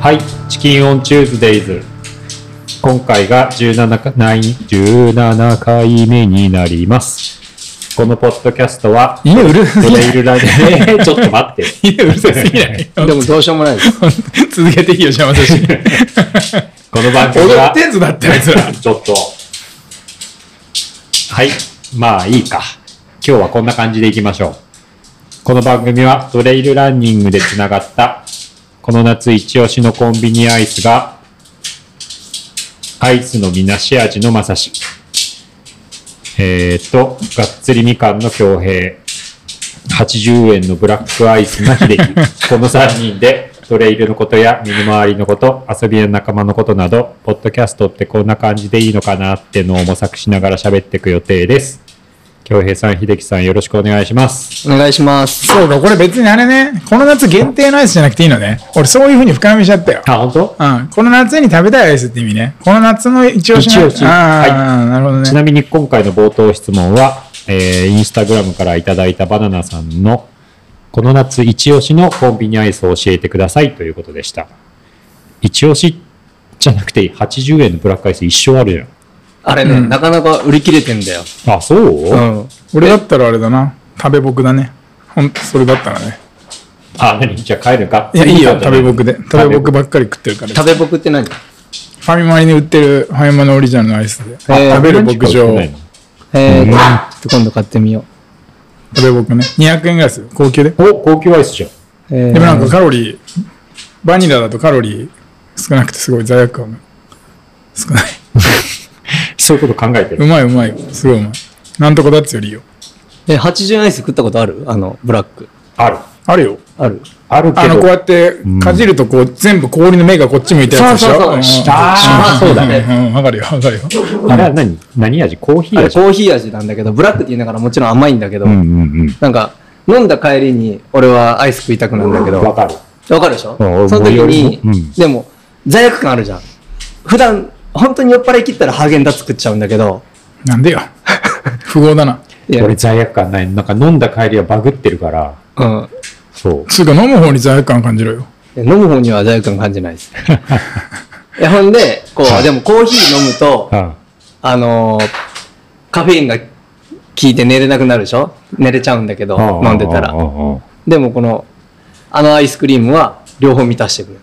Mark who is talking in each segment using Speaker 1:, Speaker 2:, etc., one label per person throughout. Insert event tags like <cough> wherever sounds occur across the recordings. Speaker 1: はい、チキンオンチューズデイズ。今回が17かない17回目になります。このポッドキャストは、
Speaker 2: 犬うるさす
Speaker 1: ト
Speaker 2: <laughs> ぎな
Speaker 1: レイ
Speaker 2: い。
Speaker 1: ルラジオ、 <laughs>
Speaker 2: <laughs>
Speaker 1: ちょっと待ってよ。
Speaker 2: 犬うるさすぎ <laughs> ない。
Speaker 3: でもどうしようもないです。
Speaker 2: <laughs> 続けていいよ、邪魔だし。
Speaker 1: この番組
Speaker 2: <laughs> 踊
Speaker 1: は
Speaker 2: っ、てんぞ、だって、あいつら。
Speaker 1: <laughs> ちょっと。はい。まあいいか。今日はこんな感じでいきましょう。この番組はトレイルランニングでつながった、この夏一押しのコンビニアイスが、アイスのみなし味のまさし。えーと、がっつりみかんの恭平。80円のブラックアイスな秀樹。この3人で、トレイルのことや身の回りのこと、遊びや仲間のことなど、ポッドキャストってこんな感じでいいのかなってのを模索しながら喋っていく予定です。恭平さん、秀樹さん、よろしくお願いします。
Speaker 3: お願いします。
Speaker 2: <laughs> そうか、これ別にあれね、この夏限定のアイスじゃなくていいのね。俺、そういう風に深読みしちゃったよ。
Speaker 1: あ、本当
Speaker 2: うん、この夏に食べたいアイスって意味ね。この夏の一押しの
Speaker 1: 一押し
Speaker 2: ああ、なるほど
Speaker 1: ち
Speaker 2: ね。
Speaker 1: なみに今回の冒頭質問は、えーインスタグラムからいただいたバナナさんの、この夏一押しのコンビニアイスを教えてくださいということでした。一押しじゃなくて80円のブラックアイス一生あるじ
Speaker 3: あれね、なかなか売り切れてんだよ。
Speaker 1: ゃん。あ、そう、
Speaker 3: うん。
Speaker 2: 俺だったらあれだな。食べ僕だね。ほんと、それだったらね。
Speaker 1: あ、何じゃあ帰るか
Speaker 2: いや、いいよ、食べ
Speaker 1: 僕
Speaker 2: 僕で。食べ僕ばっかり食ってるから。
Speaker 3: 食べ僕って何
Speaker 2: ファミマリに売ってる、ファミマのオリジナルのアイスで。
Speaker 3: えー
Speaker 2: 食べる牧場。食
Speaker 3: えー、ちょっと今度買ってみよ
Speaker 2: べ僕ね。200円ぐらいでする。高級で。
Speaker 1: お、高級アイスじゃん。
Speaker 3: う。えー、
Speaker 2: でもなんかカロリー、バニラだとカロリー少なくてすごい罪悪感が少ない。
Speaker 1: そういうこと考えて
Speaker 2: う
Speaker 1: る。
Speaker 2: まいうまい。すごいうまい。なんとかだっつよりいいよ。
Speaker 3: え、80円アイス食ったことあるあの、ブラック。
Speaker 1: ある。
Speaker 2: あるよ。
Speaker 3: ある。
Speaker 1: あるけ
Speaker 2: あの、こう
Speaker 1: ど。
Speaker 2: やってかじるとこう、全部氷の目がこっち向いたやつでしょ。ん
Speaker 1: あーそうだね。
Speaker 2: うんうん、わかるよ、わかるよ。
Speaker 1: あれは何何味コーヒ
Speaker 3: あ
Speaker 1: ー
Speaker 3: れ
Speaker 1: 味
Speaker 3: コーヒー味なんだけど、ブラックって言いながらもちろん甘いんだけど、
Speaker 1: うんうん
Speaker 3: なんか、飲んだ帰りに俺はアイス食いたくなるんだけ
Speaker 1: う
Speaker 3: ど、
Speaker 1: ん。わ
Speaker 3: わ
Speaker 1: かる。
Speaker 3: かるでしょそ
Speaker 1: うん俺も
Speaker 3: の時に、
Speaker 1: うん
Speaker 3: でも、罪悪感あるじゃん。普段、本当に酔っ払い切ったらハーゲンダッツ食っちゃうんだけど、
Speaker 2: なんでよ。不合だな。
Speaker 3: いや、う
Speaker 1: 俺
Speaker 3: ん。
Speaker 1: 罪悪感ない。なんか飲んだ帰りはバグってるから。そう。
Speaker 2: つうか飲む方に罪悪感感じろよ。
Speaker 3: 飲む方には罪悪感感じない
Speaker 1: <laughs>
Speaker 3: です。いやほんで、こう、でもコーヒー飲むと、
Speaker 1: あ
Speaker 3: あのーカフェインが効いて寝れなくなるでしょ寝れちゃうんだけど、飲んでたら。でもこの、あのアイスクリームは両方満たしてくれる。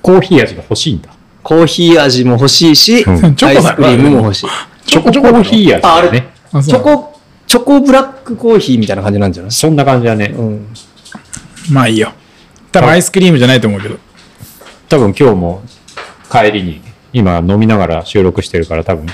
Speaker 1: コーヒー味が欲しいんだ。
Speaker 3: コーヒー味も欲しいし、
Speaker 1: うん
Speaker 2: <laughs> チョ
Speaker 3: ア
Speaker 2: コ
Speaker 3: イ
Speaker 2: だ
Speaker 3: スクリームも欲しい。
Speaker 1: チョココーヒー味
Speaker 3: あ、
Speaker 1: だ
Speaker 3: あれ
Speaker 1: ね。、
Speaker 2: あ
Speaker 3: チ
Speaker 2: そう
Speaker 3: ョコ、チョコブラックコーヒーみたいな感じなんじゃない
Speaker 1: そんな感じだね。
Speaker 3: うん。
Speaker 2: まあいいよ。多分アイスクリームじゃないと思うけど。
Speaker 1: 多分今日も帰りに、今飲みながら収録してるから多分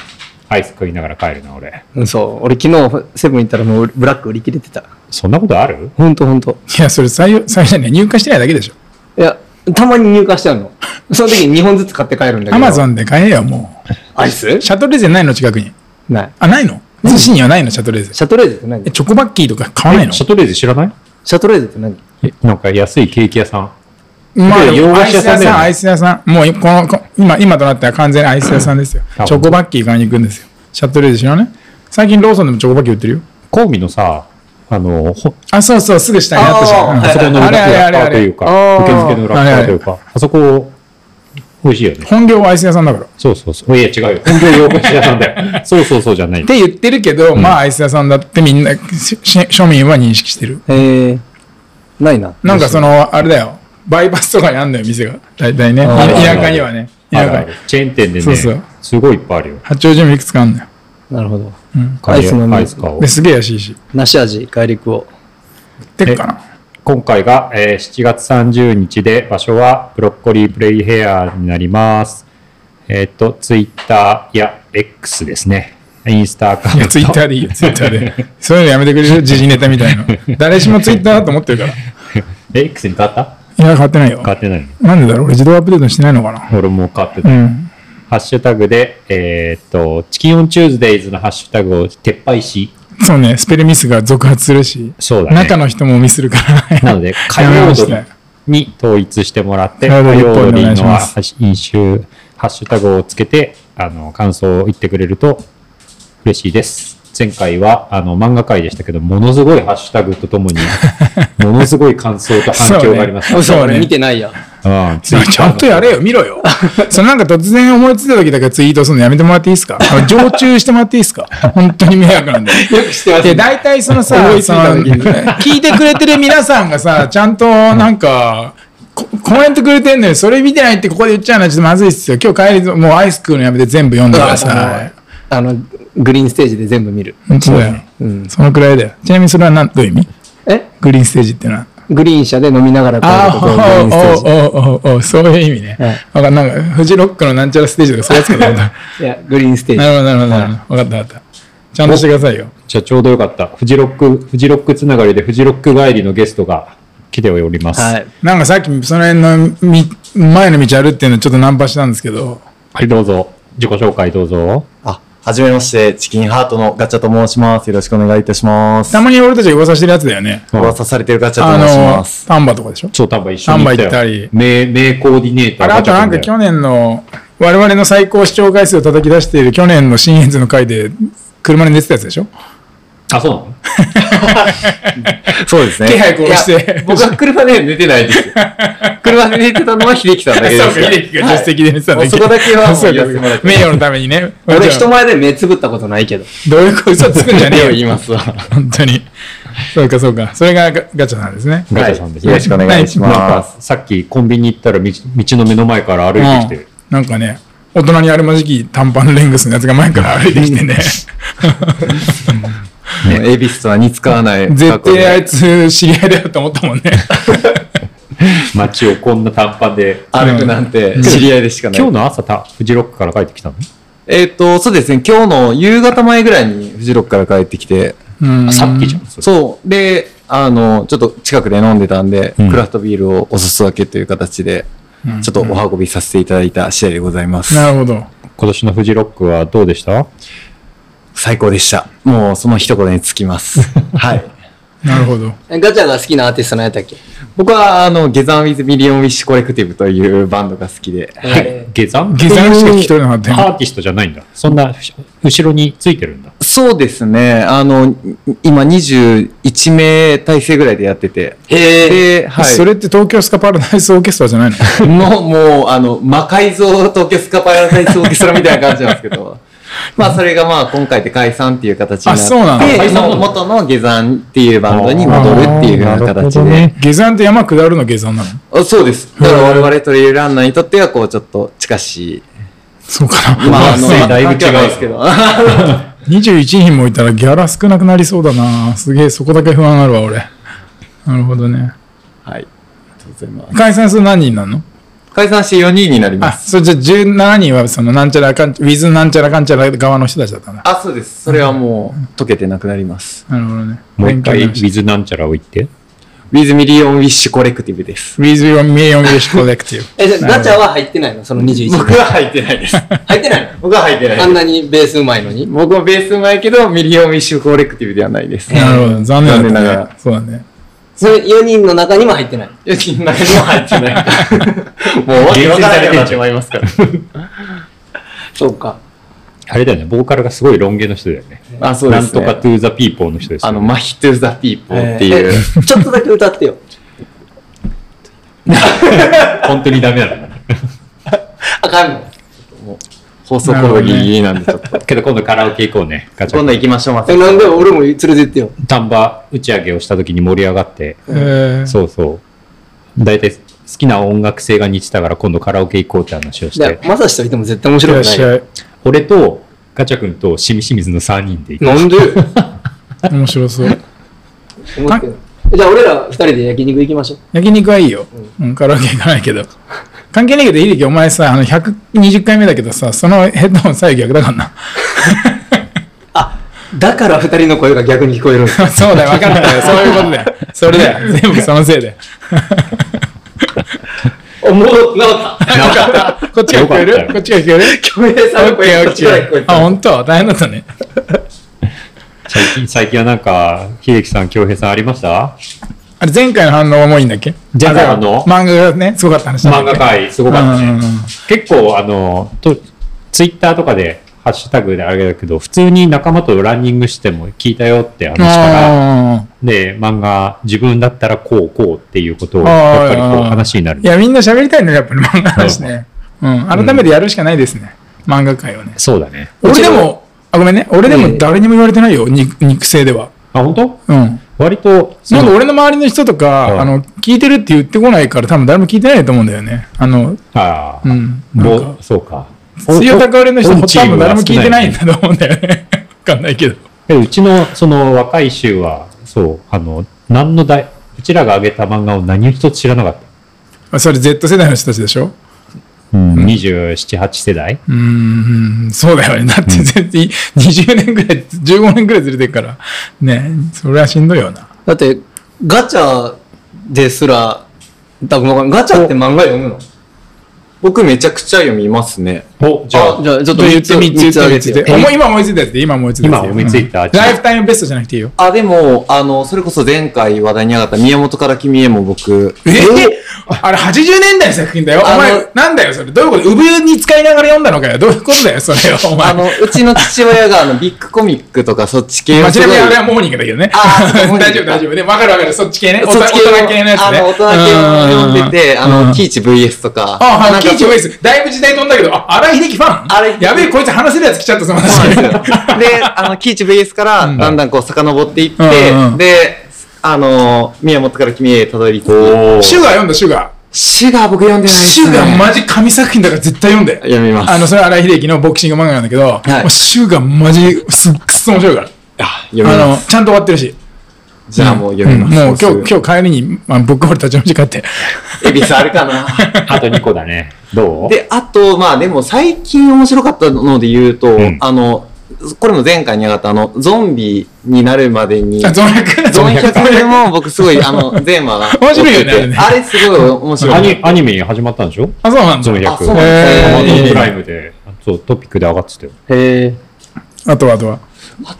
Speaker 1: アイス食いながら帰るな、俺。
Speaker 3: うん、そう。俺昨日セブン行ったらもうブラック売り切れてた。
Speaker 1: そんなことある
Speaker 3: ほんとほんと。
Speaker 2: いや、それ採用、採用じゃない。入荷してないだけでしょ。
Speaker 3: いや、たまに入荷しちゃ
Speaker 2: <laughs>
Speaker 3: うの。その時に2本ずつ買って帰るんだけど。
Speaker 2: アマゾンで買えよ、もう。
Speaker 3: アイス
Speaker 2: シャトレーゼないの近くに。
Speaker 3: ない。
Speaker 2: あ、ないの寿司にはないのシャトレーゼ。
Speaker 3: シャトレーゼって何
Speaker 2: え、チョコバッキーとか買わないの
Speaker 1: シャトレーゼ知らない
Speaker 3: シャトレーゼって何
Speaker 1: えなんか安いケーキ屋さん。
Speaker 2: まあ、
Speaker 1: いや洋菓子屋さんだよね
Speaker 2: アイス屋さん、アイス屋さん。もう、この、こ今、今となっては完全にアイス屋さんですよ
Speaker 1: あ。
Speaker 2: チョコバッキー買いに行くんですよ。シャトレーゼ知らない最近ローソンでもチョコバッキー売ってるよ。
Speaker 1: コーミのさ、あの、ほ
Speaker 2: あ、そうそう、すぐ下にあったじゃ
Speaker 3: あー
Speaker 2: んうん。
Speaker 1: あそこの裏
Speaker 2: あれあれ
Speaker 1: 側
Speaker 2: あれあ
Speaker 1: という
Speaker 2: れ。
Speaker 1: か、
Speaker 3: あー
Speaker 1: 受付の裏側というか、あそこ、美味しいよね。
Speaker 2: 本業はアイス屋さんだから。っ
Speaker 1: そうそうそう。いや違うよ。本当に洋菓子屋さんだ
Speaker 2: <laughs>
Speaker 1: よ。そうそうそうじゃない。
Speaker 2: て言ってるけど、まあ、アイス屋さんだってみんな、しし庶民は認識してる。
Speaker 3: へえ。ないな。
Speaker 2: なんかその、あれだよ。バイパスとかにあんだよ、店が。大体ね。
Speaker 3: あー
Speaker 2: 田舎にはね。田
Speaker 1: ある
Speaker 2: 舎
Speaker 1: あ
Speaker 2: に
Speaker 1: る。チェーン店でね、
Speaker 2: そうそう
Speaker 1: すごいいっぱいあるよ。
Speaker 2: 八王子にもいくつかあんだよ。
Speaker 3: なるほど。
Speaker 1: カ
Speaker 3: アイスの
Speaker 1: レー
Speaker 3: ね
Speaker 1: アイス買おう
Speaker 2: で、すげえ安いし。
Speaker 3: 梨味、ガリクを。
Speaker 2: てっかな。
Speaker 1: 今回が、えー7月30日で場所はブロッコリープレイヘアになります。えっ、と、ツイッターや X ですね。インスタアカウン
Speaker 2: い
Speaker 1: ト。
Speaker 2: や、ツイッターでいいよ、 <laughs> ツイッターで。そういうのやめてくれる時事ネタみたい <laughs> な。誰しもツイッターだと思ってるから。い
Speaker 1: え X に買った
Speaker 2: や、変わってないよ。
Speaker 1: 買ってないの
Speaker 2: なんでだろう俺自動アップデートしてないのかな
Speaker 1: 俺も買ってた。
Speaker 2: うん。
Speaker 1: ハッシュタグで、えっ、と、チキンオンチューズデイズのハッシュタグを撤廃し、
Speaker 2: そうね、スペルミスが続発するし、
Speaker 1: そうだね。
Speaker 2: 中の人もミスるから。
Speaker 1: なので、火
Speaker 2: やめ
Speaker 1: 曜
Speaker 2: ま
Speaker 1: 日
Speaker 2: したよ
Speaker 1: に統一してもらって、火
Speaker 2: 火曜日
Speaker 1: 曜
Speaker 2: 一
Speaker 1: 日
Speaker 2: 本でお願いし
Speaker 1: の
Speaker 2: ます
Speaker 1: 飲酒、ハッシュタグをつけて、あの、感想を言ってくれると嬉しいです。前回はあの漫画界でしたけど、ものすごいハッシュタグととも
Speaker 2: <laughs>
Speaker 1: に、ものすごい感想と反響がありました。
Speaker 2: そうね
Speaker 3: 俺見てないや。
Speaker 1: うんツイッターの
Speaker 2: ちゃんとやれよ、
Speaker 1: <laughs>
Speaker 2: 見ろよ。そのなんか突然思いついた時だけツイートするのやめてもらっていいですかあの常駐してもらっていいですか本当に迷惑なんで。
Speaker 3: よく知ってま
Speaker 2: で、
Speaker 3: す。
Speaker 2: 大体そのさ、
Speaker 3: 思いつい
Speaker 2: そ
Speaker 3: た
Speaker 2: の
Speaker 3: 時に
Speaker 2: 聞いてくれてる皆さんがさ、ちゃんとなんか、ココメントくれてんのに、それ見てないってここで言っちゃうのはちょっとまずいっすよ。今日帰り、もうアイス食うのやめて全部読んでください。
Speaker 3: あの、グリーンステージで全部見る。
Speaker 2: 本当だよ。
Speaker 3: うん。
Speaker 2: そのくらいだよ。ちなみにそれは何、どういう意味
Speaker 3: え
Speaker 2: グリーンステージってのは。
Speaker 3: グリーン車で飲みながら
Speaker 2: あ
Speaker 3: 帰ることをグリーンステー
Speaker 2: あ、おおおおおおそういう意味ね。
Speaker 3: はい
Speaker 2: わかんなんか、フジロックのなんちゃらステージとかそういうやつかと思った
Speaker 3: ジ。いや、グリーンステー
Speaker 2: な
Speaker 3: ジ。
Speaker 2: るほど、なるほど、なるほど。わかった、わかった。ちゃんとしてくださいよ。
Speaker 1: じゃあちょうどよかった。フジロック、フジロックつながりでフジロック帰りのゲストが来ております。
Speaker 3: はい。
Speaker 2: なんかさっき、その辺のみ前の道歩っていうのちょっとナンパしたんですけど、
Speaker 1: はい、どうぞ。自己紹介どうぞ。
Speaker 4: あ、はじめまして、チキンハートのガチャと申します。よろしくお願いいたします
Speaker 2: た。まに俺たちが噂してるやつだよね。
Speaker 4: 噂されてるガチャ
Speaker 2: あ
Speaker 4: と申し
Speaker 2: の
Speaker 4: ます。、
Speaker 2: 丹波とかでしょ
Speaker 1: そう、多分一緒に
Speaker 2: 丹波行ったり
Speaker 1: 名、名コーディネータ
Speaker 2: あ
Speaker 1: ー
Speaker 2: れ、あとなんか去年の、我々の最高視聴回数を叩き出している去年の新越の回で、車に寝てたやつでしょ
Speaker 1: あ、そうなの
Speaker 4: そうです
Speaker 2: 気
Speaker 4: ね。
Speaker 2: 配こう <laughs> して。
Speaker 1: 僕は車で寝てないですよ。
Speaker 2: <laughs>
Speaker 1: 車で寝てたのは秀樹さんだけで
Speaker 2: そう
Speaker 1: す
Speaker 2: か、秀樹が助手席で寝てたんだけど。
Speaker 4: はいもうそこだけはもう
Speaker 2: そうか
Speaker 4: 言わせてもらって
Speaker 2: 名誉のためにね。
Speaker 3: 俺人前で目つぶったことないけど。
Speaker 2: どういうこと嘘つくんじゃねえよ、
Speaker 4: いますわ。
Speaker 2: 本当に。そうか、そうか。それがガガチャなんですね。
Speaker 1: ガチャさんです
Speaker 4: よ
Speaker 1: ね
Speaker 4: ろ。しくお願いし
Speaker 1: なんか
Speaker 4: ます。
Speaker 1: さっきコンビニ行ったら道道の目の前から歩いてきて、
Speaker 2: うんなんかね、大人にあるまじき短パンのレングスのやつが前 <laughs> から歩いてきてね。
Speaker 4: ねエビスとはに使わない。
Speaker 2: 絶
Speaker 4: 過去
Speaker 2: 対
Speaker 4: で
Speaker 2: あいつ知り合いだよと思ったもんね。
Speaker 1: 街をこんな短パンで。
Speaker 4: 歩くなんて知り合いでしかない。
Speaker 1: 今日の朝た、フジロックから帰ってきたの
Speaker 4: えっと、そうですね。今日の夕方前ぐらいにフジロックから帰ってきて、
Speaker 2: うん
Speaker 1: さっきじゃん。それ
Speaker 4: そう。で、あの、ちょっと近くで飲んでたんで、
Speaker 1: うん
Speaker 4: クラフトビールをお裾分けという形で、ちょっとお運びさせていただいた次第でございます。
Speaker 2: <laughs> なるほど。
Speaker 1: 今年のフジロックはどうでした
Speaker 4: 最高でした。もうその一言につきます。はい。
Speaker 2: なるほど。
Speaker 3: ガチャが好きなアーティストのやったっけ
Speaker 4: 僕は、あの、ゲザン・ウィズ・ミリオン・ウィッシュ・コレクティブというバンドが好きで、
Speaker 3: え
Speaker 1: 下山
Speaker 2: 下山しか聞き取れなかったよ
Speaker 1: アーティストじゃないんだ。そんな、後ろについてるんだ。
Speaker 4: そうですね、あの、今21名体制ぐらいでやってて、
Speaker 3: ーへえ。
Speaker 4: で、 <laughs> はい。
Speaker 2: それって東京スカパラダイスオーケストラじゃない <laughs> の
Speaker 4: の、もう、あの、魔改造東京スカパラダイスオーケストラみたいな感じなんですけ <laughs> ど、まあ、それがまあ、今回で解散っていう形になって、
Speaker 2: あそうなんだ
Speaker 4: で
Speaker 1: 解散なんだ
Speaker 4: 元のゲザンっていうバンドに戻るっていうような
Speaker 1: あーなるほ
Speaker 4: 形
Speaker 1: ど
Speaker 4: で、
Speaker 1: ね
Speaker 2: 下山って山下るの下山なの
Speaker 4: あそうです。だから我々トレイルランナーにとっては、こう、ちょっと近しい、
Speaker 2: そうかな。
Speaker 4: まあ、あの、
Speaker 1: だいぶ違う
Speaker 4: 環境なんですけど、 <laughs>
Speaker 2: 21人もいたらギャラ少なくなりそうだな。すげえ、そこだけ不安あるわ、俺。なるほどね。
Speaker 4: はい。ありがとうございます。
Speaker 2: 解散数何人なの
Speaker 4: 解散して4人になりま
Speaker 2: あ、
Speaker 4: す。
Speaker 2: それじゃあ17人はそのなんちゃらかん、ウィズなんちゃらかんちゃら側の人たちだったんだ。
Speaker 4: あ、そうです。それはもう解けてなくなります。
Speaker 2: なるほどね。
Speaker 1: もう一回、ウ
Speaker 2: 勉強になりま
Speaker 1: ィズなんちゃらを言って。
Speaker 4: With Million Wish Collective です。
Speaker 2: した With your million wish collective.
Speaker 3: え、じゃあガチャは入ってないのその21
Speaker 4: <laughs> 僕は入ってない <laughs> です。
Speaker 3: 入ってないの
Speaker 4: 僕は入って
Speaker 3: あ
Speaker 4: な
Speaker 3: ん
Speaker 4: いです。
Speaker 3: なにベースうまいのに。
Speaker 4: 僕もベースうまいけど、ミリオンウィッシュコレクティブではないです。
Speaker 2: なるほど。残念
Speaker 4: 残念な
Speaker 2: だ
Speaker 4: が
Speaker 2: ったね
Speaker 4: ら。
Speaker 2: そうだね。
Speaker 3: それ4人の中にも入ってない。
Speaker 4: いや、何も入って <laughs> ない。もう、わけわからなくなってまいりますから。
Speaker 3: そうか。
Speaker 1: あれだよね、ボーカルがすごいロン毛の人だよね。
Speaker 4: <laughs> あ、そうです、ね。
Speaker 1: なんとかトゥーザピーポーの人ですよ
Speaker 4: あ
Speaker 1: ね、
Speaker 4: の、マヒトゥーザピーポーっていう。
Speaker 3: えちょっとだけ歌ってよ。
Speaker 1: 本当にダメな
Speaker 2: <laughs>
Speaker 1: の。
Speaker 3: <laughs> あかんの。
Speaker 4: 放送コードギリギリなんで、ちょっと。
Speaker 1: けど今度カラオケ行こうね。ガチャ
Speaker 4: <laughs> 今度行きましょう、ま <laughs>
Speaker 3: え、なんで俺も連れてってよ。
Speaker 1: 丹波打ち上げをした時に盛り上がって、
Speaker 2: えー
Speaker 1: そうそう。大体好きな音楽性が似てたから今度カラオケ行こうって話をし
Speaker 3: で
Speaker 1: て、、
Speaker 3: まさしといても絶対面
Speaker 2: いらっ
Speaker 3: 白くない
Speaker 2: し
Speaker 3: よ。
Speaker 2: ゃい。
Speaker 1: 俺とガチャ君としみしみずの3人で行く。
Speaker 3: なん <laughs> で
Speaker 2: 面白そう。
Speaker 3: 思ってるじゃあ俺ら二人で焼肉行きましょう。
Speaker 2: 焼肉はいいよ。うん、カラオケ行かないけど。関係ないけど、いいできお前さ、あの、120回目だけどさ、そのヘッドホン左右逆だからな。
Speaker 3: だから二人の声が逆に聞こえるんです。
Speaker 2: そうだよ、分かったよ。そういうことだよ。それだよ。 <laughs> 全部そのせいだよ。
Speaker 3: おもう、なかった。
Speaker 2: <laughs> こっちが聞こえ
Speaker 1: よかった
Speaker 2: る
Speaker 1: よ
Speaker 2: こっちが聞こえる
Speaker 3: 恭平さんの声がちょっとだけ聞こえて
Speaker 2: あ、
Speaker 3: た。
Speaker 2: 本当大変だったね。
Speaker 1: 最近、最近はなんか、秀樹さん、京平さんありました
Speaker 2: あれ、前回の反応はもういいんだっけ
Speaker 1: 前回の反応
Speaker 2: あ漫画がね、すごかった話な
Speaker 1: 漫
Speaker 2: んだ
Speaker 1: 画
Speaker 2: っけ
Speaker 1: 界すごかった
Speaker 2: うんうん
Speaker 1: ね
Speaker 2: うん。
Speaker 1: 結構あの、とツイッターとかでハッシュタグであれだけど、普通に仲間とランニングしても聞いたよって話から、
Speaker 2: あ
Speaker 1: で、漫画、自分だったらこうこうっていうことを、
Speaker 2: あー
Speaker 1: やっぱりこう
Speaker 2: あー
Speaker 1: 話になる
Speaker 2: ーい。や、みんな喋りたいんだね、やっぱり漫画話ね。うん。改めてやるしかないですね。漫画界はね。
Speaker 1: そうだね。
Speaker 2: 俺で
Speaker 3: うち
Speaker 2: も、あ、ごめんね。俺で
Speaker 3: いえいえ
Speaker 2: も誰にも言われてないよ、肉肉声では。
Speaker 1: あ、本当
Speaker 2: うん。
Speaker 1: 割と、そ
Speaker 2: なんか
Speaker 1: の
Speaker 2: 俺の周りの人と
Speaker 1: うん
Speaker 2: か、あの、聞いてるって言ってこないから、多分誰も聞いてないと思うんだよね。あの、
Speaker 1: ああ、
Speaker 2: うん
Speaker 1: も
Speaker 2: なん
Speaker 1: う、そうか。
Speaker 2: 水曜高売れの人
Speaker 1: オ
Speaker 2: も
Speaker 1: ンチー
Speaker 2: 多
Speaker 1: ム
Speaker 2: 分
Speaker 1: が
Speaker 2: 誰も聞いてないん
Speaker 1: 少
Speaker 2: だと思うんだよね。 <laughs> わかんないけど。
Speaker 1: ね。うちの、その、若い衆は、そう、あの、何の代、うちらが上げた漫画を何一つ知らなかった。
Speaker 2: まあそれ Z 世代の人たちでしょ
Speaker 1: うん、27、8世代
Speaker 2: うーん、そうだよね。だって全然、20年ぐらい、15年ぐらいずれてるから。ね、それはしんどいよな。
Speaker 3: だって、ガチャですら、多分わかんないガチャって漫画読むの
Speaker 4: 僕めちゃくちゃ読みますね。
Speaker 1: お、じゃあ、
Speaker 3: じゃあちょっと
Speaker 2: 言
Speaker 3: 3
Speaker 2: っ
Speaker 3: つ、
Speaker 2: てみ
Speaker 3: 3つあげ
Speaker 2: 言ってて
Speaker 3: よ
Speaker 2: み。思い今思いついたやつで、今思いついたやつで。
Speaker 1: 今思いついた
Speaker 2: うんライフタイムベストじゃなくていいよ。
Speaker 4: あ、でも、あの、それこそ前回話題に上がった宮本から君へも僕、
Speaker 2: えあれ80年代の作品だよ。お
Speaker 4: あの
Speaker 2: 前、なんだよ、それ。どういうこと産湯に使いながら読んだのかよ。どういうことだよ、
Speaker 4: <laughs>
Speaker 2: それを。お前。
Speaker 4: あの、うちの父親があの、ビッグコミックとかそっち系
Speaker 2: ま
Speaker 4: を
Speaker 2: あちな
Speaker 4: すご
Speaker 2: み
Speaker 4: い
Speaker 2: にあれはモーニングだけどね。
Speaker 4: あ
Speaker 2: <laughs>
Speaker 4: ーそうモーニング
Speaker 2: 大丈夫、大丈夫。で、わかるわかる。そっち系ね。
Speaker 4: そっち系を
Speaker 2: 大人系のやつね。
Speaker 4: あの、大人系を読んでて、あ
Speaker 2: うん
Speaker 4: の、キーチ VS とか。
Speaker 2: あ、は、
Speaker 4: ないん
Speaker 2: キ
Speaker 4: か
Speaker 2: ーチウェイス。だいぶ時代飛んだけど、あ、荒井秀樹ファン
Speaker 4: 荒井秀樹
Speaker 2: やべえ、こいつ話せるやつ来ちゃった、その話。
Speaker 4: そうなんですよ。で、あの、キーチ VS から、だんだんこう、遡っていっ
Speaker 2: うんうん
Speaker 4: て、で、あの、宮本から君へたどり着く。
Speaker 1: おー
Speaker 2: <laughs> シュガー読んだ、シュガ
Speaker 4: シュガー僕読んで
Speaker 2: ー。
Speaker 4: ないです
Speaker 2: シ
Speaker 4: ね。
Speaker 2: ュガーマジ神作品だから絶対読んで。
Speaker 4: 読みます。
Speaker 2: あの、それは荒井秀樹のボクシング漫画なんだけど、
Speaker 4: い
Speaker 2: もうシュガーマジ、すっくっそ面白いから。
Speaker 4: あ読み
Speaker 2: あ
Speaker 4: ま
Speaker 2: の、
Speaker 4: す。
Speaker 2: ちゃんと終わってるし。
Speaker 4: じゃあもう読みます。
Speaker 2: もう今日、今日帰りに、まあ、ブックホール立ち読み時間って。
Speaker 4: <laughs> 日。エビスある
Speaker 2: <laughs>
Speaker 4: かな
Speaker 1: あと2個だね。どう
Speaker 4: で、あと、まあでも最近面白かったので言うと
Speaker 1: ん、
Speaker 4: あの、これも前回に上がった、あの、ゾンビになるまでに。
Speaker 2: あ、ゾン100。
Speaker 4: ゾン100
Speaker 2: ゾン
Speaker 4: でも僕すごい、
Speaker 2: <laughs>
Speaker 4: あの、ゼーマが。
Speaker 2: 面白いよねあれね
Speaker 4: あれすごい面白
Speaker 1: ア
Speaker 4: い
Speaker 1: ニ。アニメ始まったんでしょ
Speaker 2: あ、そうなん
Speaker 1: ゾン
Speaker 2: だ。
Speaker 1: 100。
Speaker 4: あそうなん
Speaker 1: ア
Speaker 4: だ
Speaker 1: マゾン
Speaker 2: へー
Speaker 1: プライムで、そう、トピックで上がってたよ。
Speaker 3: へえ。
Speaker 2: あとは、あとは。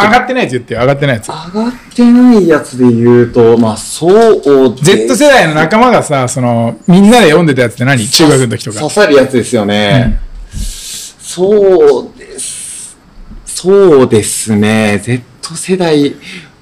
Speaker 2: 上がってないやつ言ってよ、上がってないやつ。
Speaker 4: 上がってないやつで言うと、まあ、そうで
Speaker 2: Z 世代の仲間がさ、その、みんなで読んでたやつって何中学の時とか
Speaker 4: 刺。さるやつですよね。そうです。そうですね。Z 世代。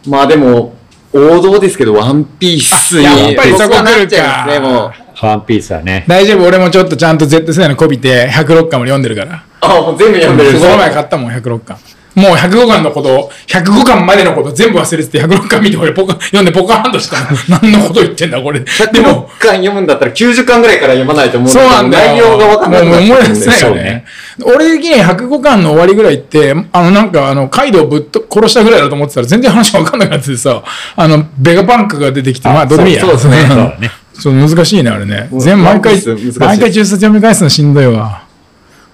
Speaker 4: まあでも、王道ですけど、ワンピースに。
Speaker 2: やっぱりそこ来るか
Speaker 4: 僕はなっちゃいますね、もう。
Speaker 1: ワンピースはね。
Speaker 2: 大丈夫、俺もちょっとちゃんと Z 世代のこびて、106巻も読んでるから。
Speaker 4: あ、もう全部読んでるんです
Speaker 2: こ
Speaker 4: よ
Speaker 2: の前買ったもん、106巻。もう105巻のことを、105巻までのこと全部忘れてて、106巻見て俺ポカ、読んでポカーンとしたの。何のこと言ってんだ、これ。で
Speaker 4: 106
Speaker 2: も、
Speaker 4: 巻読むんだったら90巻ぐらいから読まないと思うん
Speaker 2: そうなんだよ。
Speaker 4: 内容が分かんなく
Speaker 2: もう
Speaker 4: なっち
Speaker 2: 思
Speaker 4: ゃ
Speaker 2: い
Speaker 4: う
Speaker 2: 出
Speaker 4: んで
Speaker 2: せないよね。俺的には105巻の終わりぐらいって、あのなんかあの、カイドウぶっと殺したぐらいだと思ってたら全然話分かんなくなっててさ、あの、ベガパンクが出てきて、まあどうでもいいや。
Speaker 4: そうそうですね
Speaker 2: ん
Speaker 4: そう
Speaker 1: だね
Speaker 2: <laughs> そう、難しいね、あれね。
Speaker 4: うん
Speaker 2: 全毎回
Speaker 4: ワンピース難し、い
Speaker 2: 毎回中卒読み返すのしんどいわ。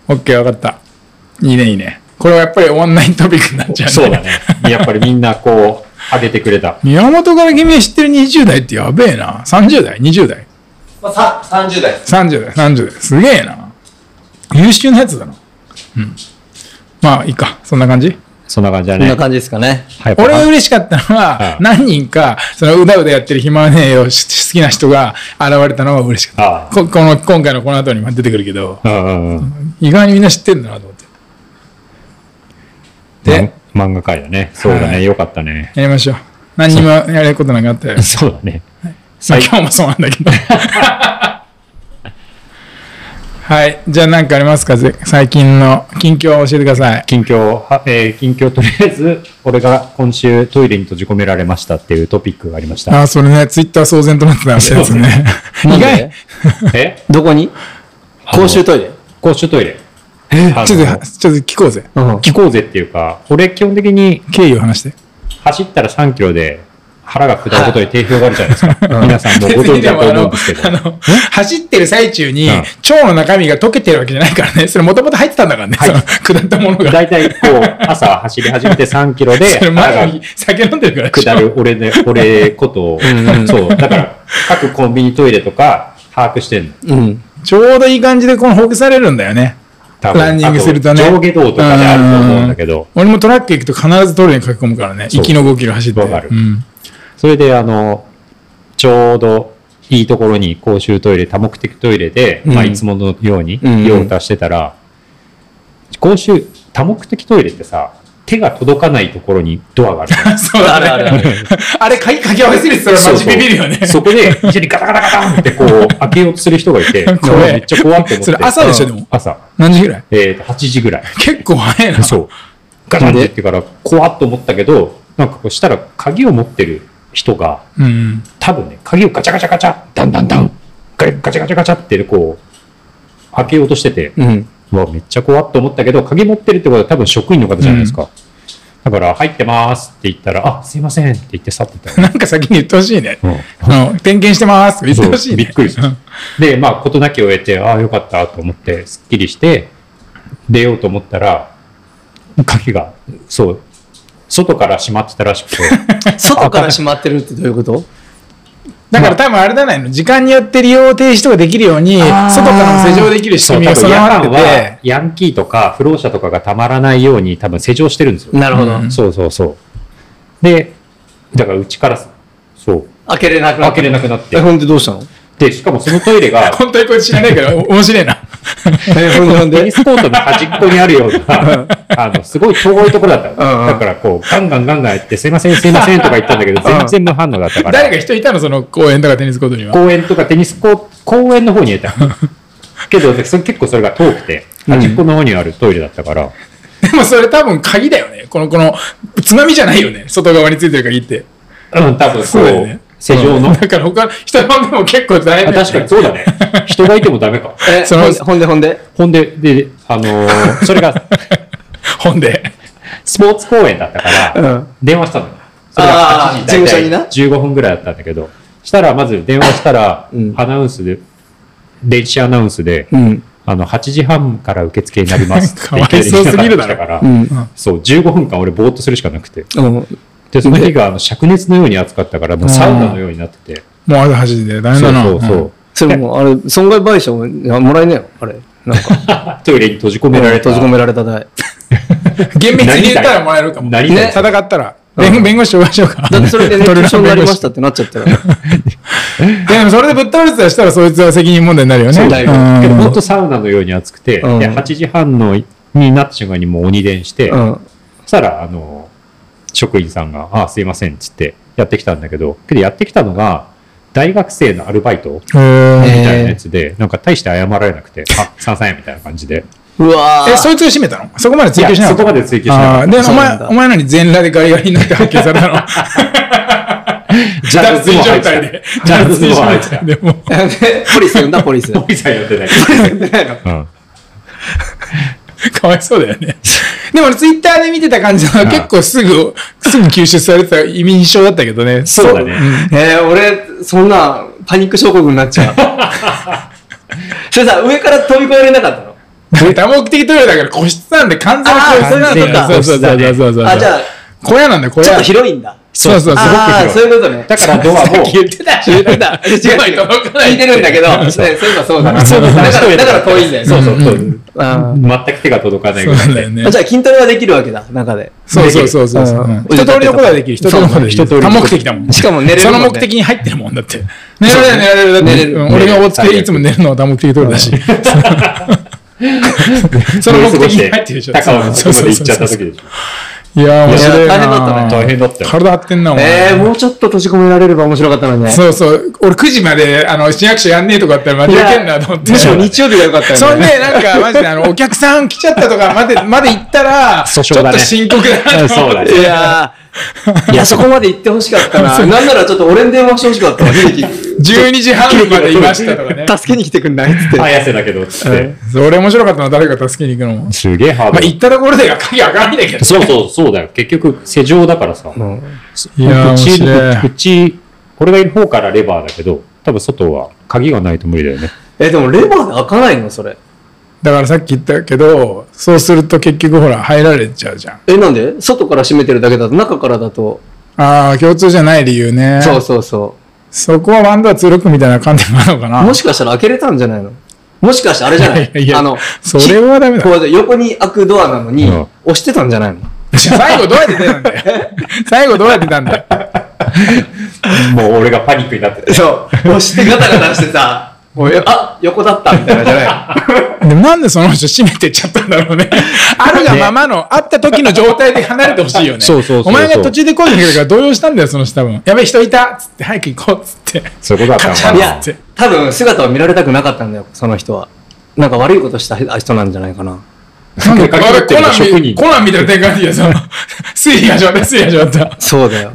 Speaker 2: オッケー、分かった。いいね、いいね。これはやっぱり終わんないトピックになっちゃう
Speaker 1: そうだね。やっぱりみんなこう、上げてくれた。
Speaker 2: 宮本から君は知ってる20代ってやべえな。30代 ?20 代
Speaker 4: まあ、さ30代。
Speaker 2: 30代、30代。すげえな。優秀なやつだな。うん。まあ、いいか。そんな感じ
Speaker 1: そんな感じだ
Speaker 3: こんな
Speaker 1: ね。
Speaker 3: 感じですかね。
Speaker 1: はい
Speaker 2: 俺が嬉しかったのは、
Speaker 1: うん
Speaker 2: 何人か、そのうだうだやってる暇はねえよ、し好きな人が現れたのが嬉しか
Speaker 1: あ
Speaker 2: った。ここの、今回のこの後にも出てくるけど、
Speaker 1: うんうんうん。
Speaker 2: 意外にみんな知ってんだなと思って。で
Speaker 1: まん、漫画界だね。そうだ
Speaker 2: は
Speaker 1: ね。よかったね。
Speaker 2: やりましょう。何にもやれることなかったよ。
Speaker 1: そうだね。
Speaker 2: まあ、今日もそうなんだ <laughs> けど。はい。じゃあ何かありますかぜ最近の近況を教えてください。
Speaker 1: 近況、はえー近況とりあえず、俺が今週トイレに閉じ込められましたっていうトピックがありました。
Speaker 2: ああ、それね、ツイッター騒然となってたやつですね。
Speaker 3: なん
Speaker 2: 意
Speaker 3: で
Speaker 2: 外、
Speaker 1: え
Speaker 3: どこに
Speaker 1: の
Speaker 3: 公衆トイレ。
Speaker 1: 公衆トイレ。え
Speaker 2: ちょっと、ちょっと聞こうぜ。
Speaker 3: うん。
Speaker 1: 聞こうぜっていうか、俺基本的に
Speaker 2: 経緯を話して。
Speaker 1: 走ったら3キロで腹が下ることに定評があるじゃないですか。皆さんもうご存知だと思うんですけど
Speaker 2: <laughs> あ。の、走ってる最中に、
Speaker 1: うん
Speaker 2: 腸の中身が溶けてるわけじゃないからね。それもともと入ってたんだからね。その下ったものが。
Speaker 1: 大体こう、朝走り始めて3キロで
Speaker 2: <laughs> それ
Speaker 1: 腹
Speaker 2: 前
Speaker 1: が
Speaker 2: に酒飲んでるからでしょ
Speaker 1: 下る俺で、俺ことを、そう。だから、各コンビニトイレとか把握してんの。
Speaker 3: うん。
Speaker 2: ちょうどいい感じでこのほぐされるんだよね。
Speaker 1: 多分
Speaker 2: ランニングするとね。
Speaker 1: あ上下動とかであると思うんだけど。
Speaker 2: うん。俺もトラック行くと必ずトイレに書き込むからね。
Speaker 1: そう
Speaker 2: 行きの5キロ走って。
Speaker 1: わかる
Speaker 2: うん。
Speaker 1: それで、あの、ちょうどいいところに公衆トイレ、多目的トイレで、
Speaker 3: うん
Speaker 1: まあ、いつものように
Speaker 3: うん
Speaker 1: 用を足してたら、公衆、多目的トイレってさ、手が届かないところにドアがある。
Speaker 2: <laughs> そうだね。
Speaker 3: あ <laughs> るある
Speaker 2: あれ、鍵かけ合わせるってたらマジビビるよね。
Speaker 1: そこで、一緒にガタガタガタンってこう、開けようとする人がいて、
Speaker 2: <laughs> 怖い
Speaker 1: めっちゃ怖って思って。
Speaker 2: それ朝でしょでも
Speaker 1: 朝。
Speaker 2: 何時ぐらい
Speaker 1: えっ、と、8時
Speaker 2: <laughs>
Speaker 1: ぐらい。
Speaker 2: 結構早いな。
Speaker 1: そう。ガタンって言ってから、怖っと思ったけど、なんかこうしたら、鍵を持ってる人が、
Speaker 2: うんうん。
Speaker 1: 多分ね、鍵をガチャガチャガチャ、ダンダンダン、ガガチャガチャガチャってこう、開けようとしてて、
Speaker 3: うん。
Speaker 1: うわ、めっちゃ怖っと思ったけど、鍵持ってるってことは多分職員の方じゃないですか。だから、入ってますって言ったら、あ、すいませんって言って去ってったよ。
Speaker 2: なんか先に言ってほしいね。
Speaker 1: うん
Speaker 2: あの点検してますとか言ってほしい
Speaker 1: そう
Speaker 2: ね。
Speaker 1: びっくりした。で、まあ、事なきを得て、ああ、よかったと思って、すっきりして、出ようと思ったら、鍵が、そう、外から閉まってたらしくて、
Speaker 3: 外から閉まってるってどういうこと
Speaker 2: だから多分あれじゃないの時間によって利用停止とかできるように、外からも施錠できる仕
Speaker 1: そう
Speaker 2: 組
Speaker 1: 多
Speaker 2: みが
Speaker 1: 分
Speaker 2: 備
Speaker 1: 夜
Speaker 2: わっ
Speaker 1: 間
Speaker 2: て
Speaker 1: は
Speaker 2: て、
Speaker 1: ヤンキーとか不老者とかがたまらないように多分施錠してるんですよ。
Speaker 3: なるほど。
Speaker 1: そうそうそう。で、だからうちからす、そう、
Speaker 3: 開けれなくな
Speaker 1: 開
Speaker 3: った。
Speaker 1: けれなくなって
Speaker 3: え、。ほんでどうしたの
Speaker 1: で、しかもそのトイレが、
Speaker 2: 本当にこれ知らないからお面白
Speaker 1: <laughs>
Speaker 2: いな。
Speaker 3: え、ほんでほん
Speaker 1: テニ
Speaker 3: で
Speaker 1: スコートの端っこにあるような、あの、すごい遠いところだったの。
Speaker 3: うんうん
Speaker 1: だからこう、ガンガンガンガンやって、すいません、すいませんとか言ったんだけど、全然無反応だったから。
Speaker 2: 誰か人いたのその公園とかテニスコートには。
Speaker 1: 公園とかテニスコート、公園の方にいた。けど、それ結構それが遠くて、端っこの方にあるトイレだったから、
Speaker 2: でもそれ多分鍵だよね。この、この、つまみじゃないよね。外側についてる鍵って。
Speaker 1: うん、多分
Speaker 2: そうだよ
Speaker 1: こ
Speaker 2: ね
Speaker 1: う、施錠の。あ
Speaker 2: だから他の人のでも結構大変だよね
Speaker 1: 確かにそうだね。人がいてもダメか。
Speaker 3: え、
Speaker 2: その
Speaker 3: ほんでほんでほんで
Speaker 1: ほんで、で、あのーそれが、
Speaker 2: 本で。
Speaker 1: スポーツ公園だったから、
Speaker 3: うん
Speaker 1: 電話したのよ。それが
Speaker 3: あ
Speaker 1: 8
Speaker 3: ー
Speaker 1: 時
Speaker 3: 事務所にな
Speaker 1: 大体15分ぐらいだったんだけど、したらまず電話したら、
Speaker 3: うん
Speaker 1: アナウンスで、電子アナウンスで、
Speaker 3: うん。
Speaker 1: あの、8時半から受付になりますって
Speaker 2: かわいそうすぎるだろ
Speaker 1: いきなり来たから、
Speaker 3: うん。
Speaker 1: そう、15分間俺ぼーっとするしかなくて。
Speaker 3: うん
Speaker 1: で、その日があの灼熱のように暑かったから、もうサウナのようになってて。
Speaker 2: もうあるはずで、大
Speaker 1: そう
Speaker 2: 変だな。
Speaker 1: そうそうう。
Speaker 3: それもう、あれ、損害賠償ももらえねえよ、あれ。なん
Speaker 1: <laughs>
Speaker 3: か、
Speaker 1: トイレに閉じ込められた。
Speaker 3: 閉じ込められた代。
Speaker 2: ん厳密に言ったらもらえるかも。
Speaker 1: 何々
Speaker 2: ね戦ったら。弁弁護士としようか。
Speaker 3: だってそれで熱
Speaker 2: トレ
Speaker 3: 中
Speaker 2: ラ
Speaker 3: 症
Speaker 2: ン
Speaker 3: に
Speaker 2: 弁
Speaker 3: なり
Speaker 2: 護
Speaker 3: ま
Speaker 2: 士
Speaker 3: したってなっちゃったら。
Speaker 2: いやでもそれでぶっ倒れてたらしたらそいつは責任問題になるよね。
Speaker 1: そうだよ
Speaker 2: ん
Speaker 1: けど、本当サウナのように暑くて、で
Speaker 3: うん
Speaker 1: 8時半のになった瞬間にもう鬼電して、
Speaker 3: うん。
Speaker 1: そしたら、あの、職員さんが、あすいません、つってやってきたんだけど、けどやってきたのが、大学生のアルバイトみ
Speaker 2: へー
Speaker 1: たいなやつで、なんか大して謝られなくて、あ、さんさんや、みたいな感じで。
Speaker 3: うわ
Speaker 2: え、
Speaker 3: ー
Speaker 2: そいつを閉めたのそこまで
Speaker 1: い
Speaker 2: 追
Speaker 1: や
Speaker 2: 求し、なか
Speaker 1: そ
Speaker 2: った
Speaker 1: こまで追求しな
Speaker 2: あ
Speaker 1: か
Speaker 2: あ
Speaker 1: っ
Speaker 2: で、
Speaker 3: そ
Speaker 2: お
Speaker 3: う
Speaker 2: 前
Speaker 3: なん、だ
Speaker 2: お前何全裸でガリガリになって発見されたの
Speaker 1: た。ジャズも入
Speaker 2: 状
Speaker 1: って
Speaker 2: 態で
Speaker 1: た。。ジャズも入って
Speaker 2: 状態
Speaker 1: た。
Speaker 2: で。もう
Speaker 3: でポリス呼んだ、ポリス。
Speaker 1: ポリさんやってない。うん
Speaker 2: かわいそうだよね。でも、ツイッターで見てた感じは
Speaker 1: あ
Speaker 2: 結構すぐ、すぐ吸収されてた印象だったけどね。
Speaker 1: そうだね。
Speaker 3: <laughs> えー、俺、そんな、パニック症候群になっちゃう。それさ、上から飛び越えられなかったの
Speaker 2: そう。多目的トイレだから個室なんで完全な個室なんだよ
Speaker 3: あー
Speaker 2: そうそうそうそうそうそう。
Speaker 3: あ、じゃあ、
Speaker 2: 小屋なんだよ、小屋。
Speaker 3: ちょっと広いんだ。
Speaker 2: そうそう、すごく
Speaker 3: ああ、
Speaker 2: 広
Speaker 3: そう
Speaker 2: い。
Speaker 3: いうことね。
Speaker 1: だからドアも、
Speaker 2: 言ってた
Speaker 3: 言ってた。違う違う。聞いてるんだけど、ねそういえばそうだな。だ
Speaker 1: そうそう
Speaker 3: から、だから遠いんだよね。
Speaker 1: そう
Speaker 3: う。
Speaker 1: そうそう。
Speaker 3: あ
Speaker 1: 全く手が届かないぐら
Speaker 2: そ
Speaker 1: いう
Speaker 2: だよ
Speaker 1: で。
Speaker 2: ね
Speaker 3: <laughs> ーあ。じゃあ、筋トレはできるわけだ、中で。
Speaker 2: そうそうそうそうそう。うん
Speaker 3: うん
Speaker 2: 一通りのことはできる。一通りのことはでき
Speaker 1: そうそう
Speaker 2: る。多目的だもん。
Speaker 3: しかも寝れる
Speaker 2: そ
Speaker 3: もん
Speaker 2: の
Speaker 3: ね
Speaker 2: 目的に入ってるもんだって。寝られる、寝られるだって。
Speaker 3: 寝れる
Speaker 2: うん俺が大月でいつも寝るのは多目的通りだし。 <laughs> その目的に入ってるでしょ。
Speaker 1: 高尾のと
Speaker 2: そ
Speaker 1: こ
Speaker 2: うそ
Speaker 1: まで
Speaker 2: うそ
Speaker 1: 行っ
Speaker 2: う
Speaker 1: ちゃった時でしょ。
Speaker 2: いやー、面白いな。
Speaker 3: いや大変だったね
Speaker 1: 大変だったよ。
Speaker 2: 体張ってんな、お前
Speaker 3: えー、もうちょっと閉じ込められれば面白かったのにね。
Speaker 2: そうそう。俺9時まで、あの、市役所やんねえとかあったら待
Speaker 3: い
Speaker 2: て
Speaker 3: や
Speaker 2: けんなと思って。
Speaker 3: むしろ日曜日が良かったよね。
Speaker 2: <laughs> そんで、なんか、マジで、あの、お客さん来ちゃったとか、ま <laughs> で、まで行ったら、ちょ
Speaker 1: 訴
Speaker 2: っ
Speaker 1: 訟だ
Speaker 2: と
Speaker 1: ね
Speaker 2: 深刻だなと思って
Speaker 1: そうだね。
Speaker 3: いやー、いや、そこまで行ってほしかったな。なんならちょっと俺に電話してほしかったわ、秀 <laughs> 樹。
Speaker 2: 12時半までいましたとか <laughs> ね。
Speaker 3: 助けに来てくんないっつって。
Speaker 1: 早瀬だけど、つって。
Speaker 2: そう俺面白かったのは誰か助けに行くのも。
Speaker 1: すげえハー
Speaker 2: ま
Speaker 1: ド
Speaker 2: あ、。行ったところでは鍵開かないんだけど。
Speaker 1: そうそう、そうだよ。結局、施錠だからさ。
Speaker 2: いやー、面
Speaker 1: 口
Speaker 2: 白い。、
Speaker 1: 口、俺がいる方からレバーだけど、多分外は鍵がないと無理だよね。
Speaker 3: え、でもレバーで開かないのそれ。
Speaker 2: だからさっき言ったけど、そうすると結局ほら、入られちゃうじゃん。
Speaker 3: え、なんで外から閉めてるだけだと、中からだと。
Speaker 2: ああ、共通じゃない理由ね。
Speaker 3: そうそうそ
Speaker 2: そこはワンダーツールックみたいな観点もあるのか
Speaker 3: う。
Speaker 2: な。
Speaker 3: もしかしたら開けれたんじゃないのもしかしてあれじゃない
Speaker 2: いやいや
Speaker 3: あの、
Speaker 2: それはダメだ
Speaker 3: こう横に開くドアなのに、
Speaker 1: うん
Speaker 3: 押してたんじゃないの
Speaker 2: 最後どうやって出たんだよ。 <laughs> 最後どうやって出たんだ <laughs> よ。
Speaker 1: もう俺がパニックになってて。
Speaker 3: そう。押してガタガタしてさ、もうよ <laughs> あ横だったみたいなじゃな
Speaker 2: <laughs>
Speaker 3: い
Speaker 2: でもなんでその人閉めてっちゃったんだろうね。あるがままの、あった時の状態で離れてほしいよね。
Speaker 1: そうそうそうそう
Speaker 2: お前が途中で声かけたから動揺したんだよ、その人多分。やべえ、人いたっつって、早く行こうっつって。
Speaker 1: そういうことだ
Speaker 2: カ
Speaker 1: っ
Speaker 2: チ
Speaker 1: た
Speaker 2: ャ
Speaker 1: の
Speaker 2: ン
Speaker 1: か
Speaker 3: <laughs> い
Speaker 1: な
Speaker 2: っ
Speaker 3: や
Speaker 2: つって。
Speaker 3: 多分姿を見られたくなかったんだよその人はなんか悪いことした人なんじゃないかな
Speaker 2: なんで
Speaker 1: かけるっていうのは職人
Speaker 2: コナンみたいな展開で、その、推理が始まった、推理が始まった。
Speaker 3: そうだよ
Speaker 1: <laughs>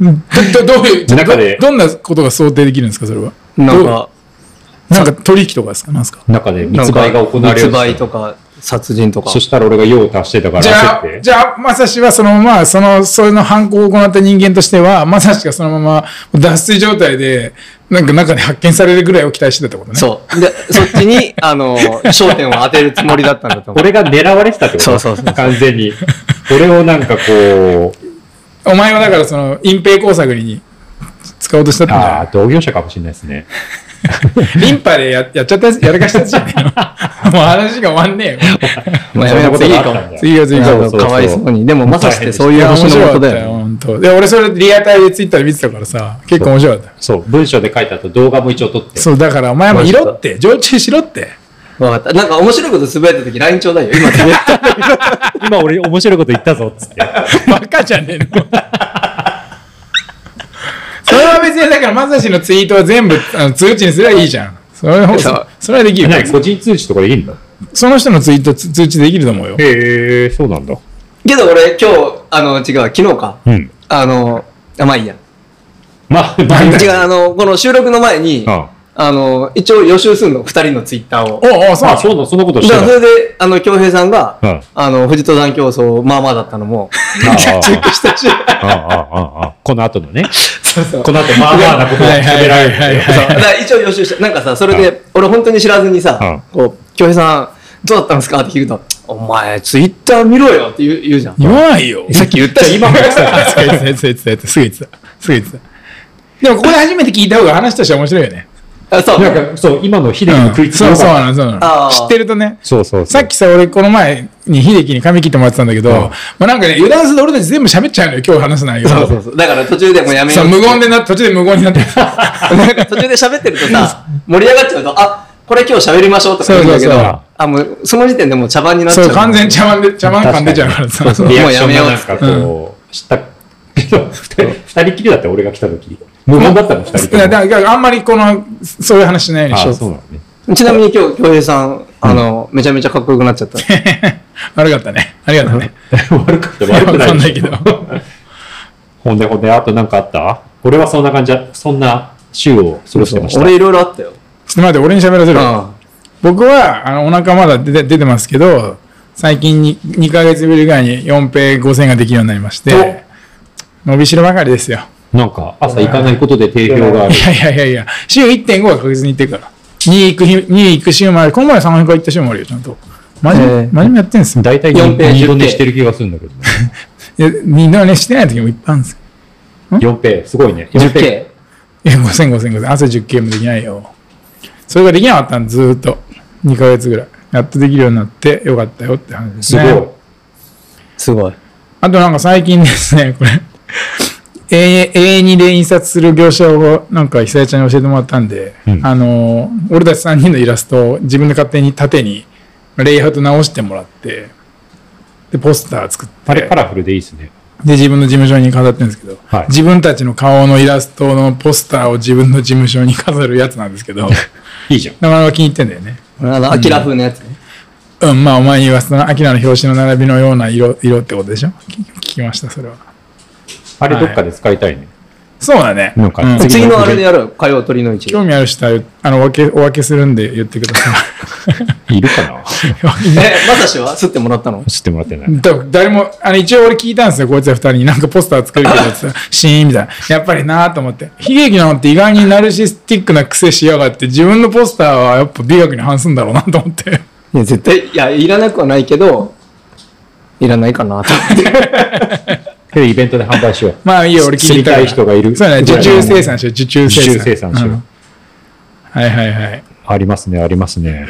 Speaker 2: どどどういうど
Speaker 1: 中で
Speaker 2: どんなことが想定できるんですか、それは。
Speaker 3: なん
Speaker 2: ど
Speaker 3: か
Speaker 2: うなんか取引とかですか、なんですか。
Speaker 1: 中で
Speaker 3: なん
Speaker 1: 密
Speaker 3: か
Speaker 1: 売が行われ
Speaker 3: 密
Speaker 1: る。
Speaker 3: 売とか殺人とか
Speaker 1: そしたら俺が用を足してたから
Speaker 2: じゃあ
Speaker 1: 焦っ、て。
Speaker 2: じゃあ、まさしはそのまま、その、その犯行を行った人間としては、まさしがそのまま脱水状態で、なんか中で発見されるぐらいを期待してたってことね。
Speaker 3: そうでそっちにあの焦点を当てるつもりだったんだと思
Speaker 1: <laughs>
Speaker 3: う
Speaker 1: 俺が狙われてたってこと
Speaker 3: そうそうそう
Speaker 1: 完全に。俺をなんかこう、
Speaker 2: お前はだからその隠蔽工作に使おうとしたってん
Speaker 1: あ
Speaker 2: だ
Speaker 1: あ、同業者かもしれないですね。
Speaker 2: よ。リンパでややっちゃったやつ、やらかしたやつじゃねえのもう話が終わんねえよ。
Speaker 3: まあやめよう
Speaker 1: そん
Speaker 3: 次
Speaker 1: な
Speaker 3: 行
Speaker 1: こ
Speaker 3: こと
Speaker 1: があ
Speaker 3: う
Speaker 1: ったんだ
Speaker 2: 次は次
Speaker 1: そう
Speaker 2: は。
Speaker 1: そうそう
Speaker 3: かわいそうにでもまさし
Speaker 1: 大変
Speaker 3: て
Speaker 1: でした
Speaker 3: そう
Speaker 2: い
Speaker 3: いう
Speaker 2: や、面
Speaker 3: 星の
Speaker 2: 白
Speaker 3: こ
Speaker 2: か
Speaker 3: と
Speaker 2: っ
Speaker 3: だ
Speaker 2: た
Speaker 3: よ
Speaker 2: よ、
Speaker 3: ね
Speaker 2: 本当。で、俺それリアタイでツイッターで見てたからさ、結構面白かった。
Speaker 1: そう、文章で書いた後、動画も一応撮って。
Speaker 2: そう、だからお前もいろって、常駐しろって。
Speaker 3: わかったなんか面白いことつぶやいた時 LINE ちょうだいよ今 <laughs> つぶやいた
Speaker 1: 今俺面白いこと言ったぞ、 <laughs> つって。
Speaker 2: <laughs> バカじゃねえの。それは別に、だから、まさしのツイートは全部あの通知にすればいいじゃん。それは、
Speaker 3: そう
Speaker 2: それはできる
Speaker 1: 何個人通知とかできるんだ
Speaker 2: その人のツイートつ通知できると思うよ。
Speaker 1: へえ、そうなんだ。
Speaker 3: けど俺今日あの違う昨日か
Speaker 1: うん。
Speaker 3: あのあまあいいや
Speaker 1: まあ、
Speaker 3: あ
Speaker 1: ま
Speaker 3: 違う、あの、この収録の前に、
Speaker 1: あ、
Speaker 3: あの、一応予習するの、二人のツイッターを。
Speaker 2: お
Speaker 3: だか
Speaker 2: うおう、そう
Speaker 1: あ、そうだ、そんなことして
Speaker 3: ら
Speaker 1: た
Speaker 3: そ。れで、あの、京平さんが、
Speaker 1: うん
Speaker 3: あの、富士登山競争、まあまあだったのも、
Speaker 1: あ
Speaker 3: チェックしたし、だか
Speaker 1: ああああああこの後のね。
Speaker 3: う
Speaker 1: この後、まあまあなことを喋られるんだよ。
Speaker 3: ら一応予習した。なんかさ、それ
Speaker 1: う
Speaker 3: で、俺本当に知らずにさ、
Speaker 1: う
Speaker 3: こう、京平さん、どうだったんですかって聞くと、お前、ツイッター見ろよって言う言うじゃん。
Speaker 2: 言わないよ。
Speaker 3: さっき言ったし、今も
Speaker 2: 言ってた、言ってた、言ってた、すぐ言ってた。すぐ言ってた。でも、ここで初めて聞いた方が話としては面白いよね。
Speaker 3: あそう。
Speaker 1: なんか、そう、今の秀樹の食いつき
Speaker 2: そ
Speaker 1: よ
Speaker 2: うそう
Speaker 1: かっ
Speaker 2: なの、そうな
Speaker 3: あ
Speaker 2: の。
Speaker 3: ー
Speaker 2: 知ってるとね。
Speaker 1: たそうそうそう。
Speaker 2: さっきさ、俺、この前に秀樹に髪切ってもらってたんだけど、まあなんかね、油断すると俺たち全部喋っちゃうのよ、今日話す内容。
Speaker 3: そうそうそう。だから途中でもうやめよ
Speaker 2: そうう。無言でな、途中で無言になってる。 <laughs>
Speaker 3: なんか途中で喋ってるとさ、盛り上がっちゃうと、あ、これ今日喋りましょうとか言うんだけ
Speaker 2: そう
Speaker 3: ど、
Speaker 2: そうそう
Speaker 3: あ、もうその時点でもう茶番になっちゃう。
Speaker 2: そう、完全に茶碗で、茶碗感出ちゃうからさ。
Speaker 1: 確かに
Speaker 3: そう
Speaker 1: リ
Speaker 3: そう
Speaker 1: アクションが
Speaker 3: もうやめよう
Speaker 1: なんかこう、した <laughs> けど、二人二人きりだったよ俺が来た時。無言だったの、二人と
Speaker 2: いや
Speaker 1: も。
Speaker 2: だからあんまりこの、そういう話しないようにし
Speaker 1: あ
Speaker 2: よ
Speaker 1: あ、
Speaker 2: う。
Speaker 1: そうなのね。
Speaker 3: ちなみに今日、京平さん、あの、めちゃめちゃかっこよくなっちゃった。
Speaker 2: <laughs> 悪かったね。ありがとうね。
Speaker 1: 悪くて悪くない。
Speaker 2: わかんないけど。
Speaker 1: <laughs> ほんでほんで、あとなんかあった俺はそんな感じだ、そんな週を過ごしてました。
Speaker 3: 俺いろいろあったよ。
Speaker 2: ちょっと待って、俺に喋らせる。
Speaker 3: あ
Speaker 2: 僕は、あの、お腹まだ出て出てますけど、最近に2ヶ月ぶりぐらいに4平5000ができるようになりまして、伸びしろばかりですよ。
Speaker 1: なんか朝行かないことで定評がある
Speaker 2: い。やいやいやいや、週1.5は確実に行ってるから。2行く日、2行く週もある。この前3回行った週もあるよ、ちゃんと。真面目、
Speaker 3: えー
Speaker 2: 真面目やってんですよ。
Speaker 1: 大体
Speaker 3: 4ページ
Speaker 1: 二度寝してる気がするんだけどね。
Speaker 2: いや、二度ね、してない時もいっぱいあるんですよ。
Speaker 1: 4ページ、すごいね。
Speaker 3: あ、
Speaker 1: 4ペ
Speaker 3: 10K。
Speaker 2: いや、5000、5000、5000。朝 10K もできないよ。それができなかったんずーっと。2ヶ月ぐらい。やっとできるようになってよかったよって話で
Speaker 1: ー
Speaker 2: す
Speaker 1: す
Speaker 2: ね。
Speaker 1: ごい。
Speaker 3: すごい。
Speaker 2: あとなんか最近ですね、これ。A2 で印刷する業者をなんか久江ちゃんに教えてもらったんで、
Speaker 1: うん
Speaker 2: あの、俺たち3人のイラストを自分で勝手に縦にレイアウト直してもらって、で、ポスター作って。
Speaker 1: あれカラフルでいいですね。
Speaker 2: で、自分の事務所に飾ってるんですけど、
Speaker 1: はい
Speaker 2: 自分たちの顔のイラストのポスターを自分の事務所に飾るやつなんですけど、
Speaker 1: いいじゃん。
Speaker 2: なかなか気に入ってんだよね。
Speaker 3: あの、アキラ風のやつね。
Speaker 2: うん、まあお前に言わせたな、アキラの表紙の並びのような色、色ってことでしょ聞聞きました、それは。
Speaker 1: あれどっかで使いたいね。
Speaker 2: そうだね。
Speaker 1: なんか
Speaker 2: うん
Speaker 1: 次
Speaker 3: 次のあれでやろう。火曜鳥の市。
Speaker 2: 興味ある人は、あの、お分け、お分けするんで言ってくださ <laughs>
Speaker 1: いるかな
Speaker 2: い。
Speaker 3: え、まさしは吸ってもらったの
Speaker 1: 知ってもらってない。
Speaker 2: だ誰も、あの、一応俺聞いたんですよ、こいつら二人に。なんかポスター作るけど、つってシーンみたいな。やっぱりなぁと思って。悲劇なのって意外にナルシスティックな癖しやがって、自分のポスターはやっぱ美学に反すんだろうなと思 <laughs> って。
Speaker 3: いや、絶対、いや、いらなくはないけど、いらないかなと思って。
Speaker 1: けどイベントで販売しよう。
Speaker 2: まあいいよ、俺聞いた
Speaker 1: 知りたい人がいる
Speaker 2: そうだね、受注生産しよう、受注生
Speaker 1: 自
Speaker 2: 産。
Speaker 1: 主生産しよ
Speaker 2: う。
Speaker 1: うん
Speaker 2: はいはいはい。
Speaker 1: ありますね、ありますね。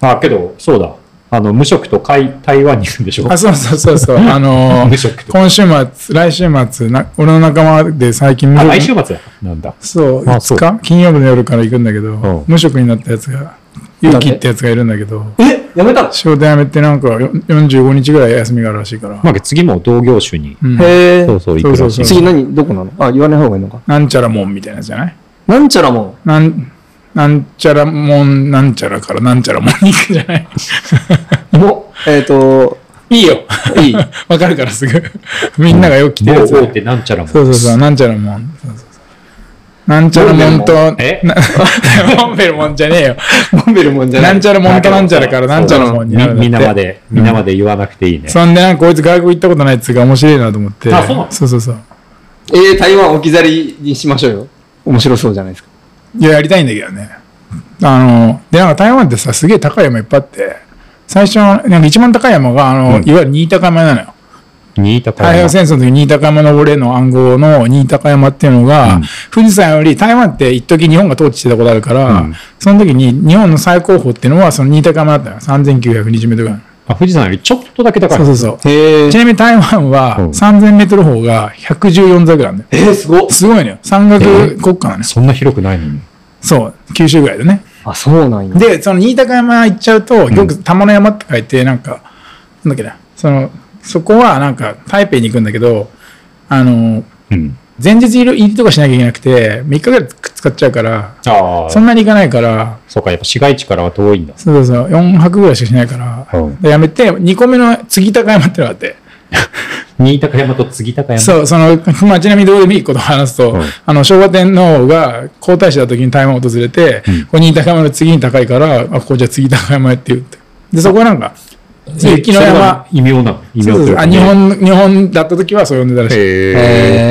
Speaker 1: あ、けど、そうだ。あの、無職と海台湾にいるんでしょ
Speaker 2: あ、そうそうそうそう。あのー
Speaker 1: 無職と
Speaker 2: 今週末、来週末、な俺の仲間で最近無
Speaker 1: あ、
Speaker 2: 職
Speaker 1: 来週末だ。なんだ。
Speaker 2: そう、
Speaker 1: あそう
Speaker 2: 5日金曜日の夜から行くんだけど、
Speaker 1: うん
Speaker 2: 無職になったやつが、勇気ってやつがいるんだけど、
Speaker 3: えやめたの
Speaker 2: 仕事辞めてなんかよ45日ぐらい休みがあるらしいから。
Speaker 1: まあ、次も同業種に、
Speaker 2: うん
Speaker 3: へえ
Speaker 1: そうそう、行くらし
Speaker 2: そ
Speaker 1: い。
Speaker 2: うそうそう
Speaker 1: 次
Speaker 3: 次何どこなのあ、言わない方がいいのか。
Speaker 2: なんちゃらもんみたいなやつじゃない
Speaker 3: なんちゃらもん。
Speaker 2: なん、なんちゃらもん、なんちゃらからなんちゃらもんに行くじゃない
Speaker 3: も、えっ、と、
Speaker 2: いいよ。
Speaker 3: いい。
Speaker 2: <laughs> わかるからすぐ。みんながよく来てる
Speaker 1: 某
Speaker 2: やつだよ
Speaker 1: 大手なんちゃらも。
Speaker 2: そうそうそう、なんちゃらもん。そうそうそうなんちゃらもんと、
Speaker 1: え
Speaker 2: な <laughs> モンベルもんじゃねえよ。
Speaker 3: モンベルもんじゃな。
Speaker 2: ないんちゃらもんとなんちゃらからなんちゃらもんになるんだって
Speaker 1: みみんなまで、みんなまで言わなくていいね。
Speaker 2: そんでなんかこいつ外国行ったことないっつうか面白いなと思って。
Speaker 1: あそうなの
Speaker 2: そうそうそう。
Speaker 3: えー、台湾置き去りにしましょうよ。面白そうじゃないですか。
Speaker 2: いや、やりたいんだけどね。あの、で、なんか台湾ってさ、すげえ高い山いっぱいあって、最初の、なんか一番高い山が、あの、
Speaker 1: うん
Speaker 2: いわゆる新高山なのよ。
Speaker 1: 新高
Speaker 2: 太平洋戦争の時に新高山登れの暗号の新高山っていうのが、
Speaker 1: うん
Speaker 2: 富士山より台湾って一時日本が統治してたことあるから、
Speaker 1: うん
Speaker 2: その時に日本の最高峰っていうのはその新高山だったのよ。3920メートルぐらいの。
Speaker 1: あ富士山よりちょっとだけ高い。
Speaker 2: そうそうそう。
Speaker 3: へえ
Speaker 2: ち。なみに台湾は
Speaker 1: うん
Speaker 2: 3000メートル方が114座ぐらいなんだよ。
Speaker 3: えー、すごっ。
Speaker 2: すごいのよ。山岳国家なのよ。
Speaker 1: そんな広くないのに。
Speaker 2: そう。九州ぐらいでね。
Speaker 3: あ、そうなんや。
Speaker 2: で、その新高山行っちゃうと、よく玉の山って書いて、なんか、なんだっけな、その、そこはなんか台北に行くんだけど、あの、
Speaker 1: うん。
Speaker 2: 前日入り入りとかしなきゃいけなくて、3日ぐらい使っちゃうから、
Speaker 1: ああ、
Speaker 2: そんなに行かないから、
Speaker 1: そうか、やっぱ市街地からは遠いんだ。
Speaker 2: そうそうそう、4泊ぐらいしかしないから、
Speaker 1: うん
Speaker 2: でやめて、2個目の次高山ってのがあって、
Speaker 1: 新高山と杉高山。
Speaker 2: そう、その、まあ、ちなみにどうでもいいことを話すと、
Speaker 1: うん
Speaker 2: あの、昭和天皇が皇太子だった時に台湾を訪れて、
Speaker 1: うん
Speaker 2: ここに高山の次に高いから、あ、ここじゃ次高山へって言って。で、そこはなんか、雪の
Speaker 1: それ
Speaker 2: 山
Speaker 1: は、異名なの。異名
Speaker 2: そうそうそうあ日
Speaker 1: へ
Speaker 2: 本、日本だった時はそう呼んでたらしい。
Speaker 1: え。
Speaker 3: へ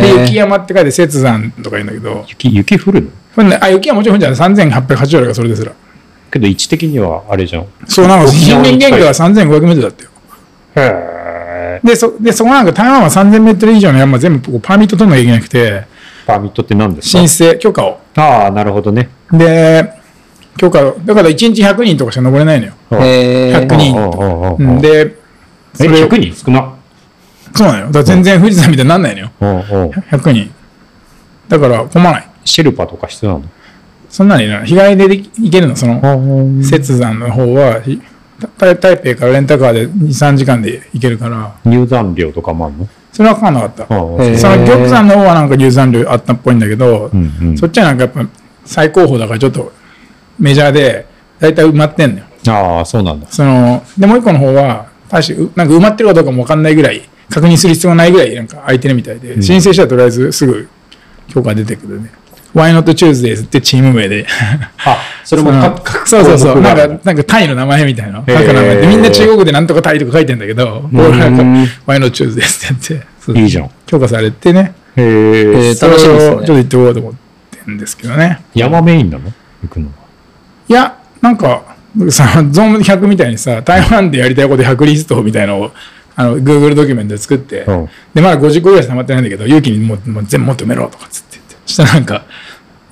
Speaker 2: で、
Speaker 3: ー
Speaker 2: 雪山って書いて、雪山とか言うんだけど、
Speaker 1: 雪、雪降るの
Speaker 2: ほんであ、雪はもちろんじゃない。3880円がそれですら。
Speaker 1: けど位置的にはあれじゃん。
Speaker 2: そうなの。
Speaker 1: 沖
Speaker 2: 人
Speaker 1: 縄
Speaker 2: 間
Speaker 1: に近い
Speaker 2: 限界は3500メートルだったよ。
Speaker 1: へえ。
Speaker 2: で、そ、で、そこなんか台湾は3000メートル以上の山全部こうパーミット取んなきゃいけなくて、
Speaker 1: パーミットって何です
Speaker 2: 申
Speaker 1: か
Speaker 2: 請、許可を。
Speaker 1: ああ、なるほどね。
Speaker 2: で、許可を、だから1日100人とかしか登れないのよ。
Speaker 3: へ
Speaker 2: 100
Speaker 3: ー
Speaker 2: 人
Speaker 1: ああああああ
Speaker 2: うんで、
Speaker 1: え、
Speaker 2: それを
Speaker 1: 100人少な。
Speaker 2: そうなのよ。だから全然富士山みたいになんないのよ。
Speaker 1: うんうん
Speaker 2: 100人。だから、混まない。
Speaker 1: シェルパとか必要な
Speaker 2: そんなにいらない。日帰りでで行けるの、その、
Speaker 1: の
Speaker 2: 雪山の方は、ひ台台北からレンタカーで2、3時間で行けるから、
Speaker 1: 入山料とかもあるの
Speaker 2: それはかかんなかった。
Speaker 1: ああ
Speaker 3: へー
Speaker 2: その玉山の方はなんか流産量あったっぽいんだけど、
Speaker 1: うんうん
Speaker 2: そっちはなんかやっぱ最高峰だからちょっとメジャーで、だいたい埋まってんのよ。
Speaker 1: ああ、そうなんだ。
Speaker 2: その、で、もう一個の方は、大して、うなんか埋まってるかどうかもわかんないぐらい、確認する必要ないぐらい、なんか空いてるみたいで、申請したらとりあえずすぐ許可出てくるね。Why not Tuesdays ってチーム名で。
Speaker 1: あ、 <laughs> それも
Speaker 2: の
Speaker 1: 各各
Speaker 2: そうそうそう。
Speaker 1: 項目
Speaker 2: な
Speaker 1: が
Speaker 2: んか、なんかタイの名前みたいな。
Speaker 1: へー
Speaker 2: 各名前でみんな中国でなんとかタイとか書いてんだけど、俺はなんか
Speaker 3: うん、
Speaker 2: <laughs> Why not Tuesdays ってやってそう、
Speaker 1: いいじゃん
Speaker 2: 許可されてね。
Speaker 1: へえ。
Speaker 3: えー楽しみですね
Speaker 2: それをちょっと行ってこようと思ってんですけどね。
Speaker 1: 山メインなの行くのは。
Speaker 2: いや、なんか、さ、ゾーン100みたいにさ、台湾でやりたいこと100リストみたいのを、あの、Google ドキュメントで作って、
Speaker 1: うん
Speaker 2: で、まだ50個ぐらいしか溜まってないんだけど、勇気にもうもう全部持って埋めろとかっつって言って。そしたらなんか、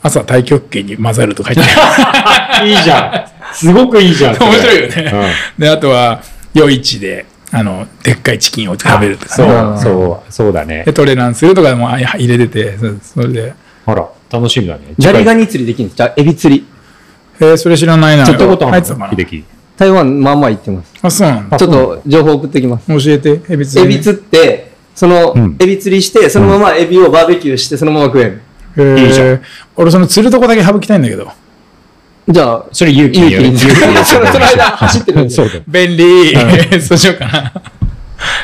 Speaker 2: 朝太極拳に混ざるとか言って、
Speaker 1: <laughs> いいじゃん。すごくいいじゃん。それ
Speaker 2: 面白いよね。で、あとは、夜市で、あの、でっかいチキンを食べるとか、ね、
Speaker 1: そう、そう、そうだね
Speaker 2: で、。トレランするとかもあ入れてて、そそれで、
Speaker 1: ほら、楽しみだね。
Speaker 3: ザリガニ釣りできるんですじゃあ、エビ釣り。
Speaker 2: えーそれ知らないな。
Speaker 1: ちょっとことあ
Speaker 2: 入
Speaker 1: る
Speaker 2: ってたか
Speaker 1: の
Speaker 2: な
Speaker 1: 秀樹。
Speaker 3: 台湾、まあまあ行ってます。
Speaker 2: あ、そうなんだ。
Speaker 3: ちょっと情報送ってきます。
Speaker 2: 教えて、エビ釣
Speaker 3: エ
Speaker 2: り。
Speaker 3: ビ釣って、その
Speaker 1: うん、
Speaker 3: エビ釣りして、そのままエビをバーベキューして、そのまま食える。
Speaker 2: えー
Speaker 1: いいじゃん
Speaker 2: 俺その釣るとこだけ省きたいんだけど。
Speaker 3: じゃあ、
Speaker 1: それ勇気
Speaker 3: 勇
Speaker 1: に
Speaker 3: 気
Speaker 1: よる。
Speaker 3: に。 <laughs> そのその間走ってるんで。
Speaker 1: そう
Speaker 3: い
Speaker 1: だよ。
Speaker 2: 便利、
Speaker 3: <laughs>
Speaker 2: そうしようかな。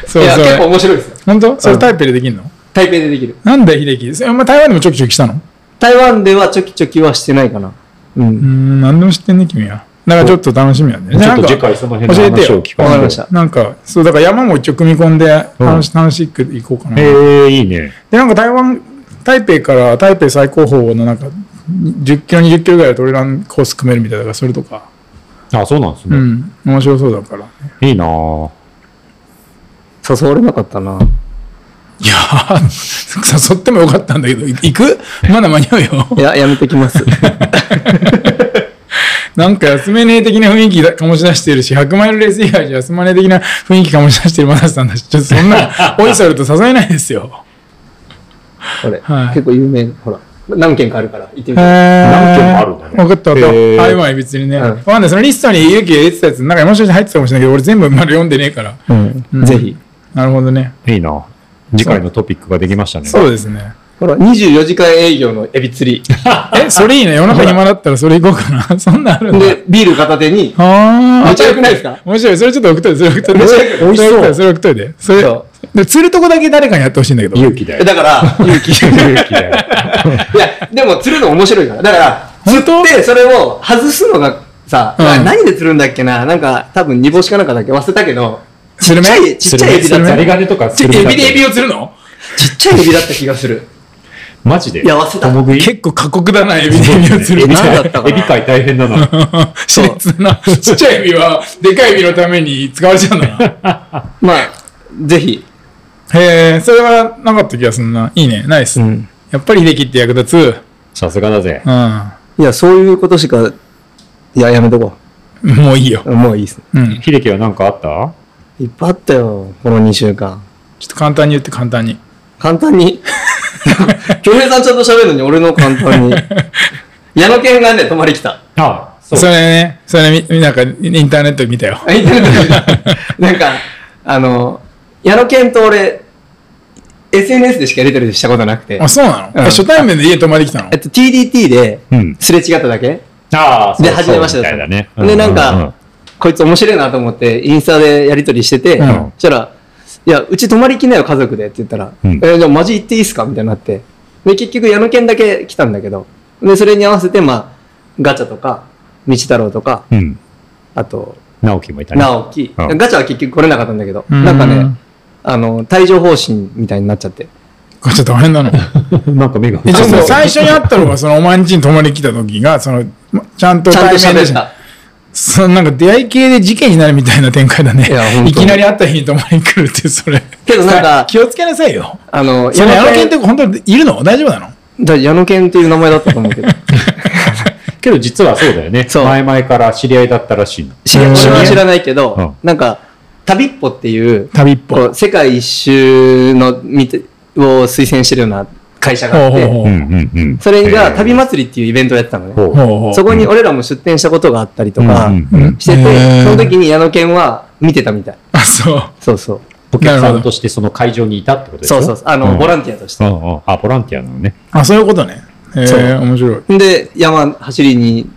Speaker 2: そう
Speaker 3: や、結構
Speaker 2: そう。
Speaker 3: 面白いですよ。
Speaker 2: 本当それ台北でできんの、
Speaker 3: 台北でできる。
Speaker 2: なんだよ秀樹。お前台湾でもちょきちょきしたのう
Speaker 3: 台湾ではちょきちょきはしてないかな。う
Speaker 2: ー。
Speaker 3: ん
Speaker 2: ん、何でも知ってんね、君は。だからちょっと楽しみなんだよね。
Speaker 1: ちょっ
Speaker 2: なん
Speaker 1: と
Speaker 2: か
Speaker 1: 次回その辺の話を聞
Speaker 2: 教えてよ
Speaker 1: か
Speaker 3: わ
Speaker 1: せ
Speaker 3: かり
Speaker 1: て
Speaker 3: ました。
Speaker 2: なんか、そう、だから山も一応組み込んで
Speaker 1: うん
Speaker 2: 楽し、楽しく行こうかな。で、
Speaker 1: へえ、いいね。
Speaker 2: なんか台湾、台北から台北最高峰のなんか、10キロ、20キロぐらいでトレランコース組めるみたいだから、それとか。
Speaker 1: あ、そうなんです
Speaker 2: う
Speaker 1: ね。
Speaker 2: ん、面白そうだから。
Speaker 1: いいなぁ。
Speaker 3: 誘われなかったな。
Speaker 2: いやー、誘ってもよかったんだけど、い行くまだ間に合うよ。
Speaker 3: いや、やめてきます。
Speaker 2: なんか休めねえ的な雰囲気だ醸し出してるし、100マイルレース以外じゃ休まねえ的な雰囲気醸し出してるマナスさんだし、ちょっとそんな、おいそれと支えないですよ。
Speaker 3: これ、
Speaker 2: はい
Speaker 3: 結構有名。ほら。何件かあるから、行ってみ
Speaker 2: へー
Speaker 3: て。
Speaker 1: 何件もあるんだね
Speaker 2: 分かった分かった。
Speaker 1: へー
Speaker 2: あ、うまい、別にね。
Speaker 3: うん
Speaker 2: わかんない。そのリストに勇気が出てたやつ、なんかもしかして入ってたかもしれないけど、俺全部まだ読んでねえから。
Speaker 3: うんぜひ。
Speaker 2: なるほどね。
Speaker 1: いいな。次回のトピックができましたね。
Speaker 2: そうですね。
Speaker 3: この24時間営業のエビ釣り。
Speaker 2: え、それいいね。世の中暇だったらそれ行こうかな。そんなんあるんだ。
Speaker 3: <laughs> で、ビール片手に、
Speaker 2: あー
Speaker 3: めっちゃ良くないですか
Speaker 2: 面白い。それちょっと送っといて、それ送っといて。
Speaker 1: 美味しそう
Speaker 2: それ送っといて。それ
Speaker 3: そ、
Speaker 2: で釣るとこだけ誰かにやってほしいんだけど。
Speaker 1: 勇気だ
Speaker 3: え
Speaker 1: よ。
Speaker 3: だから、勇気。
Speaker 1: 勇気だよ。
Speaker 3: いや、でも釣るの面白いから。だから、釣
Speaker 2: 本当
Speaker 3: って、それを外すのがさ、
Speaker 2: うん
Speaker 3: 何で釣るんだっけななんか、多分煮干しかなんかだっけ忘れたけど、
Speaker 2: スルメ
Speaker 3: ちっちゃい、ちっちゃいエビだっ
Speaker 1: ザ
Speaker 3: た。
Speaker 1: リガネとか
Speaker 2: ち
Speaker 1: ス
Speaker 2: ょ
Speaker 1: ルメ
Speaker 2: エ
Speaker 1: だっ
Speaker 2: ビ
Speaker 1: た
Speaker 2: でエビを釣るの
Speaker 3: ちっちゃいエビだった気がする。
Speaker 1: マ
Speaker 3: <laughs>
Speaker 1: ジで。
Speaker 3: いや忘れた
Speaker 1: 共食い
Speaker 2: 結構過酷だな、エビでエビを釣るの。
Speaker 3: エビなんだったかな
Speaker 1: <laughs> エビ界大変だな。
Speaker 2: <laughs> 熾烈な。ちっちゃいエビは、でかいエビのために使われちゃうんだな。
Speaker 3: まあ、ぜひ。
Speaker 2: へえ、それはなかった気がするな。いいね、ナイス。
Speaker 3: うん
Speaker 2: やっぱり秀樹って役立つ。
Speaker 1: さすがだぜ。
Speaker 2: う
Speaker 3: いや、そういうことしか、いや、やめとこ
Speaker 2: ん。もういいよ。
Speaker 3: う。もういいっす。
Speaker 2: うん。
Speaker 1: 秀樹は何かあった
Speaker 3: いっぱいあったよ、この2週間。
Speaker 2: ちょっと簡単に言って簡単に。
Speaker 3: 簡単に。 <laughs> 京平さんちゃんと喋るのに俺の簡単に。矢野健がね、泊まり来た。
Speaker 1: あ、
Speaker 2: そ
Speaker 1: そう。
Speaker 2: れね、それみ、なんかインターネット見たよ。
Speaker 3: あインターネットで見たなんか、あの、矢野健と俺、SNS でしかやり取りしたことなくて、
Speaker 2: あ、そうなの、
Speaker 3: うん
Speaker 2: え初対面で家泊まり来たの
Speaker 3: えっと、TDT で
Speaker 1: うん
Speaker 3: すれ違っただけ、
Speaker 1: ああ、そう
Speaker 3: で、初めまし
Speaker 1: そ
Speaker 3: て
Speaker 1: うみ
Speaker 3: だったた
Speaker 1: い
Speaker 3: の。
Speaker 1: だね。
Speaker 3: で、なんか、
Speaker 1: うう
Speaker 3: こいつ面白いなと思って、インスタでやり取りしてて、
Speaker 2: うん
Speaker 3: そしたら、いや、うち泊まりきなよ、家族でって言ったら、
Speaker 1: うん
Speaker 3: えじゃあマジ行っていいっすかみたいになって。で、結局矢野健だけ来たんだけど、で、それに合わせて、まあ、ガチャとか、道太郎とか、
Speaker 1: うんうん。
Speaker 3: あと、
Speaker 1: 直樹もいたね。
Speaker 3: 直樹、
Speaker 1: うん
Speaker 3: ガチャは結局来れなかったんだけど、
Speaker 2: うん
Speaker 3: なんかね、あの、帯状疱疹みたいになっちゃって。
Speaker 2: これちょっと大変なの。
Speaker 1: <laughs> なんか目が。
Speaker 2: え、ちょっ
Speaker 3: そう
Speaker 2: と最初に会ったのが、そのお前ん家に泊まり来た時が、その、まちゃんと
Speaker 3: ちゃんと
Speaker 2: 対面で
Speaker 3: 喋
Speaker 2: し。
Speaker 3: ったた。
Speaker 2: そのなんか出会い系で事件になるみたいな展開だね。
Speaker 3: いや本当に
Speaker 2: いきなり会った日に泊まりに来るって、 <laughs> それ。
Speaker 3: けどなんか
Speaker 2: 気をつけなさいよ。
Speaker 3: あの、
Speaker 2: その矢野
Speaker 3: 健
Speaker 2: 犬って本当にいるの大丈夫なの
Speaker 3: だ矢野健っていう名前だったと思うけど。
Speaker 1: けど実はそうだよね。
Speaker 3: そう
Speaker 1: 前々から知り合いだったらしいの。
Speaker 3: 知り
Speaker 2: うん
Speaker 3: 俺は知らないけ
Speaker 1: う
Speaker 3: ど
Speaker 1: ん、
Speaker 3: なんか、旅っぽっていう、
Speaker 2: 旅っぽい
Speaker 3: こ。う世界一周のみてを推薦してるような会社があっ
Speaker 2: ほうほうほ
Speaker 3: て、
Speaker 2: う
Speaker 1: うんうんうん。
Speaker 3: それが旅
Speaker 1: ま
Speaker 3: 祭りっていうイベントをやってたのね。
Speaker 1: ほう。
Speaker 2: ほうほう
Speaker 3: そこに俺らも出店したことがあったりとか
Speaker 1: うん
Speaker 2: うんうん
Speaker 3: して
Speaker 2: へー
Speaker 3: て、その時に矢野健は見てたみたい。
Speaker 2: あ、そう。
Speaker 3: そうそう。
Speaker 1: お客さんとしてその会場にいたってことでし
Speaker 3: そ
Speaker 1: ょ
Speaker 3: うそうそう。あの、
Speaker 1: ん
Speaker 3: ボランティアとして。
Speaker 1: うんうんあ、ボランティアなのね。
Speaker 2: あ、そういうことね。へ
Speaker 3: そう
Speaker 2: え、面白い。
Speaker 3: で、山走りに、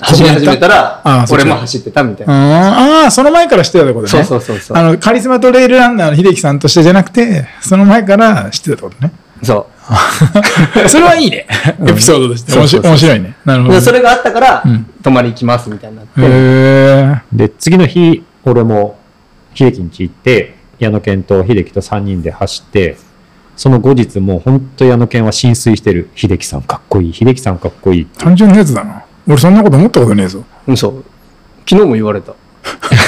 Speaker 3: 走り始めた
Speaker 2: あ
Speaker 3: ら、
Speaker 2: そっち
Speaker 3: 俺も走ってたみたいう
Speaker 2: ー
Speaker 3: な。
Speaker 2: んああ、その前から知ってたってことね。
Speaker 3: そうそうそうそう
Speaker 2: あの、カリスマトレイルランナーの秀樹さんとしてじゃなくて、その前から知ってたってことね。
Speaker 3: そ
Speaker 2: <laughs> それはいいね。エピソードとして。面白い面白いね。なる
Speaker 3: う。
Speaker 2: ほど
Speaker 3: で、
Speaker 2: ね。
Speaker 3: それがあったから
Speaker 2: うん、
Speaker 3: 泊まり行きますみたいになって。
Speaker 2: へ
Speaker 1: で、次の日、俺も、秀樹ん家行って、矢野健と秀樹と3人で走って、その後日もう本当矢野健は浸水してる。秀樹さんかっこいい。秀樹さんかっこいい。
Speaker 2: え。単純なやつだな。俺そんなこと思ったことねえぞ。
Speaker 3: うん、そう。昨日も言われた。
Speaker 2: <laughs>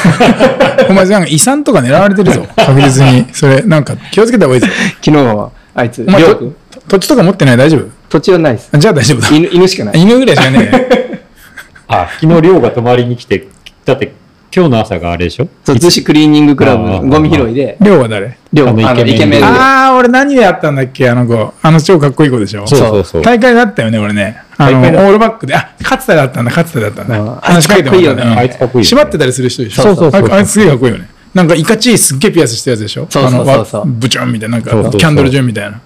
Speaker 2: お前なんか遺産とか狙われてるぞ。確実に。それ、なんか気をつけた方がいいぞ。
Speaker 3: 昨日は、あいつ、
Speaker 2: お前
Speaker 3: りょうく
Speaker 2: と <laughs> 土
Speaker 3: ん
Speaker 2: 地とか持ってない大丈夫
Speaker 3: 土地はないです。
Speaker 2: あじゃあ大丈夫だ。
Speaker 3: 犬、犬しかない。
Speaker 2: 犬ぐらいしかねえね。
Speaker 1: あ、昨日亮が泊まりに来て、だって今日の朝があれでしょ
Speaker 3: そう、逗子クリーニングクラブ
Speaker 1: あー
Speaker 3: のゴミ拾いで、
Speaker 2: <laughs> 量は誰
Speaker 3: りょう、
Speaker 1: あ
Speaker 3: あ
Speaker 1: の
Speaker 3: の、
Speaker 1: イ
Speaker 3: イ
Speaker 1: ケメ
Speaker 3: ケメ
Speaker 1: ン
Speaker 3: ンで。
Speaker 2: ああ、俺何でやったんだっけあの子。あの超かっこいい子でしょ
Speaker 1: そうそうそう。
Speaker 2: 大会だったよね、俺ね。あの、オ
Speaker 1: 大会だ
Speaker 2: ールバックで、あ、勝田だったんだ、勝田だったんだ
Speaker 3: あ。
Speaker 2: 話しかけてもらった
Speaker 1: あいつかっこいいよねあいつかっこいいよね
Speaker 2: 縛ってたりする人でしょ。
Speaker 1: そうそうそう
Speaker 2: ああいつすげえかっこいいよね。なんか、いかちいすっげえピアスしたやつでしょ。
Speaker 3: そうそうそう
Speaker 2: あの
Speaker 3: そう
Speaker 2: わブチュンみたいな、なんか
Speaker 1: そうそうそう
Speaker 2: キャンドルジュンみた
Speaker 1: <laughs>
Speaker 2: いな。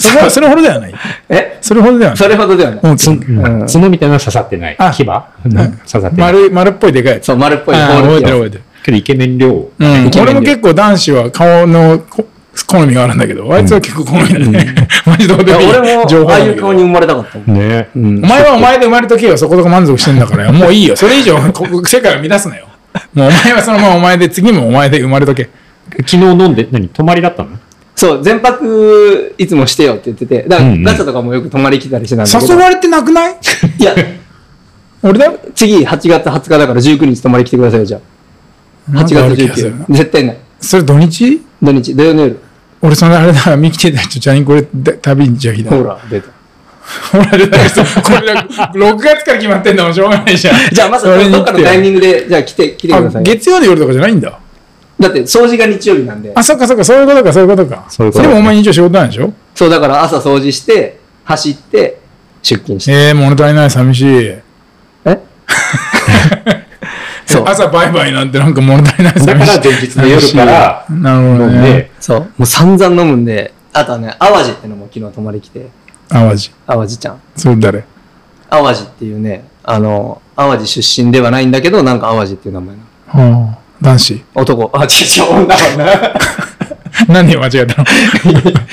Speaker 2: それは、それほどではない。
Speaker 3: え
Speaker 2: それほどではな
Speaker 3: そ
Speaker 2: い。
Speaker 3: れほどではない。
Speaker 2: もうつ
Speaker 1: うん角みたいなの刺さってない。
Speaker 2: あ
Speaker 1: 牙なんか刺さってない。
Speaker 2: 丸い、丸っぽいでかいやつ。
Speaker 3: そう、丸っぽいボ
Speaker 2: あー
Speaker 3: ー
Speaker 2: 覚
Speaker 3: ル
Speaker 2: えてる
Speaker 3: よ。
Speaker 2: 覚えてる。
Speaker 1: けどイケメン亮。
Speaker 2: うん
Speaker 3: イケメンで
Speaker 2: 俺も結構男子は顔のこ好みがあるんだけど、あいつは結構好みだね。 <laughs> マジどう
Speaker 3: い
Speaker 2: で
Speaker 3: や
Speaker 2: もいい。
Speaker 3: 俺
Speaker 2: 情報
Speaker 3: も、
Speaker 2: だ
Speaker 3: ああ
Speaker 2: け
Speaker 3: い
Speaker 2: ど
Speaker 3: う顔に生まれたかったもん。
Speaker 1: ね
Speaker 2: お前はお前で生まれとけよ、そこそこ満足してんだからよ。もういいよ、それ以上、 <laughs> ここ世界を乱すなよ。もうお前はそのままお前で、次もお前で生まれとけ。
Speaker 1: 昨日飲んで、何泊まりだったの
Speaker 3: そう、全泊いつもしてよって言ってて、だか
Speaker 1: う
Speaker 3: ら
Speaker 1: んうん
Speaker 3: ガチャとかもよく泊まり来たりしてたんだけど。
Speaker 2: 誘われてなくない
Speaker 3: いや、
Speaker 2: 俺だよ。
Speaker 3: 次8月20日だから19日泊まり来てくださいよ、じゃあ。8月
Speaker 2: なんかある気がする
Speaker 3: 19日。絶対ない。
Speaker 2: それ土日
Speaker 3: 土日、土曜の夜。
Speaker 2: 俺そのあれだ、ミキティたちとチャリンコで旅に行っちゃう日だ。
Speaker 3: ほら、出た。
Speaker 2: ほら、出たけどこれだ、6月 <laughs> から決まってんだもん、しょうがないじゃん。
Speaker 3: じゃあ、まず
Speaker 2: それに
Speaker 3: ど
Speaker 2: 行
Speaker 3: ってかのタイミングで、じゃあ来て、来てくださ
Speaker 2: あ
Speaker 3: いよ。
Speaker 2: 月曜の夜とかじゃないんだ。
Speaker 3: だって、掃除が日曜日なんで。
Speaker 2: あ、そっかそっか、そういうことか、そういうことか。
Speaker 1: そういうこと
Speaker 2: でもお前日曜仕事なんでしょ
Speaker 3: そう、だから朝掃除して、走って、出勤して。
Speaker 2: えー、物足りない、寂しい。
Speaker 3: えそう。
Speaker 2: 朝バイバイなんてなんか物足りない、
Speaker 1: だか
Speaker 2: 寂し
Speaker 1: ら
Speaker 2: い。
Speaker 1: 前日の夜から
Speaker 2: <laughs> なるほ
Speaker 1: 飲
Speaker 2: ど
Speaker 1: ん
Speaker 2: ね
Speaker 1: で。、
Speaker 3: そう。もう散々飲むんで、あとはね、淡路ってのも昨日泊まり来て、
Speaker 2: 淡路。
Speaker 3: 淡路ちゃん。
Speaker 2: それ誰
Speaker 3: 淡路っていうね、あの、淡路出身ではないんだけど、なんか淡路っていう名前なの。
Speaker 2: はあ、男子。 <laughs>
Speaker 3: 男、あ、違う違う、女は
Speaker 2: 何を間違えたの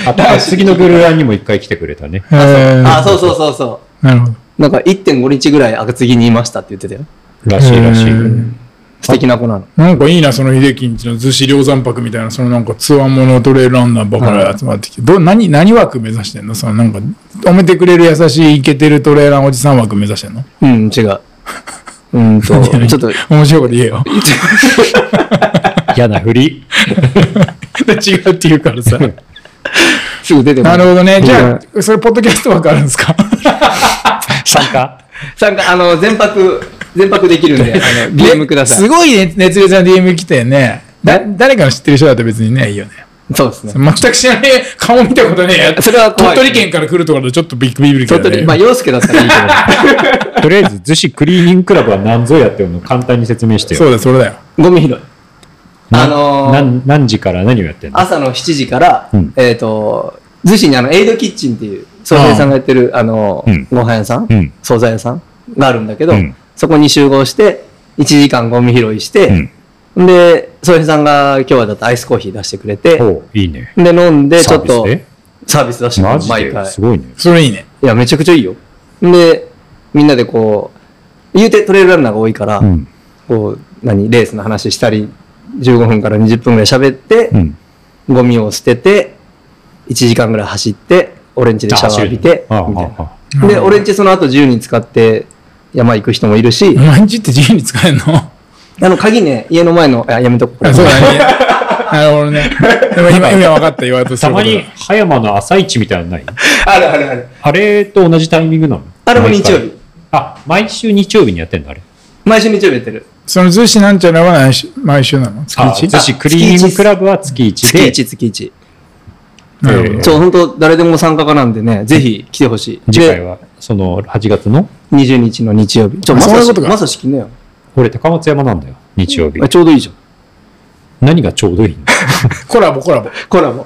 Speaker 1: あと次のブルーランにも一回来てくれたね。
Speaker 2: えー
Speaker 3: な。あ、そうそうそうそ
Speaker 2: なるほど。
Speaker 3: う。なんか1.5日ぐらい厚木にいましたって言ってたよ。
Speaker 1: らしいらしい。
Speaker 2: えー
Speaker 3: 素敵な子なの。
Speaker 2: なんかいいな、その秀樹んちの逗子量山泊みたいな、そのなんかツアーものトレイルランナーばから集まってきて、どう何、何枠目指してんのそのなんか、止めてくれる優しいイケてるトレーラーおじさん枠目指してんの
Speaker 3: うん、違う。うんと、ちょっと、
Speaker 2: 面白いこと言えよ。
Speaker 1: 嫌なふり。
Speaker 2: で違うって言うからさ。
Speaker 3: すぐ出てこ
Speaker 2: <laughs> なるほどね。じゃ
Speaker 3: う
Speaker 2: あ、それ、ポッドキャスト枠あるんですか
Speaker 1: 参加
Speaker 3: 参加、あの、全泊、全泊できるんで、あの、DM くださ
Speaker 2: す
Speaker 3: い。
Speaker 2: ごいね熱烈な DM 来てね。だ
Speaker 3: ね
Speaker 2: 誰かの知ってる人だと別にね、いいよね。
Speaker 3: そうですね。
Speaker 2: 全く知らねえ、顔見たことねえや。
Speaker 3: それは怖
Speaker 2: 鳥
Speaker 3: い
Speaker 2: 取県から来るところでちょっとビックビビるけ
Speaker 3: 鳥
Speaker 2: どね。
Speaker 3: 取、まあ、洋介だったらいいけ
Speaker 1: とりあえず、逗子クリーニングクラブは何ぞやっていうのを簡単に説明してよ。
Speaker 2: そうだ、それだよ。
Speaker 1: <laughs>
Speaker 3: ど、ゴミ拾い。
Speaker 1: な
Speaker 3: あのー
Speaker 1: なん何時から何をやってんの
Speaker 3: 朝の7時から、
Speaker 1: うん
Speaker 3: えっ、と、逗子にあの、エイドキッチンっていう、惣菜屋さんがやってる、あの、
Speaker 1: うん
Speaker 3: ご飯屋さん、
Speaker 1: うん
Speaker 3: 惣菜屋さんがあるんだけど、
Speaker 1: うん
Speaker 3: そこに集合して、1時間ゴミ拾いし
Speaker 1: う
Speaker 3: て
Speaker 1: ん、。
Speaker 3: で、惣菜屋さんが今日はだってアイスコーヒー出してくれて、
Speaker 1: おういいね。
Speaker 3: で、飲んで、ちょっ
Speaker 1: サー
Speaker 3: と
Speaker 1: ビスで
Speaker 3: サービス出してくれ
Speaker 1: マ
Speaker 3: る
Speaker 1: ジ
Speaker 3: 毎
Speaker 1: で
Speaker 3: 回。
Speaker 1: すごいね。
Speaker 2: それいいね。
Speaker 3: いや、めちゃくちゃいいよ。で、みんなでこう、言うてトレイルランナーが多いから、
Speaker 1: うん。
Speaker 3: こう、何、レースの話したり、15分から20分ぐらい喋って、
Speaker 1: うん。
Speaker 3: ゴミを捨てて、1時間ぐらい走って、俺ん家でシャワー浴びて、
Speaker 1: ああ
Speaker 3: みた
Speaker 1: あああ
Speaker 3: いな。で、俺ん家その後自由に使って山行く人もいるし
Speaker 2: お、前んちって自由に使えんの
Speaker 3: あの、鍵ね、家の前の、あ、やめとこう。
Speaker 2: あそうだね。なるほどね。でも今、今分かった言われとす
Speaker 1: た
Speaker 2: るこ
Speaker 1: ま
Speaker 2: とだ
Speaker 1: に、葉山の朝市みたいなのない
Speaker 3: あるあるある。
Speaker 1: あれと同じタイミングなの
Speaker 3: あれも日曜日。
Speaker 1: あ、毎週日曜日にやってんのあれ。
Speaker 3: 毎週日曜日やってる。
Speaker 2: その逗子なんちゃらは毎週毎週なの月
Speaker 1: あ、
Speaker 2: 一
Speaker 1: 逗子クリーニングクラブは月1
Speaker 3: 月
Speaker 1: で。
Speaker 3: 1、月1。
Speaker 2: なるほ
Speaker 1: え
Speaker 2: ど
Speaker 1: ー
Speaker 3: そう、本当誰でも参加家なんでね、ぜひ来てほしい。
Speaker 1: 次回
Speaker 3: で、
Speaker 1: は、その8月の、
Speaker 3: 20日の日曜日。ちょ、
Speaker 2: あ
Speaker 3: ま
Speaker 2: そう
Speaker 3: さ
Speaker 2: いう
Speaker 3: し
Speaker 2: ことか
Speaker 3: まさし来んなよ。
Speaker 1: 俺高松山なんだよ。日曜日
Speaker 3: あ。ちょうどいいじゃん。
Speaker 1: 何がちょうどいいの
Speaker 2: コラボ、コラボ。
Speaker 3: コラボ。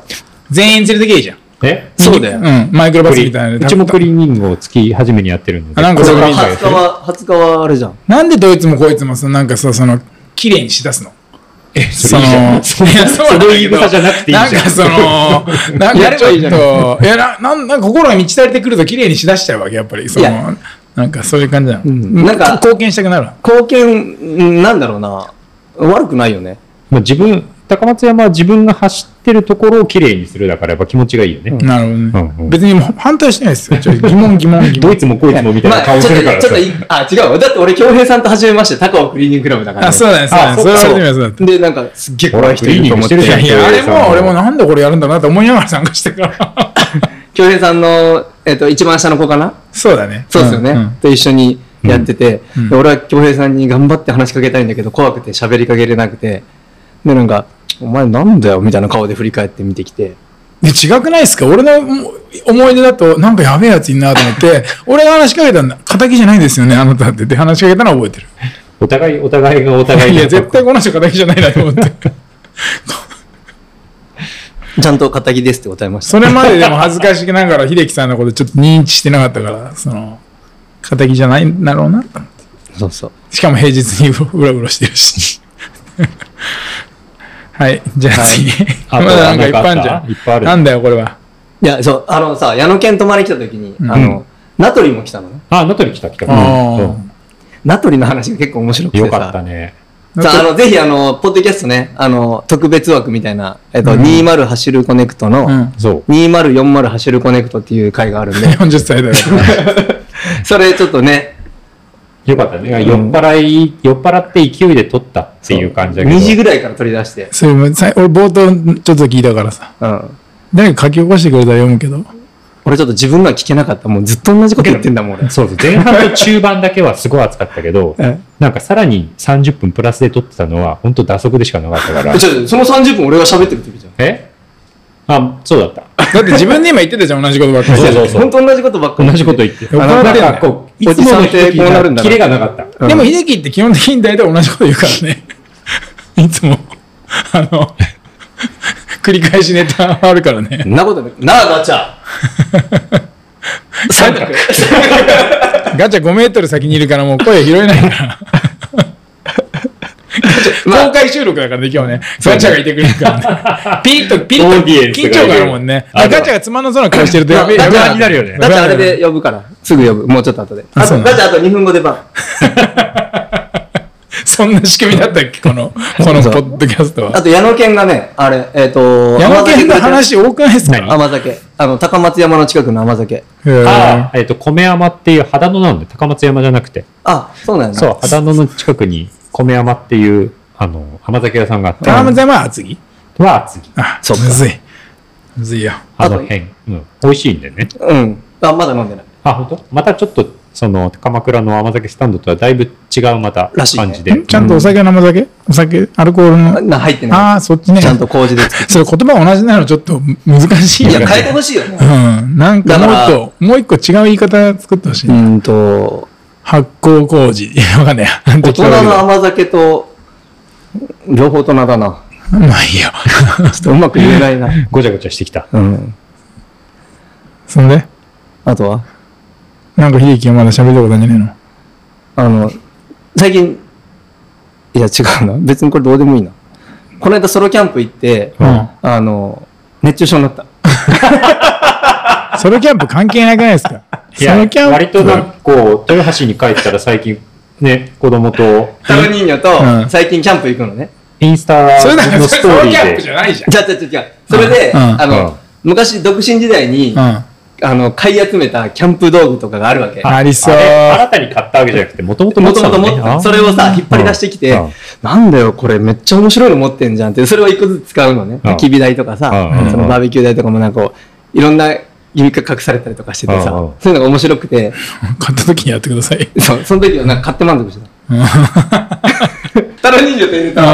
Speaker 2: 全員連れてけいいじゃん。
Speaker 1: え
Speaker 3: そうだよ。
Speaker 2: うん、マイクロバ
Speaker 1: ク
Speaker 2: ス
Speaker 1: リ
Speaker 2: みたいな
Speaker 1: う
Speaker 2: ので
Speaker 1: ちもクリーニングを月初めにやってるので。
Speaker 2: あなんか
Speaker 3: だ
Speaker 2: そ
Speaker 3: か
Speaker 2: れ
Speaker 3: ら
Speaker 2: 見たい
Speaker 3: 20日は、20日はあれじゃん。
Speaker 2: なんでどいつもこいつもさ、なんかさ、その、綺麗にしだすのえ、その、いやそうなんだ
Speaker 1: そうい
Speaker 2: け
Speaker 1: う言い
Speaker 2: ど、
Speaker 1: 草じゃなくていいじゃん
Speaker 2: なんかその、なん
Speaker 3: や
Speaker 2: か
Speaker 3: れ
Speaker 2: ち
Speaker 3: ば
Speaker 2: ょ
Speaker 3: いい
Speaker 2: っ
Speaker 3: じゃ
Speaker 2: と、いや、ななんなんか心が満ち足りてくると綺麗にしだしちゃうわけ、やっぱり。そ
Speaker 3: い
Speaker 2: の
Speaker 3: や、
Speaker 2: なんかそういう感じなの。
Speaker 3: んなんか
Speaker 2: 貢献したくなるわ。
Speaker 3: 貢献、うんなんだろうな。悪くないよね。
Speaker 1: まあ自分、高松山は自分が走ってるところをきれいにするだからやっぱ気持ちがいいよね。
Speaker 2: なるほどね。
Speaker 1: うんうん
Speaker 2: 別にもう反対してないですよ。ちょっと疑問疑問疑
Speaker 1: ド
Speaker 2: 問
Speaker 1: イ。ツもこいつもみたいな顔
Speaker 3: ち
Speaker 1: す
Speaker 3: ょっ
Speaker 1: る
Speaker 3: と、
Speaker 1: から
Speaker 3: ち
Speaker 1: さ
Speaker 3: ょっとい、あ、違うわ。だって俺、京平さんと初めまして、高尾クリーニングクラブだから、ね。
Speaker 2: あ、そうだね、そうだね。
Speaker 1: あ
Speaker 2: それは
Speaker 1: そう
Speaker 2: 初めてそうだった。
Speaker 3: で、なんか、すっげえ
Speaker 1: ほ
Speaker 3: 怖
Speaker 1: ら、
Speaker 3: い
Speaker 1: ク
Speaker 3: 人い
Speaker 1: リーニ
Speaker 3: ると
Speaker 1: ング
Speaker 3: 思
Speaker 1: し
Speaker 3: って
Speaker 1: てるじゃん。
Speaker 2: いや、あれも俺も
Speaker 1: な。
Speaker 2: なんでこれやるんだろうなと思いながら参加してから。
Speaker 3: 京平さんの、えっ、と、一番下の子かな
Speaker 2: そうだね。
Speaker 3: そうですよね。
Speaker 2: んん
Speaker 3: と一緒にやってて、
Speaker 2: うん
Speaker 3: で俺は京平さんに頑張って話しかけたいんだけど、怖くて喋りかけれなくて、で、なんか、お前なんだよみたいな顔で振り返って見てきて、
Speaker 2: で、違くないですか俺の思思い出だと、なんかやべえやついんなと思って、 <laughs> 俺が話しかけたんだ。仇じゃないですよね、あなたって。で、話しかけたのは覚えてる。
Speaker 1: お互い、お互いがお互い
Speaker 2: い
Speaker 1: に
Speaker 2: や、絶対この人仇じゃないなと思って。 <laughs>
Speaker 3: ちゃんと仇ですって答えました。
Speaker 2: それまででも恥ずかしながら、秀樹さんのことちょっと認知してなかったから、その、仇じゃないんだろうなと思って。
Speaker 3: そうそう。
Speaker 2: しかも平日にうろうろしてるし。 <laughs> はい、じゃあ次。 <laughs>
Speaker 1: はい
Speaker 2: まだなんかいっぱいあるじ
Speaker 1: あ
Speaker 2: ゃ
Speaker 1: と
Speaker 2: ん。
Speaker 1: いっぱいある
Speaker 2: なんだよ、これは。
Speaker 3: いや、そう、あのさ、矢野県泊まり来た時に、あの、名取も来たのね。
Speaker 1: あ、ナトリ来た来た。
Speaker 2: あー
Speaker 1: うん
Speaker 3: 名取の話が結構面白くてさ。
Speaker 1: よかったね。
Speaker 3: さあ、あの、ぜひ、あの、ポッドキャストね、あの、特別枠みたいな、えっと、20走るコネクトの、
Speaker 2: うん。
Speaker 1: そう。
Speaker 3: 2040走るコネクトっていう回がある <laughs> んで、
Speaker 2: 40
Speaker 1: <laughs>
Speaker 2: 歳だよ。
Speaker 3: それちょっとね、
Speaker 1: よかったね。酔っ払い、酔っ払って勢いで取ったっていう感じだけど。
Speaker 3: 2時ぐらいから取り出して、
Speaker 2: それもさ俺冒頭ちょっと聞いたからさ。
Speaker 3: うん。
Speaker 2: 誰か書き起こしてくれたら読むけど。
Speaker 3: 俺ちょっと自分のは聞けなかった。もうずっと同じこと言ってんだもん、俺。
Speaker 1: そうそう。前半と中盤だけはすごい暑かったけど、なんかさらに30分プラスで撮ってたのは、本当打足でしかなかったから
Speaker 3: <laughs> え。ちょっと、その30分俺が喋ってる時じゃん。
Speaker 1: えあ、そうだった。
Speaker 2: だって自分で今言ってたじゃん、同じことばっかり。
Speaker 1: そうそうそう
Speaker 3: 本当同じことばっかり。
Speaker 1: 同じこと言ってる。
Speaker 2: 怒られ
Speaker 1: なん
Speaker 2: る
Speaker 1: かこう、いつもの人
Speaker 3: おじさんってこうなるんだな
Speaker 1: キレがなかった。
Speaker 3: うん
Speaker 2: でも、秀樹って基本的に大体同じこと言うからね。 <laughs> いつも。あの、繰り返しネタあるからね。
Speaker 3: そんなことないなあ、ガチャ。三角。
Speaker 2: ガチャ5メートル先にいるからもう声拾えないから。
Speaker 3: まあ
Speaker 2: 公開収録だからね、今日ね。ガチャがいてくれるからね。ピリッと、ピリッ
Speaker 1: オ
Speaker 2: と
Speaker 1: ーディエンスがいる
Speaker 2: 緊張感あるもんね。
Speaker 1: あ
Speaker 2: ガ
Speaker 1: るわ
Speaker 2: チャがつまんなそうな顔してるとやべえ、
Speaker 3: まあ
Speaker 2: やべえ
Speaker 3: ガチャになる
Speaker 1: よね
Speaker 3: ガチャあれで呼ぶから。すぐ呼ぶ。もうちょっと後で。
Speaker 2: あ
Speaker 3: あ
Speaker 2: そうな
Speaker 3: と、
Speaker 2: の
Speaker 3: ガチャあと2分後でバ
Speaker 2: <laughs> そんな仕組みだったっけこ
Speaker 3: <laughs>
Speaker 2: の、このポッドキャスト
Speaker 3: ン。あ
Speaker 2: は。
Speaker 3: と、矢野健がね、あれ、えっと、
Speaker 2: 山県の話多くないですか
Speaker 3: 甘酒。あの、高松山の近くの甘酒。
Speaker 2: へー
Speaker 1: ああ、えっと、米山っていう秦野なんで、高松山じゃなくて。
Speaker 3: あ、そうなんだ。
Speaker 1: そう、秦野の近くに米山っていう、あの、甘酒屋さんがあって、
Speaker 2: 高松山は厚木
Speaker 1: は次、
Speaker 2: あ、
Speaker 3: そっか
Speaker 2: むずい。むずいよ。
Speaker 1: あの辺、うん、美味しいんでね。
Speaker 3: うん。あ、まだ飲んでない。
Speaker 1: あ、本当？またちょっと、その、鎌倉の甘酒スタンドとはだいぶ違うまた
Speaker 3: らしいね
Speaker 1: 感じで。
Speaker 2: ちゃんとお酒は生酒お酒、アルコール
Speaker 3: あ
Speaker 2: の。
Speaker 3: な、入ってな
Speaker 2: ああ、そっちね。
Speaker 3: い。ちゃんと麹で作っ
Speaker 2: それ言葉同じなのちょっと難しい
Speaker 3: て。い
Speaker 2: よ
Speaker 3: や、
Speaker 2: ね。
Speaker 3: 変えてほしいよね。
Speaker 2: うん。なんかも
Speaker 3: だ
Speaker 2: う
Speaker 3: か
Speaker 2: 一
Speaker 3: ら
Speaker 2: 個、もう一個違う言い方作ってほしい。
Speaker 3: うんと、
Speaker 2: 発酵工事。い <laughs> やわかんない。大
Speaker 3: 大人の甘酒と、両方大人だな。
Speaker 2: まあいいよ。 <laughs>
Speaker 3: ちょっとうまく言えないな。
Speaker 1: ごちゃごちゃしてきた。
Speaker 3: うん。
Speaker 2: そんで
Speaker 3: あとは
Speaker 2: なんか秀樹がまだ喋ったことないんじゃね
Speaker 3: あの、最近、いや違うな。別にこれどうでもいいな。この間ソロキャンプ行って、
Speaker 2: えの
Speaker 3: あの、熱中症になった。
Speaker 2: うん。ソロキャンプ関係なくないですか
Speaker 1: い
Speaker 2: ソ
Speaker 1: や
Speaker 2: ロキャンプ。
Speaker 1: 割となんかこう、豊橋に帰ったら最近、ね、子供と、
Speaker 3: タロニーニョ
Speaker 2: う
Speaker 3: と、
Speaker 2: ん
Speaker 3: 最近キャンプ行くのね。
Speaker 1: インスタ
Speaker 2: それだから
Speaker 1: のス
Speaker 2: ソ
Speaker 1: トー
Speaker 2: ロ
Speaker 1: リ
Speaker 2: キャン
Speaker 1: ー
Speaker 2: プじ
Speaker 1: で、
Speaker 2: ゃないじ
Speaker 3: じゃじゃじゃじゃそれで、
Speaker 2: うん
Speaker 3: あ
Speaker 1: うん
Speaker 3: の、昔独身時代に、
Speaker 2: ゃん。うん。
Speaker 3: あの、買い集めたキャンプ道具とかがあるわけ。
Speaker 2: ありそう
Speaker 1: あ。れ新たに買ったわけじゃなくて、もともと持
Speaker 3: も
Speaker 1: って
Speaker 3: と
Speaker 1: た
Speaker 3: も
Speaker 1: の
Speaker 3: と
Speaker 1: ね
Speaker 3: 持ってたそれをさ、引っ張り出してきて
Speaker 1: うん、
Speaker 3: なんだよ、これめっちゃ面白いの持ってんじゃんって、それを一個ずつ使うのね。
Speaker 1: うん
Speaker 3: 焚き火台とか
Speaker 1: う
Speaker 3: さ
Speaker 1: ん、
Speaker 3: そのバーベキュー台とかもなんかこう、いろんな指が隠されたりとかしててさ、
Speaker 1: うん
Speaker 3: そういうのが面白くて、
Speaker 2: 買った時にやってください。
Speaker 3: そうその時はなんか買って満足してた。タロニーニョというと、
Speaker 2: うん。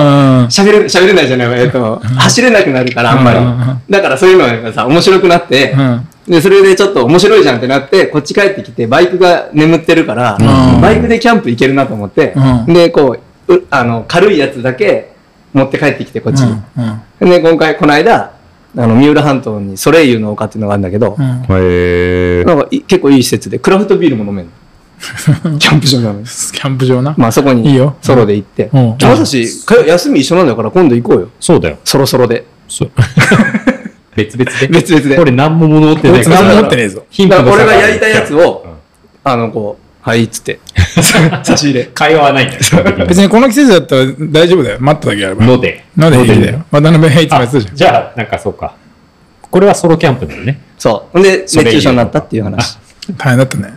Speaker 3: 喋れ、喋れないじゃないえっと、走れなくなるから、あんまり
Speaker 2: うんうんうん。
Speaker 3: だからそういうのがさ、面白くなって、
Speaker 2: うん
Speaker 3: で、それでちょっと面白いじゃんってなって、こっち帰ってきて、バイクが眠ってるから、
Speaker 2: うん
Speaker 3: バイクでキャンプ行けるなと思って、
Speaker 2: うん
Speaker 3: で、こううあの、軽いやつだけ持って帰ってきて、こっちに。
Speaker 2: うん。
Speaker 3: で、今回、この間、あの、三浦半島にソレイユの丘っていうのがあるんだけど、
Speaker 2: うん。
Speaker 1: へー
Speaker 3: なんかい結構いい施設で、クラフトビールも飲めるの。キャンプ場なのに。
Speaker 2: キャンプ場な。
Speaker 3: まあ、そこに
Speaker 2: いいよ
Speaker 3: ソロで行って。
Speaker 2: うん
Speaker 3: まさし、か休み一緒なんだから今度行こうよ。
Speaker 1: そうだよ。
Speaker 3: そろそろで。
Speaker 1: そう別々で。
Speaker 3: 別々で。
Speaker 1: これ何も物持って
Speaker 2: こ
Speaker 1: ないい
Speaker 2: つ
Speaker 1: から。
Speaker 2: 何も持ってねえぞ。
Speaker 1: 貧
Speaker 3: だ
Speaker 1: 乏
Speaker 3: から
Speaker 1: の差
Speaker 3: 俺
Speaker 1: が
Speaker 3: が
Speaker 1: ある
Speaker 3: やりたいやつを、
Speaker 1: うん
Speaker 3: あの、こう、はい、っつって。
Speaker 1: 差し入れ。会話はないんだよ。
Speaker 2: 別にこの季節だったら大丈夫だよ。待っただけやれば。
Speaker 1: ので。
Speaker 2: なんで平気だよ。渡辺平いつもやってたじゃん。
Speaker 1: じゃあ、なんかそうか。これはソロキャンプだよね。
Speaker 3: そう。ほんで、熱
Speaker 1: それ
Speaker 3: 中症になったっていう話。
Speaker 2: 大変だったね。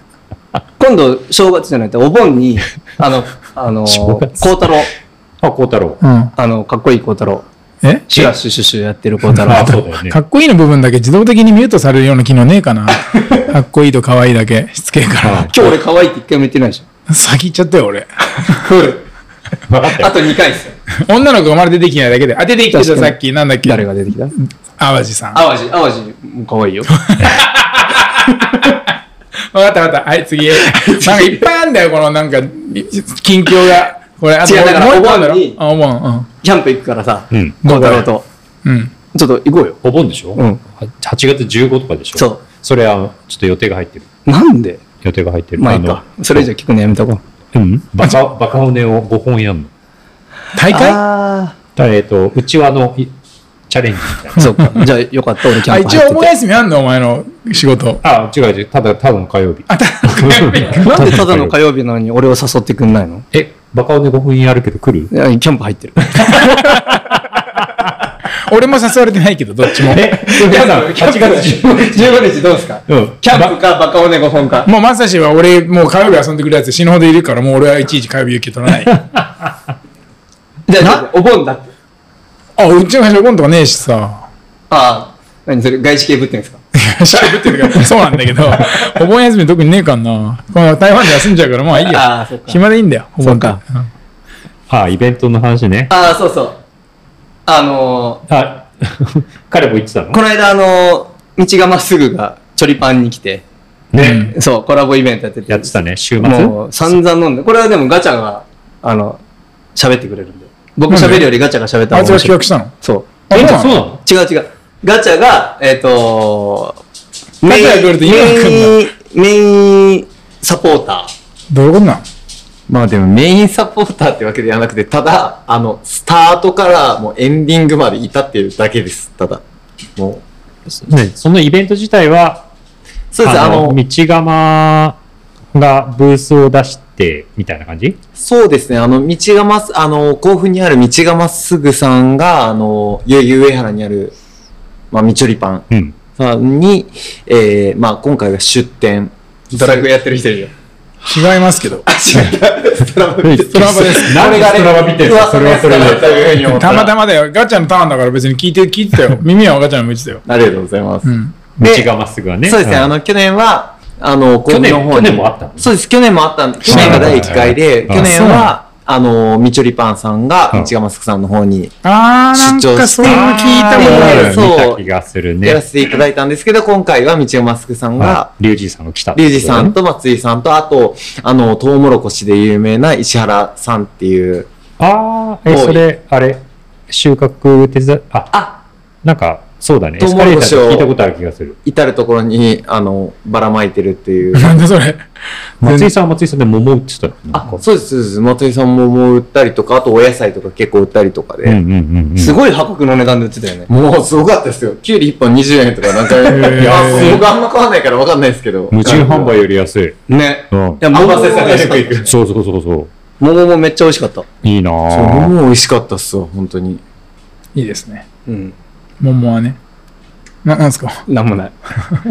Speaker 3: 今度、正月じゃないと、お盆に、あの、あの、
Speaker 1: 正
Speaker 3: 孝
Speaker 1: 月
Speaker 3: 太郎、
Speaker 1: あ、孝太郎。
Speaker 2: うん。
Speaker 3: あの、かっこいい孝太郎、
Speaker 2: え
Speaker 3: シュラッシュシュシュやってる孝太郎。
Speaker 1: あ、そうだよね
Speaker 2: か。っこいいの部分だけ自動的にミュートされるような機能ねえかなかっこいいと可愛いだけ。しつけえか
Speaker 3: 今日俺可愛いって一回も言ってないでし
Speaker 2: ら。先行っちゃったよ、俺。 <laughs>
Speaker 1: 分かった
Speaker 3: ょ。あ
Speaker 1: よ。
Speaker 3: と2回ですよ。
Speaker 2: 女の子がまだ出てきてないだけで。あ、出てきてた、
Speaker 3: 確か
Speaker 2: さ
Speaker 3: に
Speaker 2: っき。なんだっけ
Speaker 3: 誰が出てきた
Speaker 2: 淡路さん。わ
Speaker 3: 淡路、淡路も可愛いよ。
Speaker 2: かったわかった。はい、次。なんかいっぱいあんだよ、このなんか、近況が。これ、あと
Speaker 3: 違うだから
Speaker 2: もう一個あんだろ
Speaker 3: お盆に
Speaker 2: あ、お盆、
Speaker 3: キャンプ行くからさ、
Speaker 1: うん。
Speaker 3: 孝太郎と。
Speaker 2: うん。うん。
Speaker 3: ちょっと行こうよ。
Speaker 1: お盆でしょ
Speaker 3: うん
Speaker 1: 8月15とかでしょ
Speaker 3: そう。
Speaker 1: それは、ちょっと予定が入ってる。
Speaker 3: なんで
Speaker 1: 予定が入ってる。
Speaker 3: まあいいか。それ以上聞くのやめとこう。
Speaker 1: あの、うん。バカ、バカ骨を5本やんの。
Speaker 2: 大会
Speaker 3: あ
Speaker 1: だからえっと、うちわのいチャレンジみたいな。
Speaker 3: あ。そうか。じゃあよかった、俺キ
Speaker 2: あ、
Speaker 3: ャンプ
Speaker 2: 一
Speaker 3: 入
Speaker 2: 応お
Speaker 3: って
Speaker 2: 盆
Speaker 3: て。
Speaker 2: 休みあんのお前の仕事。
Speaker 1: あ、違う違う。ただ、ただの火曜日。
Speaker 2: あ、た
Speaker 1: <laughs>
Speaker 3: なんでただの火曜日なのに俺を誘ってくんないの
Speaker 1: え、バカ骨5分やるけど来る
Speaker 3: いやキャンプ入ってる。
Speaker 2: 俺も誘われてないけど、どっちも。
Speaker 1: え、皆
Speaker 3: <laughs>
Speaker 1: さん、8月15
Speaker 3: 15日どうですか
Speaker 1: うん
Speaker 3: キャンプかバカ骨5本か。
Speaker 2: もうまさしは俺、もう火曜日遊んでくるやつ死ぬほどいるから、もう俺はいちいち火曜日受け取 <laughs> らない。
Speaker 3: じゃあじゃあ、お盆だって。
Speaker 2: あ、うちの会社コンとかねえし <laughs> さ。
Speaker 3: ああ、何それ、外資系ぶってんですか
Speaker 2: しゃべってるから、そうなんだけ <laughs> ど、お盆休み特にねえかんな。この台湾で休んじゃうから、まあいいよ
Speaker 3: あーそっ。か
Speaker 2: 暇でいいんだよ、お盆
Speaker 3: そっ
Speaker 2: か
Speaker 3: か。
Speaker 2: うん
Speaker 1: あ、イベントの話ね。
Speaker 3: ああ、そうそう。あの
Speaker 1: あ、彼も言ってたの
Speaker 3: この間、あの、道がまっすぐが、チョリパンに来て、
Speaker 1: ね。
Speaker 3: そう、コラボイベントやってて。
Speaker 1: やってたね、週末。
Speaker 3: もう、散々飲んで。これはでもガチャが、あの、喋ってくれるんで。僕喋るよりガチャが喋った
Speaker 2: あいつが
Speaker 3: 方が面
Speaker 2: 企
Speaker 3: 白い
Speaker 2: 画したの
Speaker 3: そう。
Speaker 1: え、
Speaker 2: あ
Speaker 1: そう
Speaker 2: う
Speaker 1: な
Speaker 2: なの
Speaker 1: の
Speaker 3: 違う違う。ガチャが、えっ、と
Speaker 2: ガチャが来ると今来
Speaker 3: メイ
Speaker 2: る
Speaker 3: ン、メインサポーター。
Speaker 2: どういうことなの
Speaker 4: まあでもメインサポーターってわけではなくて、ただ、あの、スタートからもうエンディングまで至っているだけです。ただ。も
Speaker 1: ね、そのイベント自体は、
Speaker 4: う。そうです、あの、
Speaker 1: 道釜がブースを出して、みたいな感じ
Speaker 4: そうですね、あの、道がまっす、あの、甲府にある道がまっすぐさんが、あの、代々木上原にある、まあ、みちょりパン
Speaker 1: うん。
Speaker 4: さんに、えー、まあ、今回は出店。ドラッグやってる人いるよ。
Speaker 2: 違いますけど。
Speaker 1: ス
Speaker 2: トラバです
Speaker 1: なんでストラバ見てるんですかそれはそれで。
Speaker 4: で
Speaker 2: たまた
Speaker 4: ま。
Speaker 2: まだよ。ガチャのターンだから別に聞いて、聞いてたよ。耳はガチャの向いてたよ。
Speaker 4: ありがとうございます。
Speaker 2: うん。
Speaker 1: 道がまっすぐはね。
Speaker 4: そうですね、
Speaker 1: ん
Speaker 4: あの、去年は、あの、
Speaker 1: 去年
Speaker 4: 甲府の方
Speaker 1: 去
Speaker 4: に
Speaker 1: 年もあったの
Speaker 4: そうです、去年もあったんで、去年が第1回で、
Speaker 1: あ
Speaker 4: 去年
Speaker 2: そうな
Speaker 4: は、あの、みちょりぱんさんが、
Speaker 1: うん
Speaker 4: 道がマスクさんの方に
Speaker 2: あー、なんかそういうの聞いたことあ
Speaker 1: あ
Speaker 2: る。
Speaker 1: ー
Speaker 4: そう
Speaker 1: 見た気がする
Speaker 4: やら
Speaker 1: ね。
Speaker 4: せていただいたんですけど、今回は道がマスクさんが
Speaker 1: あ、リュウジさんが来た。
Speaker 4: リュウジさん。と松井さんと、あと、あの、トウモロコシで有名な石原さんっていう、
Speaker 1: ああ、え、
Speaker 4: 多い
Speaker 1: それ、あれ、収穫手伝、あ、
Speaker 4: あ
Speaker 1: なんか、そうだね。エ
Speaker 4: ト
Speaker 1: ス
Speaker 4: ウ
Speaker 1: カ
Speaker 4: モ
Speaker 1: レー
Speaker 4: ロコ
Speaker 1: タ
Speaker 4: シ
Speaker 1: ー
Speaker 4: を
Speaker 1: で聞いたことある気がする。
Speaker 4: 至るところに、あの、ばらまいてるっていう。
Speaker 2: なんでそれ。
Speaker 1: 松井さんは松井さんで桃売ってたのなん
Speaker 4: あ
Speaker 1: か、
Speaker 4: そうです、そうです。松井さんももう売ったりとか、あとお野菜とか結構売ったりとか
Speaker 1: うん
Speaker 4: で。
Speaker 1: うんうんうん。
Speaker 3: すごい破格の値段で売ってたよね。
Speaker 4: もうすごかったですよ。キュウリ1本20円とか、なんか、いや、僕あんま買わないからわかんないですけど。
Speaker 1: 無人販売より安い。
Speaker 3: ね。
Speaker 1: うん
Speaker 3: いや、桃も
Speaker 4: あんま説明できない
Speaker 1: そうそうそうそう。
Speaker 3: 桃もめっちゃ美味しかった。
Speaker 1: いいな
Speaker 4: そう
Speaker 1: ぁ。
Speaker 4: もう美味しかったっすわ、本当に。
Speaker 2: いいですね。
Speaker 3: うん。
Speaker 2: 桃はね。な、なんすか
Speaker 3: なんもない。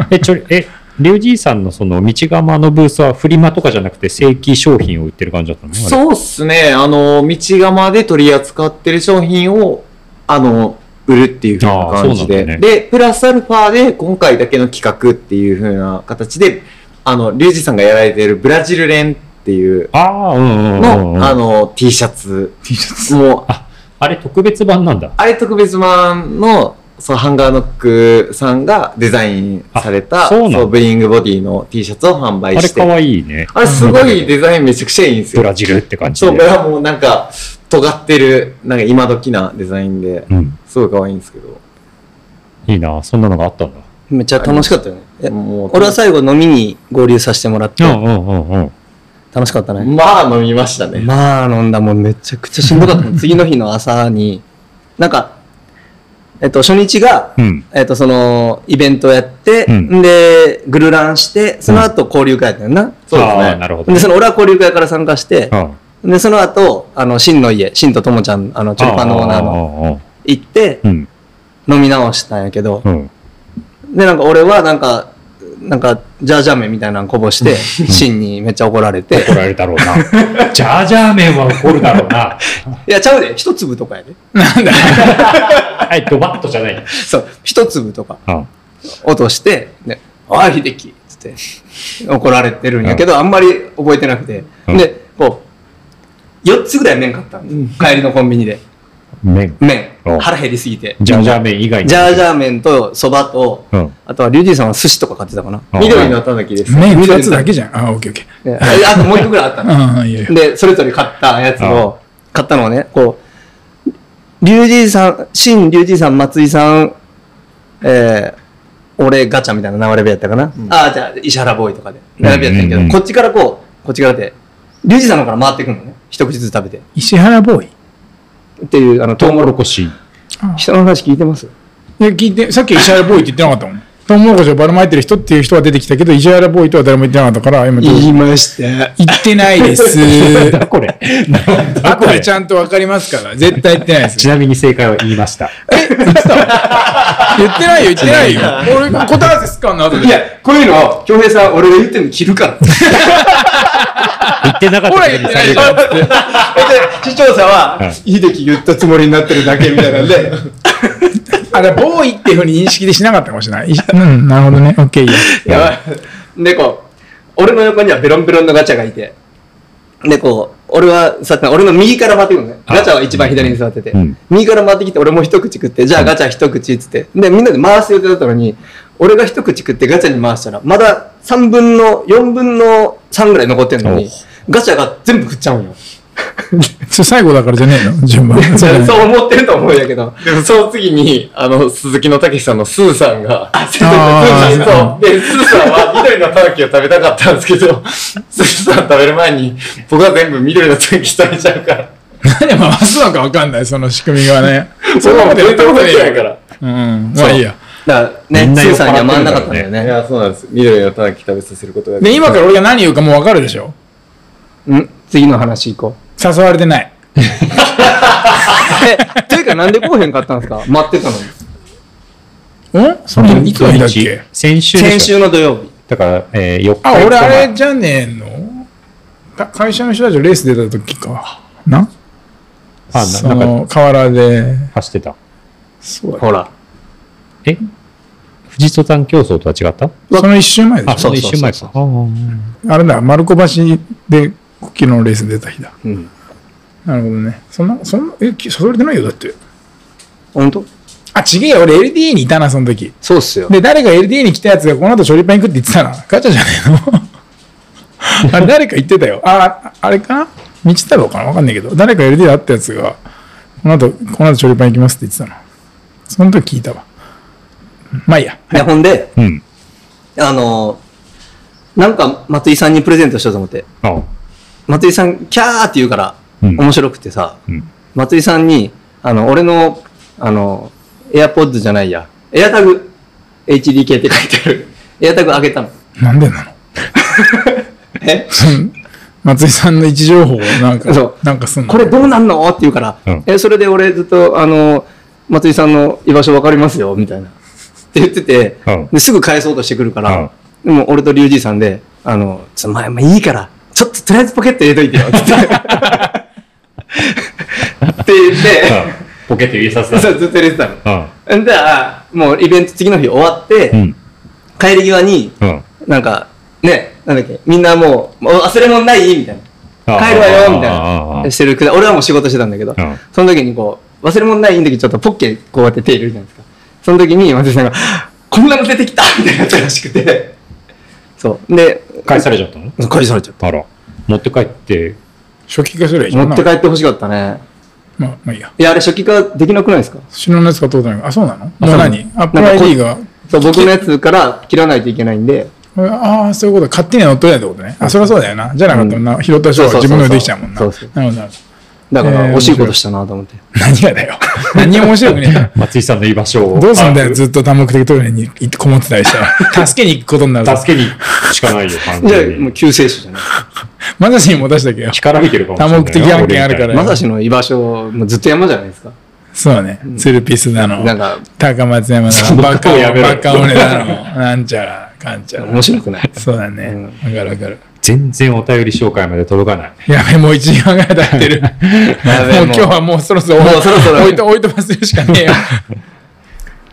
Speaker 1: え、ちょ、え、リュウジーさんのその道釜のブースはフリマとかじゃなくて正規商品を売ってる感じだったのう。
Speaker 4: そうっすね。あの、道釜で取り扱ってる商品を、あの、売るっていう風な感じ
Speaker 1: あーそ
Speaker 4: で。
Speaker 1: うなんだ
Speaker 4: で、プラスアルファで今回だけの企画っていう風な形で、あの、リュウジさんがやられてるブラジル連っていう
Speaker 1: ああ、うんうんうんうん。
Speaker 4: の、あの、T シャツ
Speaker 2: ?T シャツ。
Speaker 4: もう、
Speaker 1: あれ特別版なんだ。
Speaker 4: あれ特別版の、そう、ハンガーノックさんがデザインされ
Speaker 1: あ
Speaker 4: た、
Speaker 1: そうなんだ
Speaker 4: そう、ブリングボディの T シャツを販
Speaker 1: あ
Speaker 4: 売
Speaker 1: れ
Speaker 4: して。
Speaker 1: かわいいね。
Speaker 4: あれすごいデザインめちゃくちゃいいんです
Speaker 1: ブ
Speaker 4: よ。
Speaker 1: ラジルって感じ
Speaker 4: そう、こ
Speaker 1: で
Speaker 4: れ。はもうなんか、尖ってる、なんか今時なデザインで、
Speaker 1: うん。
Speaker 4: すごい可愛いんですけど。
Speaker 1: いいなぁ。そんなのがあったんだ。
Speaker 3: めっちゃ楽しかったよね。え
Speaker 4: もう
Speaker 3: 俺は最後飲みに合流させてもらって、
Speaker 1: うんうんうん。
Speaker 3: 楽しかったね。
Speaker 4: まあ飲みましたね。
Speaker 3: まあ飲んだもんめちゃくちゃしんどかったもん。次の日の朝に、なんか、えっと、初日が、
Speaker 1: うん。
Speaker 3: えっと、その、イベントやって、
Speaker 1: うん
Speaker 3: ん、で、グルランして、その後交流会やったよな。
Speaker 4: そうですね
Speaker 1: あーなるほど
Speaker 3: で、。その、俺は交流会から参加して、
Speaker 1: うん
Speaker 3: で、その後、あの、真の家、真とともちゃん、あの、チョルパンのオーナーの、
Speaker 1: の。
Speaker 3: 行って、
Speaker 1: うん。
Speaker 3: 飲み直したんやけど、
Speaker 1: うん。
Speaker 3: で、なんか俺は、なんか、なんか、ジャージャー麺みたいなのこぼ <laughs> して、真にめっちゃ怒られて、
Speaker 1: 怒られるだろうな。ジャージャー麺は怒るだろうな。
Speaker 3: いや、ちゃうで、一粒とかやで。
Speaker 1: はい、ドバッとじゃない。
Speaker 3: <laughs> そう、一粒とか
Speaker 1: うん。
Speaker 3: 落として、ね、おい、秀樹っつって、怒られてるんやけど、あんまり覚えてなくて、
Speaker 1: うん
Speaker 3: で、こう、4つぐらい麺買ったん帰りのコンビニで。
Speaker 1: 麺。
Speaker 3: 麺
Speaker 1: お。
Speaker 3: 腹減りすぎて。
Speaker 1: ジャージャー麺以外に。
Speaker 3: ジャージャー麺とそばと、
Speaker 1: うん
Speaker 3: あとはリュウジさんは寿司とか買ってたかな。
Speaker 1: うん
Speaker 4: 緑のたぬきです。
Speaker 2: 麺2つだけじゃん。あー、オッケーオッケー。
Speaker 3: であともう一個ぐらいあったの。
Speaker 2: ああ、いいよいいよ。
Speaker 3: <laughs> で、それぞれ買ったやつを、買ったのをね、こう、リュウジさん、新リュウジさん、松井さん、えー、俺ガチャみたいな流れ部やったかな。ああ、じゃあ、石原ボーイとかで。並べやったんやけど、
Speaker 1: うんうんうん
Speaker 3: こっちからこう、こっちからで、リュウジさんの方から回ってくるのね。一口ずつ食べて。
Speaker 2: 石原ボーイ。
Speaker 3: っていう、あの、ト
Speaker 1: トウ
Speaker 3: ウ
Speaker 1: モ
Speaker 3: モ
Speaker 1: ロ
Speaker 3: ロコ
Speaker 1: コシ。
Speaker 3: シ。人の話聞いてます
Speaker 2: いや、聞いて、さっき石原ボーイって言ってなかったもん。トウモロコシをばらまいてる人っていう人は出てきたけど、石原ボーイとは誰も言ってなかったから、今ちょっと、
Speaker 3: いました。
Speaker 2: 言ってない <laughs> です。
Speaker 1: だこれ。なんだ
Speaker 2: 後
Speaker 1: こ
Speaker 2: で
Speaker 1: れ
Speaker 2: ち。ゃんとわかりますから、絶対言ってないです
Speaker 1: ち。なみに正解は言いました。
Speaker 2: 言ってないよ、言ってないよ。俺、答え合わせすっかんの後で。
Speaker 3: いや、こういうの、京平さん、俺が言っても着るから。 <laughs>
Speaker 1: 言ってなかっ
Speaker 2: ほ
Speaker 1: た
Speaker 2: ら、
Speaker 1: 時
Speaker 2: 言っ
Speaker 1: に
Speaker 2: て
Speaker 1: さ
Speaker 2: な
Speaker 1: れ
Speaker 2: い
Speaker 1: る
Speaker 2: よ
Speaker 3: <laughs>
Speaker 1: か。ら
Speaker 3: 視聴者は、
Speaker 1: はい
Speaker 3: 秀樹言ったつもりになってるだけみたいなんで、
Speaker 2: あ、だからボーイっていうふうに認識でしなかったかもしれない。いうん、なるほどね。オッケー、いいよ。
Speaker 3: やばい。で、こう、俺の横にはベロンベロンのガチャがいて、で、こう、俺は座ってない俺の右から回ってくるのね。
Speaker 1: あ
Speaker 3: ガチャは一番左に座ってて。
Speaker 1: うん
Speaker 3: 右から回ってきて、俺も一口食って、じゃあガチャ一口っつって。で、みんなで回す予定だったのに、俺が一口食ってガチャに回したら、まだ3分の、4分の3ぐらい残ってんのに、ガチャが全部食っちゃうんよ。
Speaker 2: それ最後だからじゃねえの順番。<laughs> そ
Speaker 3: そ
Speaker 2: うだね
Speaker 3: う思ってると思うんやけど。
Speaker 4: でもその次に、あの、鈴木のたけしさんのスーさんが、あ、 <laughs> スー
Speaker 2: あー
Speaker 4: さんそう。で、スーさんは緑のタヌキを食べたかったんですけ
Speaker 3: <laughs>
Speaker 4: ど、スーさん食べる前に、僕は全部緑のタヌキ食べちゃうから。
Speaker 2: 何回すのかわかんない、その仕組みが <laughs> ね。
Speaker 4: そんなこと言ったことないから。
Speaker 2: うん。まあいいや。
Speaker 3: だから
Speaker 1: みん
Speaker 3: ね、
Speaker 1: な
Speaker 3: ス
Speaker 1: 酔
Speaker 3: ー
Speaker 1: っ
Speaker 3: さ
Speaker 1: 払
Speaker 3: ん
Speaker 1: って
Speaker 3: に
Speaker 1: るからね
Speaker 3: は回んなかったんだよ
Speaker 4: い
Speaker 3: ね。
Speaker 4: や、そうなんです。緑のタヌキ食べさせることが
Speaker 2: で、今から俺が何言うかもうわかるでしょ
Speaker 3: うん次の話行こう。
Speaker 2: 誘われてない。
Speaker 3: え、というかなんで来おへんかったんですか待ってたのに。
Speaker 2: んそのいつの日だっけ
Speaker 1: 先週で
Speaker 3: 先
Speaker 1: しょ
Speaker 3: 週の土曜日。
Speaker 1: だから、えー、4日
Speaker 2: あ、俺あ
Speaker 1: 5
Speaker 2: れじゃねえのか会社の人たちとレース出た時か。な
Speaker 1: 日前
Speaker 2: そ
Speaker 1: あ、ななんか
Speaker 2: の、河原で。
Speaker 1: 走ってた。
Speaker 2: そうだ
Speaker 3: ほら。
Speaker 1: え富士登山競争とは違った
Speaker 2: その一週前で
Speaker 1: あ、
Speaker 2: し
Speaker 1: そ
Speaker 2: ょ
Speaker 1: の一週前か。あー
Speaker 2: あれだ、丸子橋で5キロのレース出た日だ。
Speaker 3: うん。
Speaker 2: なるほどね。そんな、そんな、え、き誘われてないよ、だって。
Speaker 3: 本当
Speaker 2: あ、ちげえよ、俺 LDA にいたな、その時。
Speaker 3: そうっすよ。
Speaker 2: で、誰か LDA に来たやつがこの後処理パン行くって言ってたな。ガチャじゃね <laughs> えのあれ、誰か言ってたよ。あ、ああれかな道太郎かなわかんないけど。誰か LDA で会ったやつが、この後、この後処理パン行きますって言ってたな。その時聞いたわ。まあいいや。
Speaker 3: で、ほんで、
Speaker 1: うん。
Speaker 3: あのーなんか松井さんにプレゼントしようと思って。
Speaker 1: あ
Speaker 3: 松井さん、キャーって言うから、
Speaker 1: うん
Speaker 3: 面白くてさ、
Speaker 1: うん。
Speaker 3: 松井さんに、あの、俺の、あの、エアポッドじゃないや、エアタグ、HDK って書いてある、エアタグあげたの。
Speaker 2: なんでなの
Speaker 3: <laughs> え
Speaker 2: 松井さんの位置情報をなんか
Speaker 3: そう、
Speaker 2: なんかすんの
Speaker 3: これどうなんのって言うから、
Speaker 1: うん
Speaker 3: え、それで俺ずっと、あの、松井さんの居場所わかりますよ、みたいな。って言ってて、
Speaker 1: うん
Speaker 3: ですぐ返そうとしてくるから、でも俺と龍二さんで、あの、つまあまあいいから、ちょっととりあえずポケット入れといてよ、つって。って言って、
Speaker 1: ポケット入れさせた。
Speaker 3: そうずっと入れてたの。
Speaker 1: うん。
Speaker 3: んで、あもうイベント次の日終わって、
Speaker 1: うん。
Speaker 3: 帰り際に、
Speaker 1: うん。
Speaker 3: なんか、ね、なんだっけ、みんなもう、もう忘れ物ないみたいな。
Speaker 1: あ
Speaker 3: 帰るわよみたい
Speaker 1: ああああ
Speaker 3: な。してるくだ俺はもう仕事してたんだけど
Speaker 1: うん、
Speaker 3: その時にこう、忘れ物ないんだけど、ちょっとポッケこうやって手入れるじゃないですか。その時に松井さんが、こんなの出てきたみたいなやつらしくて。 <laughs> そう。で、
Speaker 1: 返されちゃったの
Speaker 3: 返され
Speaker 4: <laughs>
Speaker 3: ちゃっ
Speaker 1: あら。持って帰って、
Speaker 2: 初期化すればいいじ
Speaker 3: た。
Speaker 2: ゃん
Speaker 3: 持って帰ってほしかったね。
Speaker 2: まあ、まあいいや。
Speaker 3: いや、あれ初期化できなくないですか
Speaker 2: 知らないやつか通ってないかあ、そうなのもう
Speaker 3: そうなの
Speaker 2: 何アップル
Speaker 3: なんかこ
Speaker 2: ID が。
Speaker 3: そう、僕のやつから切らないといけないんで、
Speaker 2: ああ、そういうこと。勝手には乗っ取れないってことね。あ、そりゃそうだよな。じゃなかったらな、拾った人が
Speaker 3: そうそうそうそう
Speaker 2: 自分のでできちゃうもんな。
Speaker 3: そうそう
Speaker 2: なるほどなるほど。
Speaker 3: だか
Speaker 2: え
Speaker 3: ら
Speaker 2: ー
Speaker 3: 惜しいことしたなと思って。
Speaker 2: 何がだよ。何も面白くねえな。
Speaker 1: 松井さんの居場所を。
Speaker 2: どうすんだよ、ずっと単目的トイレに行ってこもってたり
Speaker 3: <laughs>
Speaker 2: したら。助けに行くことになるぞ
Speaker 1: あ。助けに行くしかないよ、完
Speaker 3: じゃ
Speaker 1: 全
Speaker 3: あ、もう
Speaker 1: に。
Speaker 3: 救世主じゃない。
Speaker 2: まさしにも出したけど。
Speaker 1: 力見てるかもしれないよ。
Speaker 2: 多目的案件あるから
Speaker 3: まさしの居場所、もうずっと山じゃないですか。
Speaker 2: そうだね。ツルピスだの。
Speaker 3: なんか、
Speaker 2: 高松山だ
Speaker 1: そ
Speaker 2: の。
Speaker 1: の
Speaker 2: バカ
Speaker 1: 顔やめろよ
Speaker 2: バカ俺だの。なんちゃら、かんちゃら
Speaker 3: 面。白くない。
Speaker 2: そうだね。
Speaker 3: うん
Speaker 2: わかるわかる。
Speaker 1: 全然お便り紹介まで届かない。
Speaker 2: やべ、もう1時間ぐらい経ってる。もう
Speaker 3: べもう
Speaker 2: 今日はもうそろそろ
Speaker 3: もうそろそろ
Speaker 2: 置いと、置いとばするしかねえよ。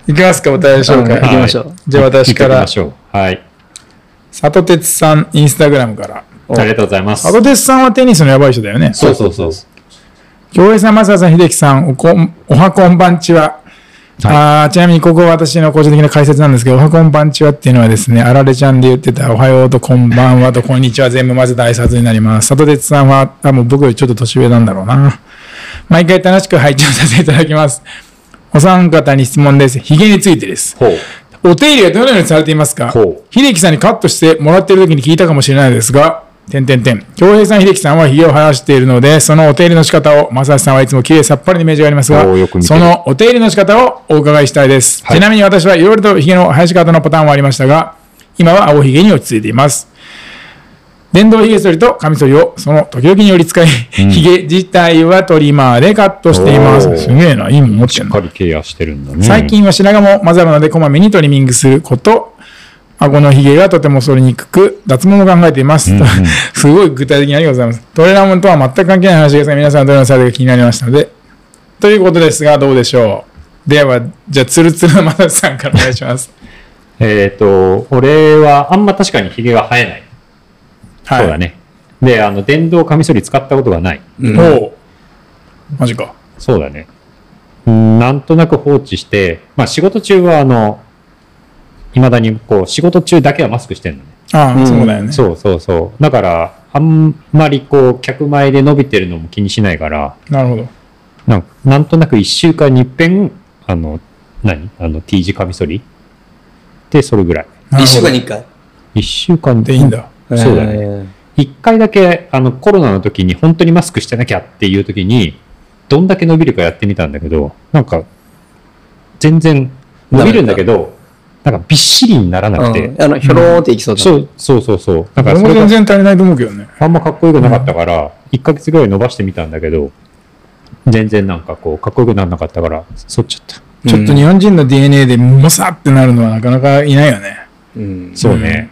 Speaker 2: いきますか、お便り紹
Speaker 3: うん行き
Speaker 2: 介。
Speaker 3: ましょう
Speaker 1: はい
Speaker 2: じゃあ私から
Speaker 1: 行きましょう。はい。
Speaker 2: 里哲さん、インスタグラムから。
Speaker 1: ありがとうございます。
Speaker 2: 里哲さんはテニスのやばい人だよね。
Speaker 1: そうそうそう。
Speaker 2: 京平さん、正さん、秀樹さん、おこん、おはこんばんちは。あーちなみに、ここは私の個人的な解説なんですけど、おはこんばんちはっていうのはですね、あられちゃんで言ってた、おはようとこんばんはとこんにちは全部混ぜた挨拶になります。里哲さんは多分僕よりちょっと年上なんだろうな。毎回楽しく拝聴させていただきます。お三方に質問です。ヒゲについてです。
Speaker 1: ほう。
Speaker 2: お手入れはどのようにされていますか
Speaker 1: ほう
Speaker 2: 秀樹さんにカットしてもらってる時に聞いたかもしれないですが、点点点。京平さん、秀樹さんは髭を生やしているので、そのお手入れの仕方を、正志さんはいつも綺麗さっぱりのイメージがありますが
Speaker 1: おーよく見て、る
Speaker 2: そのお手入れの仕方をお伺いしたいです。
Speaker 1: い
Speaker 2: ちなみに私はいろいろと髭の生やし方のパターンはありましたが、今は青髭に落ち着いています。電動髭剃りとカミソリをその時々により使い、髭自体はトリマーでカットしていま
Speaker 1: お
Speaker 2: す。
Speaker 1: ー
Speaker 2: すげえな、いいもん持って
Speaker 1: し
Speaker 2: ん
Speaker 1: っ
Speaker 2: な
Speaker 1: か。りケアしてるんだね。
Speaker 2: 最近は白髪も混ざるのでこまめにトリミングすること顎のひげがとても剃りにくく脱毛も考えています、 <laughs> すごい具体的にありがとうございますトレーラーもんとは全く関係ない話ですが皆さんのトレーラーのサイズが気になりましたのでということですがどうでしょうではじゃあツルツルのマサさんからお願いします
Speaker 1: えっ、と、俺はあんま確かにヒゲが生えない。<laughs>
Speaker 2: はい
Speaker 1: そうだね。で、あの、電動カミソリ使ったことがない。
Speaker 3: うん
Speaker 2: おうマジか。
Speaker 1: そうだね。うんなんとなく放置して、まあ仕事中はあの、未だにこう、仕事中だけはマスクしてんのね。
Speaker 2: ああ、
Speaker 3: うん
Speaker 2: そうだよね。
Speaker 1: そうそうそう。だから、あんまりこう、客前で伸びてるのも気にしないから、
Speaker 2: なるほど。
Speaker 1: なんかなんとなく一週間に一遍、あの、何あの、T 字カミソリで、それぐらい。
Speaker 3: 一週間に
Speaker 2: っ
Speaker 3: 一回。
Speaker 1: 一週間
Speaker 2: ていいん。だ。
Speaker 1: そうだね。
Speaker 3: ね。
Speaker 1: 一回だけ、あの、コロナの時に本当にマスクしてなきゃっていう時に、どんだけ伸びるかやってみたんだけど、なんか、全然伸びるんだけど、なんかびっしりにならなくて、
Speaker 3: うんあの、ひょろーっていきそうだね。
Speaker 1: そうそうそうそう。なんか
Speaker 2: 俺
Speaker 1: そ
Speaker 2: も
Speaker 1: れが
Speaker 2: 全然足りないと思うけどね。
Speaker 1: あんまかっこよくなかったから、1ヶ月ぐらい伸ばしてみたんだけど、全然なんかこう、かっこよくならなかったから、そっちゃった。
Speaker 2: ちょっと日本人の DNA でもさってなるのはなかなかいないよね。
Speaker 3: うん。
Speaker 1: そうね。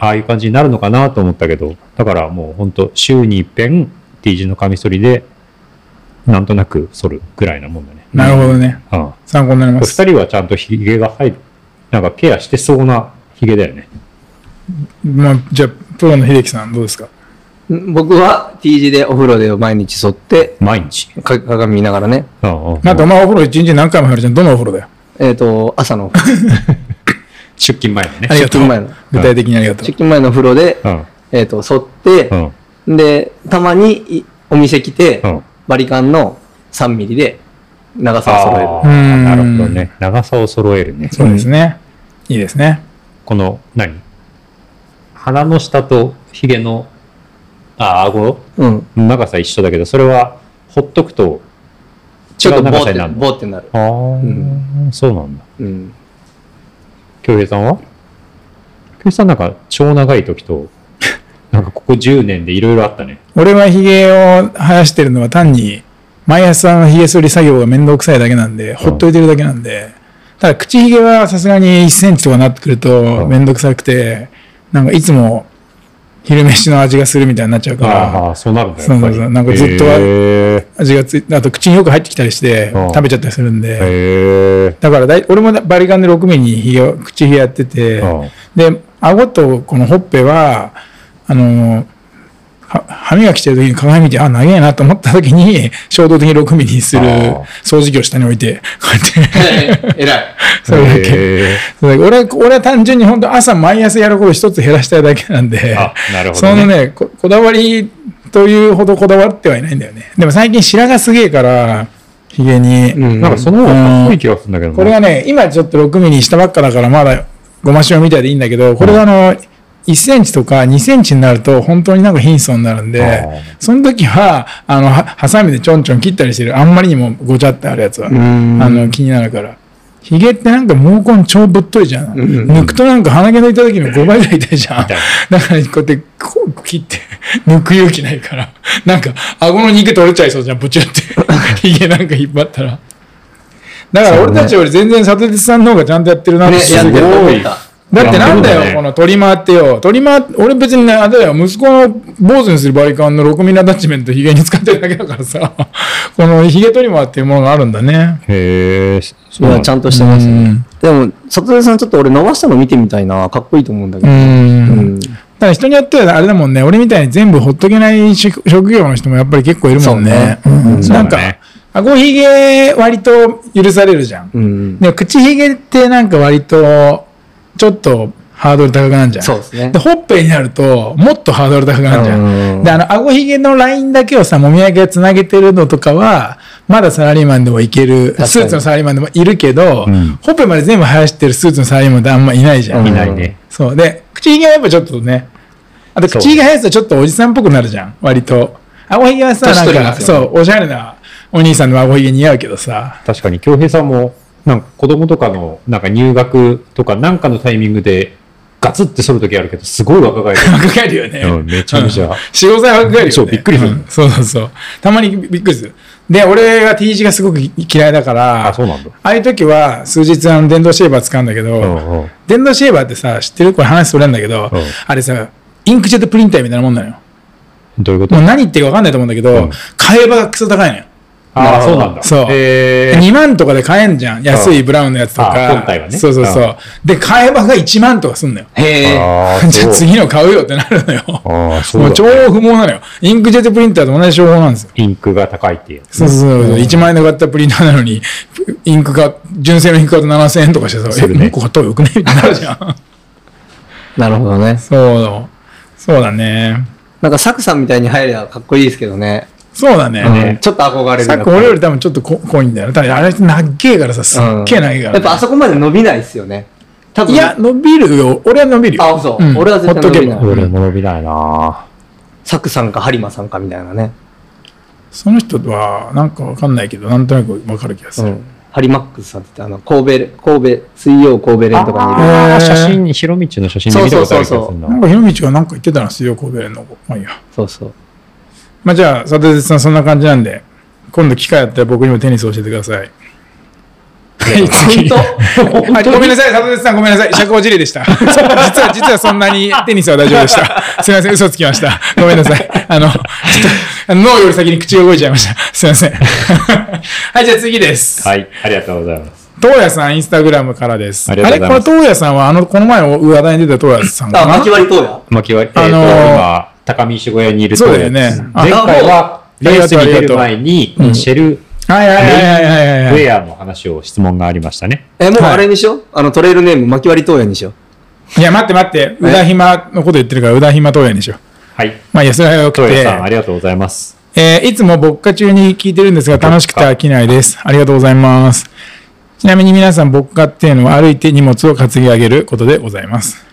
Speaker 1: ああいう感じになるのかなと思ったけど、だからもう本当週に一遍 T 字のカミソリで、なんとなく剃るぐらいなもんだね。
Speaker 2: なるほどね。
Speaker 1: うん。こ
Speaker 2: 参考になり
Speaker 1: れ
Speaker 2: ま
Speaker 1: 二
Speaker 2: す。
Speaker 1: 人はちゃんとヒゲが入る。なんかケアしてそうなヒゲだよね。
Speaker 2: まあ、じゃあ、プロの秀樹さんどうですか
Speaker 3: 僕は T 字でお風呂で毎日沿って、
Speaker 1: 毎日。
Speaker 3: か鏡見ながらね。
Speaker 1: うんうんうん
Speaker 2: なんかお前お風呂一日何回も入るじゃん。どのお風呂だよ。
Speaker 3: えっと、
Speaker 1: <laughs>
Speaker 3: 朝の、
Speaker 1: 出勤前にね
Speaker 2: あ。りがとう
Speaker 3: 出勤前の。
Speaker 2: 具体的にありがと
Speaker 3: 出
Speaker 2: う。
Speaker 3: 勤前のお風呂で
Speaker 1: う、ん。
Speaker 3: えっと、沿って
Speaker 1: う、ん。
Speaker 3: で、たまにいお店来て
Speaker 1: う、ん。
Speaker 3: バリカンの3ミリで長さを揃える
Speaker 1: あ。ーなる
Speaker 2: うん
Speaker 1: ほどね。長さを揃えるね。
Speaker 2: そうですね。いいですね。
Speaker 1: この、何鼻の下とヒゲの、あ、顎
Speaker 3: うん。
Speaker 1: 長さ一緒だけど、それは、ほっとくと、
Speaker 3: ちょっとボ
Speaker 1: 長
Speaker 3: ー
Speaker 1: さ
Speaker 3: っ
Speaker 1: に
Speaker 3: て
Speaker 1: なるの
Speaker 3: ボーってなる。
Speaker 1: ああ、そうなんだ。
Speaker 3: うん。
Speaker 1: 京平さんは京平さんなんか、超長い時と、 <laughs> なんかここ10年でいろいろあったね。
Speaker 2: 俺はヒゲを生やしてるのは単に、毎朝のヒゲ剃り作業が面倒くさいだけなんで、ほっといてるだけなんで、ただ口ヒゲはさすがに1センチとかなってくると
Speaker 1: ん
Speaker 2: 面倒くさくて、なんかいつも昼飯の味がするみたいになっちゃうから、
Speaker 1: ああ、そうなるんだ
Speaker 2: そうそうそうなんかずっとは
Speaker 1: へー
Speaker 2: 味がつい、あと口によく入ってきたりして
Speaker 1: うん
Speaker 2: 食べちゃったりするんで、
Speaker 1: へー
Speaker 2: だからだい俺もバリカンで6ミリヒゲを、口ヒゲやってて、
Speaker 1: うん
Speaker 2: で、顎とこのほっぺは、あの、は歯磨きしてる時に鏡見て、あ、長えなと思った時に、衝動的に6ミリにす
Speaker 1: あ
Speaker 2: る
Speaker 1: ー
Speaker 2: 掃除機を下に置いて、こう
Speaker 1: <laughs>
Speaker 2: やって、
Speaker 3: えらい。
Speaker 2: それだけ。
Speaker 1: へ
Speaker 2: それだけ俺は、俺は単純に本当朝毎朝やること一つ減らしたいだけなんで、
Speaker 1: あなるほどね
Speaker 2: そのねこ、こだわりというほどこだわってはいないんだよね。でも最近白髪すげえから、髭に。
Speaker 1: ーなんかその方がかっこいい気がするんだけどな
Speaker 2: これがね、今ちょっと6ミリしたばっかだから、まだごま塩みたいでいいんだけど、これがあの、1センチとか2センチになると、本当になんか貧相になるんで
Speaker 1: あー、
Speaker 2: その時は、あの、はハサミでちょんちょん切ったりしてる。あんまりにもごちゃってあるやつは、あ
Speaker 3: ん
Speaker 2: の、気になるから。ヒゲってなんか毛根超ぶっといじゃん。抜くとなんか鼻毛抜いた時の5倍ぐらい痛いじゃん。
Speaker 1: 痛い
Speaker 2: だからこうやってこう切って抜く勇気ないから。なんか顎の肉取れちゃいそうじゃん、ぶちゅって。
Speaker 1: <laughs>
Speaker 2: ヒゲなんか引っ張ったら。だから俺たちより全然サテテさんの方がちゃんとやってるなって
Speaker 3: ね、やってると思った。
Speaker 2: だってなんだ
Speaker 1: いやそう
Speaker 2: よ、
Speaker 1: だね
Speaker 2: この取り回ってよ。取り回って、俺別にね、あれだよ、息子の坊主にするバリカンの6ミリアタッチメントヒゲに使ってるだけだからさ、 <laughs> このヒゲ取り回っていうものがあるんだね。
Speaker 1: へえ、そ
Speaker 3: いう
Speaker 1: な
Speaker 3: や、
Speaker 1: ん
Speaker 3: ちゃ
Speaker 1: だ。
Speaker 3: んとしてますね。でも、里出さんちょっと俺伸ばしたの見てみたいな。かっこいいと思うんだけ
Speaker 2: う
Speaker 3: ど。
Speaker 2: ん。
Speaker 3: うん。
Speaker 2: ただ人によってはあれだもんね、俺みたいに全部ほっとけない職職業の人もやっぱり結構いるもんね。うん
Speaker 1: そうだ
Speaker 2: な
Speaker 1: ね
Speaker 2: んか、顎ひげ割と許されるじゃん。
Speaker 3: うん。
Speaker 2: でも口ひげってなんか割と、ちょっとハードル高くなるじゃん。
Speaker 3: そうですね
Speaker 2: で、。ほっぺになると、もっとハードル高くなるじゃ
Speaker 3: うん
Speaker 2: ん。で、あの、顎ひげのラインだけをさ、もみあげがつなげてるのとかは、まだサラリーマンでもいける
Speaker 3: か、に
Speaker 2: スーツのサラリーマンでもいるけど、
Speaker 1: うん
Speaker 2: ほっぺまで全部生やしてるスーツのサラリーマンってあんまいないじゃん。
Speaker 3: うん
Speaker 1: いないね。
Speaker 2: そう。で、口ひげはやっぱちょっとね、あと
Speaker 1: そう
Speaker 2: 口ひげ生やすとちょっとおじさんっぽくなるじゃん、割と。顎ひげはさ、
Speaker 3: 年
Speaker 2: なん
Speaker 3: 取りま
Speaker 2: か、
Speaker 3: すよね
Speaker 2: そう、おしゃれなお兄さんの顎ひげ似合うけどさ、
Speaker 1: 確かに、京平さんも、なんか子供とかの、なんか入学とかなんかのタイミングで、ガツって剃るときあるけど、すごい若返
Speaker 2: <laughs>
Speaker 1: る。
Speaker 2: 若返るよね。
Speaker 1: うん、めちゃめちゃ。
Speaker 2: 四五歳は若返るよ、ね。
Speaker 1: そうびっくりする
Speaker 2: んそうそうそう。たまにびっくりする。で、俺が T 字がすごく嫌いだから、
Speaker 1: あ、そうなんだ。
Speaker 2: ああいう時は数日あの電動シェーバー使うんだけど、
Speaker 1: うんうん
Speaker 2: 電動シェーバーってさ、知ってるこれ話それんだけど、
Speaker 1: うん
Speaker 2: あれさ、インクジェットプリンターみたいなもんなのよ。
Speaker 1: どういうこと
Speaker 2: もう何言ってるか分かんないと思うんだけど、
Speaker 1: うん
Speaker 2: 替え刃がクソ高いのよ。
Speaker 1: ああ、そうなんだ。
Speaker 2: そう
Speaker 1: えー
Speaker 2: 2万とかで買えんじゃん。安いブラウンのやつと
Speaker 1: あ
Speaker 2: か。
Speaker 1: 本体はね
Speaker 2: そうそうそう。で、買えばが1万とかすんのよ。
Speaker 4: へえ。
Speaker 1: あー
Speaker 2: じゃあ次の買うよってなるのよ。
Speaker 1: ああ、そう
Speaker 2: もう超
Speaker 1: だ、ね。
Speaker 2: 不毛なのよ。インクジェットプリンターと同じ商法なんですよ。
Speaker 1: インクが高いっていう。
Speaker 2: そうそうそう。1万円で買ったプリンターなのに、インクが、純正のインク買うと7000円とかしてさ、
Speaker 1: するね
Speaker 2: え、1個買った方がよくねみたいになるじゃ
Speaker 1: <laughs>
Speaker 2: ん。
Speaker 3: なるほどね。
Speaker 2: そう。そうだね。
Speaker 3: なんかサクさんみたいに入ればかっこいいですけどね。
Speaker 2: そうだね。
Speaker 3: うんちょっと憧れる。
Speaker 2: さっき俺より多分ちょっとこ濃いんだよね。ただあれなっけえからさ、すっげえ長い
Speaker 3: うん
Speaker 2: か
Speaker 3: や
Speaker 2: ら
Speaker 3: っぱあ
Speaker 2: ね。
Speaker 3: そこまで伸びないですよね。多分。
Speaker 2: いや、、伸びるよ。俺は伸びるよ。
Speaker 3: あ、そう。
Speaker 2: ん
Speaker 3: 俺は絶対伸びな
Speaker 2: ほっとけば
Speaker 3: い。
Speaker 1: 俺も伸びないな
Speaker 3: サクさんかハリマさんかみたいなね。
Speaker 2: その人は、なんかわかんないけど、なんとなくわかる気がす
Speaker 3: う
Speaker 2: る。
Speaker 3: ん。ハリマックスさんって言って、あの、神戸、神戸、水曜神戸連とかにいる。
Speaker 1: あ
Speaker 2: へ
Speaker 1: あ、
Speaker 2: ー
Speaker 1: 写真に、広道の写真で見たことある気がするな。
Speaker 2: なんか、ひろみちがなんか言ってたな、水曜神戸連の子。まあいいや。
Speaker 3: そうそう。
Speaker 2: まあじゃあ、佐藤哲さんそんな感じなんで、今度機会あったら僕にもテニス教えてください。 <laughs> はい、次。はいごめんなさい、佐藤哲さんごめんなさい。社交辞令でした。そう実は、実はそんなにテニスは大丈夫でした。すいません、嘘つきました。ごめんなさい。あの、ちょっと、脳より先に口が動いちゃいました。すいません。 <laughs> はい、じゃあ次です。
Speaker 1: はい、ありがとうございます。
Speaker 2: 東野さん、インスタグラムからです。
Speaker 1: ありがとうございます
Speaker 2: あれ、これ東野さんは、あの、この前お話題に出た東野さんか
Speaker 3: あ、
Speaker 2: な
Speaker 3: 巻き割り東や。
Speaker 1: まあ、きわえーと、
Speaker 2: あのー
Speaker 1: 今、高見守護屋にいると
Speaker 2: そうだよねあ
Speaker 1: 前回は、
Speaker 2: あり
Speaker 1: レー
Speaker 2: が
Speaker 1: ス
Speaker 2: とう
Speaker 1: に出
Speaker 2: ありが
Speaker 1: る
Speaker 2: とう
Speaker 1: 前に、シェル、
Speaker 2: はいはいはいはいはいはい
Speaker 1: ウ。ェアの話を質問がありましたね。
Speaker 3: え、もう
Speaker 2: はい
Speaker 3: あれにしよう。あの、トレイルネーム巻き割り東やにしよう。
Speaker 2: いや、待って待って。宇田暇のこと言ってるから、宇田暇東野にしよう。
Speaker 1: はい。
Speaker 2: まあ、いや、それはよく
Speaker 1: トヨさん、あ
Speaker 2: て。
Speaker 1: りがとうございます。
Speaker 2: えーいつも僕課中に聞いてるんですが、楽しくて飽きないです。ありがとうございます。ちなみに皆さん、僕課っていうのは歩いて荷物を担ぎ上げることでございます。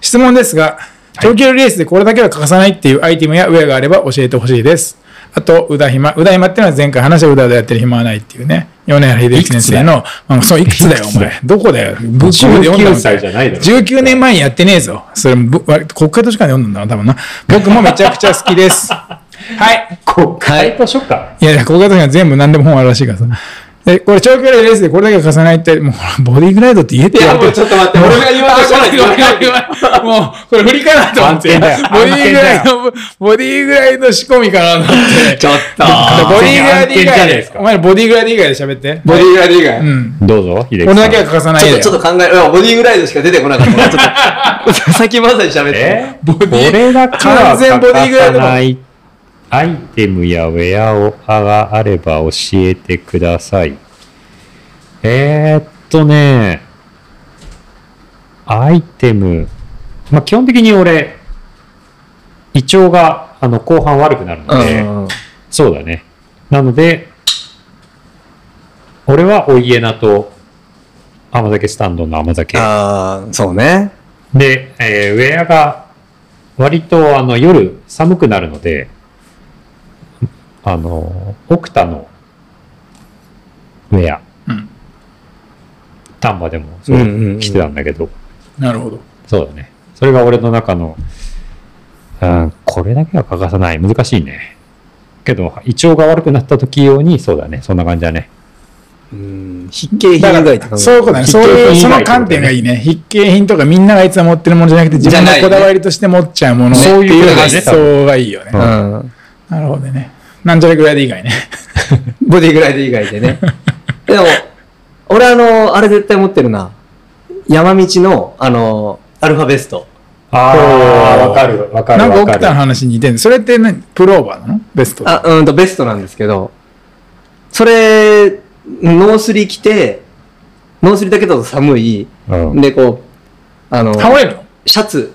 Speaker 2: 質問ですが、長距離レースでこれだけは欠かさないっていうアイテムやウェアがあれば教えてほしいです。あと、宇田暇。宇田暇っていうのは前回話した宇田でやってる暇はないっていうね。米原秀樹先生の、あのそう、いくつだよ、お前。どこだよ。ぶっ込んで読んだ
Speaker 1: 19
Speaker 2: のかよ
Speaker 1: 歳じゃないだろ。
Speaker 2: 19年前にやってねえぞ。それもぶ、割と国会図書館で読んだんだな、多分な。僕もめちゃくちゃ好き
Speaker 3: <laughs>
Speaker 2: です。はい。
Speaker 1: 国会図書館
Speaker 2: いやいや、国会図書館全部何でも本あるらしいからさ。で、これ長距離レースでこれだけ重ないって、もうほらボディーグライドって言えてよ。
Speaker 3: ちょっと待って、俺が言わな
Speaker 2: ごめんごめんごめん <laughs> もう、これ振りかなと思って。
Speaker 1: 案件
Speaker 2: ボ
Speaker 1: だよ
Speaker 2: ディーグライド、ボディーグライド仕込みかなと思って。
Speaker 3: <laughs> ちょっと。
Speaker 4: <laughs>
Speaker 2: ボディーグライド
Speaker 1: 案
Speaker 2: 以
Speaker 1: 件じゃないで
Speaker 2: 外
Speaker 1: す、か
Speaker 2: お前らボディーグライド以外で喋って。
Speaker 3: ボディーグライド以外。
Speaker 2: うん。
Speaker 1: どうぞ、秀樹さ
Speaker 2: こ
Speaker 1: ん。
Speaker 2: れだけは欠かさない
Speaker 3: ちょっ
Speaker 2: で
Speaker 3: と、ちょ
Speaker 2: よ。
Speaker 3: っと考え、うんボディーグライドしか出てこ <laughs> なかったな。ちょっと、先まさに喋って。
Speaker 1: え
Speaker 2: ボディ
Speaker 1: これだけは
Speaker 2: 完全
Speaker 1: 欠
Speaker 2: ボディーグライ
Speaker 1: か
Speaker 2: ド
Speaker 1: さ
Speaker 2: の
Speaker 1: ないアイテムやウェアをがあれば教えてください。えー、っとね、アイテム。まあ、基本的に俺、胃腸があの後半悪くなるので、
Speaker 3: うん
Speaker 1: そうだね。なので、俺はお家なと甘酒スタンドの甘酒。
Speaker 3: ああ、そうね。
Speaker 1: で、えーウェアが割とあの夜寒くなるので、あの、オクタのウェア、
Speaker 2: うん
Speaker 1: 丹波でもそううん
Speaker 3: うんうん
Speaker 1: 着てたんだけど、
Speaker 2: なるほど。
Speaker 1: そうだね。それが俺の中の、うん、これだけは欠かさない。難しいね。けど、胃腸が悪くなった時用に、そうだね。そんな感じだね。
Speaker 3: うん、筆形
Speaker 2: だ
Speaker 3: 品以外
Speaker 2: から、そういうことだね。
Speaker 1: 必
Speaker 2: そ
Speaker 1: 要
Speaker 2: ういう、
Speaker 1: 品以
Speaker 2: その
Speaker 1: 外ってことだね
Speaker 2: 観点がいいね。必見品とかみんながいつも持ってるものじゃなくて、自分のこだわりとして持っちゃうもの
Speaker 3: じゃないね
Speaker 2: ってい
Speaker 3: そ
Speaker 2: う
Speaker 3: ういうことだね
Speaker 2: 発想がいいよね。
Speaker 3: うん。
Speaker 2: なるほどね。なんちゃらぐらいで以外ね。
Speaker 3: ボディーグライド以外
Speaker 2: <laughs>
Speaker 3: でね。でも、俺あの、あれ絶対持ってるな。山道の、あの、アルファベスト。
Speaker 1: ああ、わかる、わかる。
Speaker 2: なんか
Speaker 1: わ
Speaker 2: 奥
Speaker 1: か
Speaker 2: 田の
Speaker 1: る。
Speaker 2: 話に似てる。それって何プローバーなのベスト。
Speaker 3: あ、うんと、ベストなんですけど、それ、ノースリ着て、ノースリだけだと寒い。
Speaker 1: うん
Speaker 3: で、こう、あの、
Speaker 2: 倒れるの
Speaker 3: シャツ、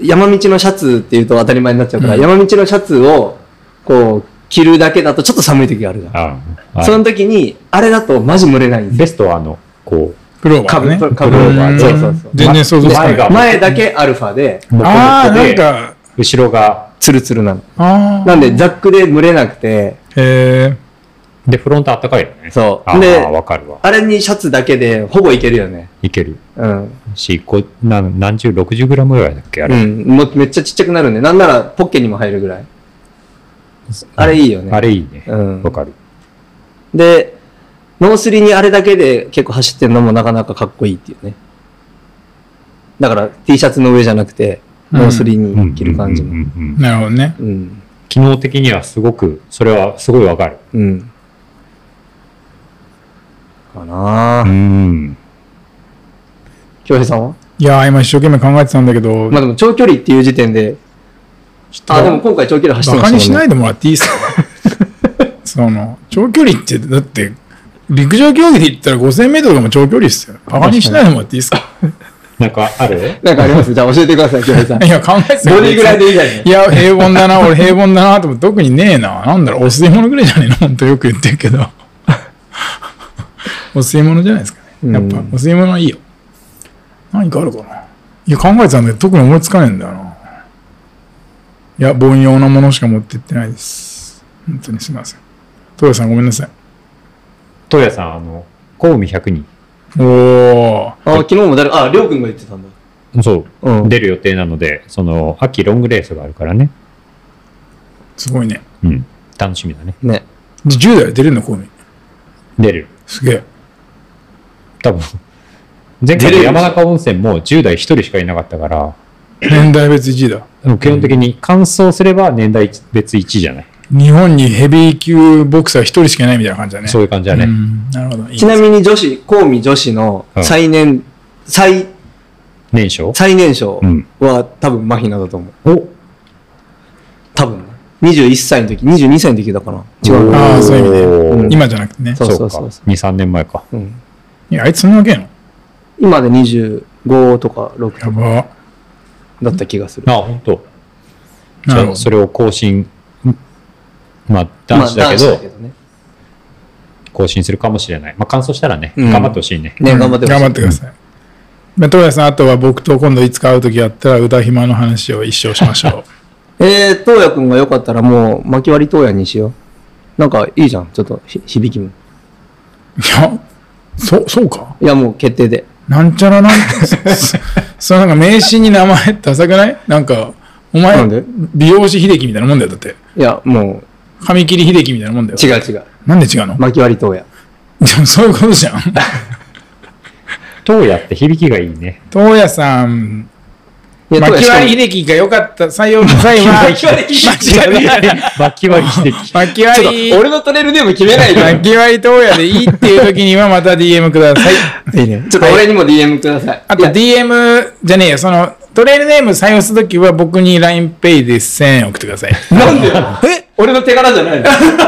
Speaker 3: 山道のシャツっていうと当たり前になっちゃうから、山道のシャツを、こう、着るだけだとちょっと寒い時があるじゃん。
Speaker 1: あはい
Speaker 3: その時に、あれだとマジ蒸れないんですよ。
Speaker 1: ベストはあの、こ
Speaker 2: プローバ
Speaker 3: か
Speaker 2: ー
Speaker 3: ぶ、
Speaker 2: ね。
Speaker 3: かぶオーバ
Speaker 2: う
Speaker 3: ー。
Speaker 2: ん
Speaker 3: そうそうそう。
Speaker 2: 全然想像つかない。
Speaker 1: 前が
Speaker 3: 前だけアルファで、
Speaker 1: う、もこ
Speaker 2: ああ、
Speaker 1: もこ
Speaker 2: なん
Speaker 1: で、
Speaker 2: か、
Speaker 1: 後ろが、
Speaker 3: ツルツルなの。
Speaker 2: ああ。
Speaker 3: なんで、ザックで蒸れなくて、
Speaker 2: へえ。
Speaker 1: で、フロントあったかいよね。
Speaker 3: そう
Speaker 1: あ
Speaker 3: で
Speaker 1: あ、わかるわ。
Speaker 3: あれにシャツだけで、ほぼいけるよね。
Speaker 1: いける。
Speaker 3: うん。
Speaker 1: し、こなん何十、60グラムぐらいだっけあ
Speaker 3: う
Speaker 1: れ。
Speaker 3: ん。もうめっちゃちっちゃくなるんで、なんならポッケにも入るぐらい。あれいいよね。
Speaker 1: あれいいね。
Speaker 3: うん
Speaker 1: わかる。
Speaker 3: で、ノースリーにあれだけで結構走ってるのもなかなかかっこいいっていうね。だから T シャツの上じゃなくて、
Speaker 2: うん
Speaker 3: ノースリー
Speaker 1: うん
Speaker 3: に着る感じ
Speaker 1: うんう
Speaker 3: も。
Speaker 1: んうんうん
Speaker 2: なるほどね。
Speaker 3: うん。
Speaker 1: 機能的にはすごく、それはすごいわかる。
Speaker 3: うん。かな
Speaker 1: う
Speaker 3: ぁ。
Speaker 1: ん。
Speaker 3: 京平さんはい
Speaker 2: やー、今一生懸命考えてたんだけど、
Speaker 3: まあでも長距離っていう時点で、あ、でも今回長距離走って
Speaker 2: バ
Speaker 3: ま
Speaker 2: カに
Speaker 3: し
Speaker 2: した
Speaker 3: も
Speaker 2: なんい
Speaker 3: ね。
Speaker 2: でもらっていいです
Speaker 3: <laughs>
Speaker 2: かその、長距離って、だって、陸上競技で言ったら5000メートルでも長距離ですよ。バカにしないでもらっていいですか
Speaker 1: なんかある
Speaker 3: なんかありますじゃあ教えてください、京平さん。
Speaker 2: いや、考えてた
Speaker 3: ボディぐらいでいいじゃん。
Speaker 2: いや、平凡
Speaker 1: <laughs>
Speaker 2: だな、俺平凡だなと思って、特にねえな。なんだろう、お吸い物ぐらいじゃねえのほ <laughs> んとよく言ってるけど。お吸い物じゃないですかね。やっぱ、お吸い物はいいよ。何かあるかな。いや、考えてたんだけど、特に思いつかねえんだよな。いや、凡庸なものしか持ってってないです。本当にすみません。トヨさんごめんなさい。
Speaker 1: トヤさん、あの、コウミ100人。
Speaker 2: おー。
Speaker 3: あ、昨日も誰か、あ、りょうくんが言ってたんだ。
Speaker 1: そうう。
Speaker 3: ん
Speaker 1: 出る予定なので、その、秋ロングレースがあるからね。
Speaker 2: すごいね。
Speaker 1: うん。楽しみだね。
Speaker 3: ね。
Speaker 2: で10代で出れるの、コウミ。
Speaker 1: 出る。
Speaker 2: すげえ。
Speaker 1: 多分。前
Speaker 3: 出
Speaker 1: 回
Speaker 3: れ
Speaker 1: の
Speaker 3: る
Speaker 1: 山中温泉も10代1人しかいなかったから、
Speaker 2: 年代別1位だ。
Speaker 1: でも基本的に完走すれば年代別1位じゃない。
Speaker 2: 日本にヘビー級ボクサー1人しかいないみたいな感じだね。
Speaker 1: そういう感じだ
Speaker 2: う
Speaker 1: ね。
Speaker 2: んなるほど。いい
Speaker 3: ちなみに女子、公民女子の最年、最、
Speaker 1: 年少
Speaker 3: 最年少
Speaker 1: うん
Speaker 3: は多分マヒナだと思う。
Speaker 1: お
Speaker 3: 多分ね。21歳の時、22歳の時だから。違うな。
Speaker 2: ああ、そういう意味で。
Speaker 1: おー
Speaker 2: 今じゃなくてね。
Speaker 3: そう
Speaker 1: そう
Speaker 3: そう
Speaker 1: か。
Speaker 3: そう
Speaker 1: 2、3年前か。
Speaker 3: うん
Speaker 2: いや、あいつそんなわけやの
Speaker 3: 今で25とか6
Speaker 2: や
Speaker 3: とか
Speaker 2: ば。
Speaker 3: だった気がする。
Speaker 1: あ、本当。じ
Speaker 2: なる
Speaker 1: ゃ
Speaker 2: ほ
Speaker 1: あ、
Speaker 2: ど
Speaker 1: それを更新、うんまあ、男子だけ
Speaker 3: まあ
Speaker 1: ど
Speaker 3: 男子、ね。
Speaker 1: 更新するかもしれない。まあ、完走したらね、
Speaker 3: うん
Speaker 1: 頑張ってほしいね。
Speaker 3: ね、頑張ってほしい
Speaker 2: 頑張ってください。まあ、トさん、あとは僕と今度いつか会うときあったら、歌暇の話を一生しましょ
Speaker 3: えー、東也くんがよかったらもう、巻き割り東也にしよう。なんかいいじゃん。ちょっとひ響きも。 <laughs>
Speaker 2: う。いや、そ、そうか
Speaker 3: いや、もう決定で。
Speaker 2: なんちゃら
Speaker 3: <laughs>
Speaker 2: なんて、そそうなんか名刺に名前ダサくないなんか、お
Speaker 3: な
Speaker 2: 前
Speaker 3: んで、
Speaker 2: 美容師秀樹みたいなもんだよ、だって。
Speaker 3: いや、も
Speaker 2: 髪切り秀樹みたいなもんだよ
Speaker 3: う、。違う違う。
Speaker 2: なんで違うの
Speaker 3: 巻き割り東也。
Speaker 2: でもそういうことじゃん。
Speaker 3: <laughs>
Speaker 1: どうやって響きがいいね。
Speaker 2: 東野さん、
Speaker 3: いや、
Speaker 2: 巻
Speaker 3: 東
Speaker 2: き割
Speaker 3: 也
Speaker 2: り
Speaker 3: し
Speaker 2: 秀樹が良かった採用の際
Speaker 3: <laughs>
Speaker 2: は、巻き割り
Speaker 1: バキバキして
Speaker 2: 巻き
Speaker 3: かも
Speaker 2: 割
Speaker 3: ち
Speaker 2: り
Speaker 3: ょっと、俺のトレールネーム決め <laughs> ないで。
Speaker 2: 巻き割り東野でいいっていう時にはまた DM ください。
Speaker 3: いいね。ちょっと俺にも DM ください。
Speaker 2: あと
Speaker 3: いや
Speaker 2: DM じゃねえよ、その、トレールネーム採用するときは僕に LINEPay で1000円送ってください。
Speaker 3: なんでよ。え俺の手柄じゃないの
Speaker 2: <laughs>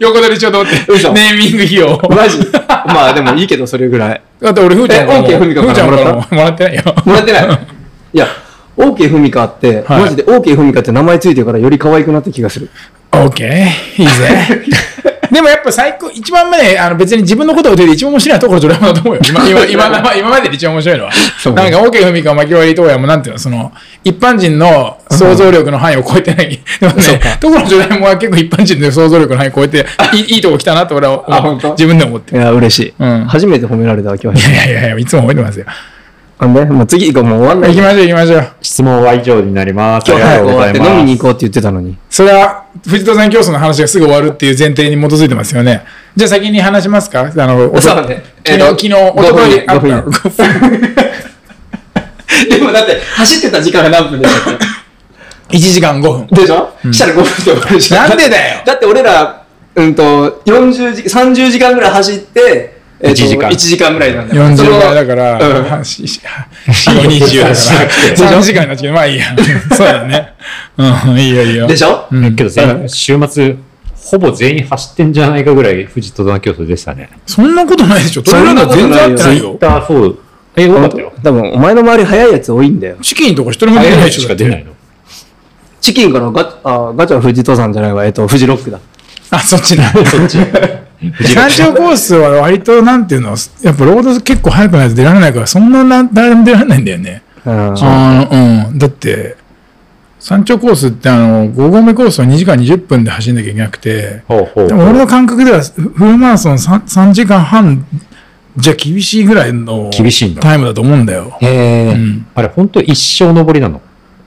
Speaker 2: 横取りしようと思って
Speaker 3: 嘘
Speaker 2: ネーミング費用。
Speaker 3: マジ <laughs> まあでもいいけど、それぐらい。
Speaker 2: だって俺、ふーちゃん
Speaker 3: え
Speaker 2: も、
Speaker 3: オーケーふみかから
Speaker 2: ーちゃんも
Speaker 3: もら
Speaker 2: もらってないよ。
Speaker 3: もらってない。 <laughs> いや、OK ふみかって、
Speaker 2: はい
Speaker 3: マジで OK ふみかって名前ついてるからより可愛くなった気がする。
Speaker 2: オーケー、いい <laughs> ぜ。でもやっぱ最高、一番目で、あの別に自分のことを言って一番面白いのはところドラマだと思うよ。今、 <laughs> 今、今まで今までで一番面白いのは。
Speaker 3: う
Speaker 2: なんか、オーケーふみか、巻き割り東やもなんていうの、その、一般人の想像力の範囲を超えてない。でも
Speaker 3: そう
Speaker 2: ね
Speaker 3: か、
Speaker 2: ところドラマは結構一般人の想像力の範囲を超えて、いいいいとこ来たなと俺は思
Speaker 3: あ
Speaker 2: う
Speaker 3: 本当
Speaker 2: 自分で思って
Speaker 3: い
Speaker 2: る。
Speaker 3: や、嬉しい。
Speaker 2: うん
Speaker 3: 初めて褒められたわ、今
Speaker 2: い
Speaker 3: 日。
Speaker 2: やいやいや、いつも覚えてますよ。
Speaker 3: あんで、もう次行こう、もう終わんな
Speaker 2: 行
Speaker 3: い。
Speaker 2: きましょう行きましょう。
Speaker 1: 質問は以上になります。あ
Speaker 3: 今
Speaker 1: りが
Speaker 3: 日早
Speaker 1: とう
Speaker 3: く終
Speaker 1: ご
Speaker 3: わ
Speaker 1: ざ
Speaker 3: っ
Speaker 1: い
Speaker 3: て
Speaker 1: ます。
Speaker 3: 飲みに行こうって言ってたのに。
Speaker 2: それは、藤戸さん競争の話がすぐ終わるっていう前提に基づいてますよね。じゃあ先に話しますかあの、おと
Speaker 3: そうね
Speaker 2: 昨日、
Speaker 3: えー
Speaker 2: 昨日、おととい、あ
Speaker 3: 5
Speaker 2: った
Speaker 3: 分
Speaker 2: 5分
Speaker 3: でもだって、走ってた時間が何分でしたっ
Speaker 2: 1時間5分。
Speaker 3: け <laughs> でしょ、したら5分で終わるじゃん。
Speaker 2: なんでだよ
Speaker 3: だって俺ら、うんと、40時、30時間ぐらい走って、え
Speaker 1: 1時間
Speaker 3: 1時間ぐらいなんだ
Speaker 2: 40
Speaker 3: その
Speaker 2: 倍だから、
Speaker 3: うん
Speaker 2: 4、20だから、3時間になっちゃうけどまあいいや。そうだね。うん、いいよいいよ。
Speaker 3: でしょ、
Speaker 1: けど前、週末、ほぼ全員走ってんじゃないかぐらい、富士登山競争でしたね。
Speaker 2: そんなことないでしょ。ト
Speaker 3: そ
Speaker 2: レーラ
Speaker 3: んな
Speaker 2: ー
Speaker 3: こと
Speaker 2: 全然合ってな
Speaker 3: ないい
Speaker 2: よ。
Speaker 1: だそう。え、よかったよ。
Speaker 3: 多分、お前の周り早いやつ多いんだよ。
Speaker 2: チキンとか一人も出てない
Speaker 1: 早
Speaker 2: で
Speaker 1: い
Speaker 2: しょ。
Speaker 1: しか出ないの。
Speaker 3: チキンからガチあガチャは富士登山じゃないわ、えっと、富士ロックだ。
Speaker 2: あ、そっちだ。そっ <laughs> ち。山頂コースは割と、なんていうの、やっぱロード結構早くないと出られないから、そんなな誰でも出られないんだよね。
Speaker 3: うん。
Speaker 2: あのうん。だって、山頂コースってあの、5合目コースは2時間20分で走んなきゃいけなくて、
Speaker 1: ほうほう
Speaker 2: でも俺の感覚では、フフルマラソン 3, 3時間半じゃ厳しいぐらいの
Speaker 1: 厳しいんだ
Speaker 2: タイムだと思うんだよ。
Speaker 3: へえ、
Speaker 2: うん。
Speaker 1: あれ、本当一生登りなの。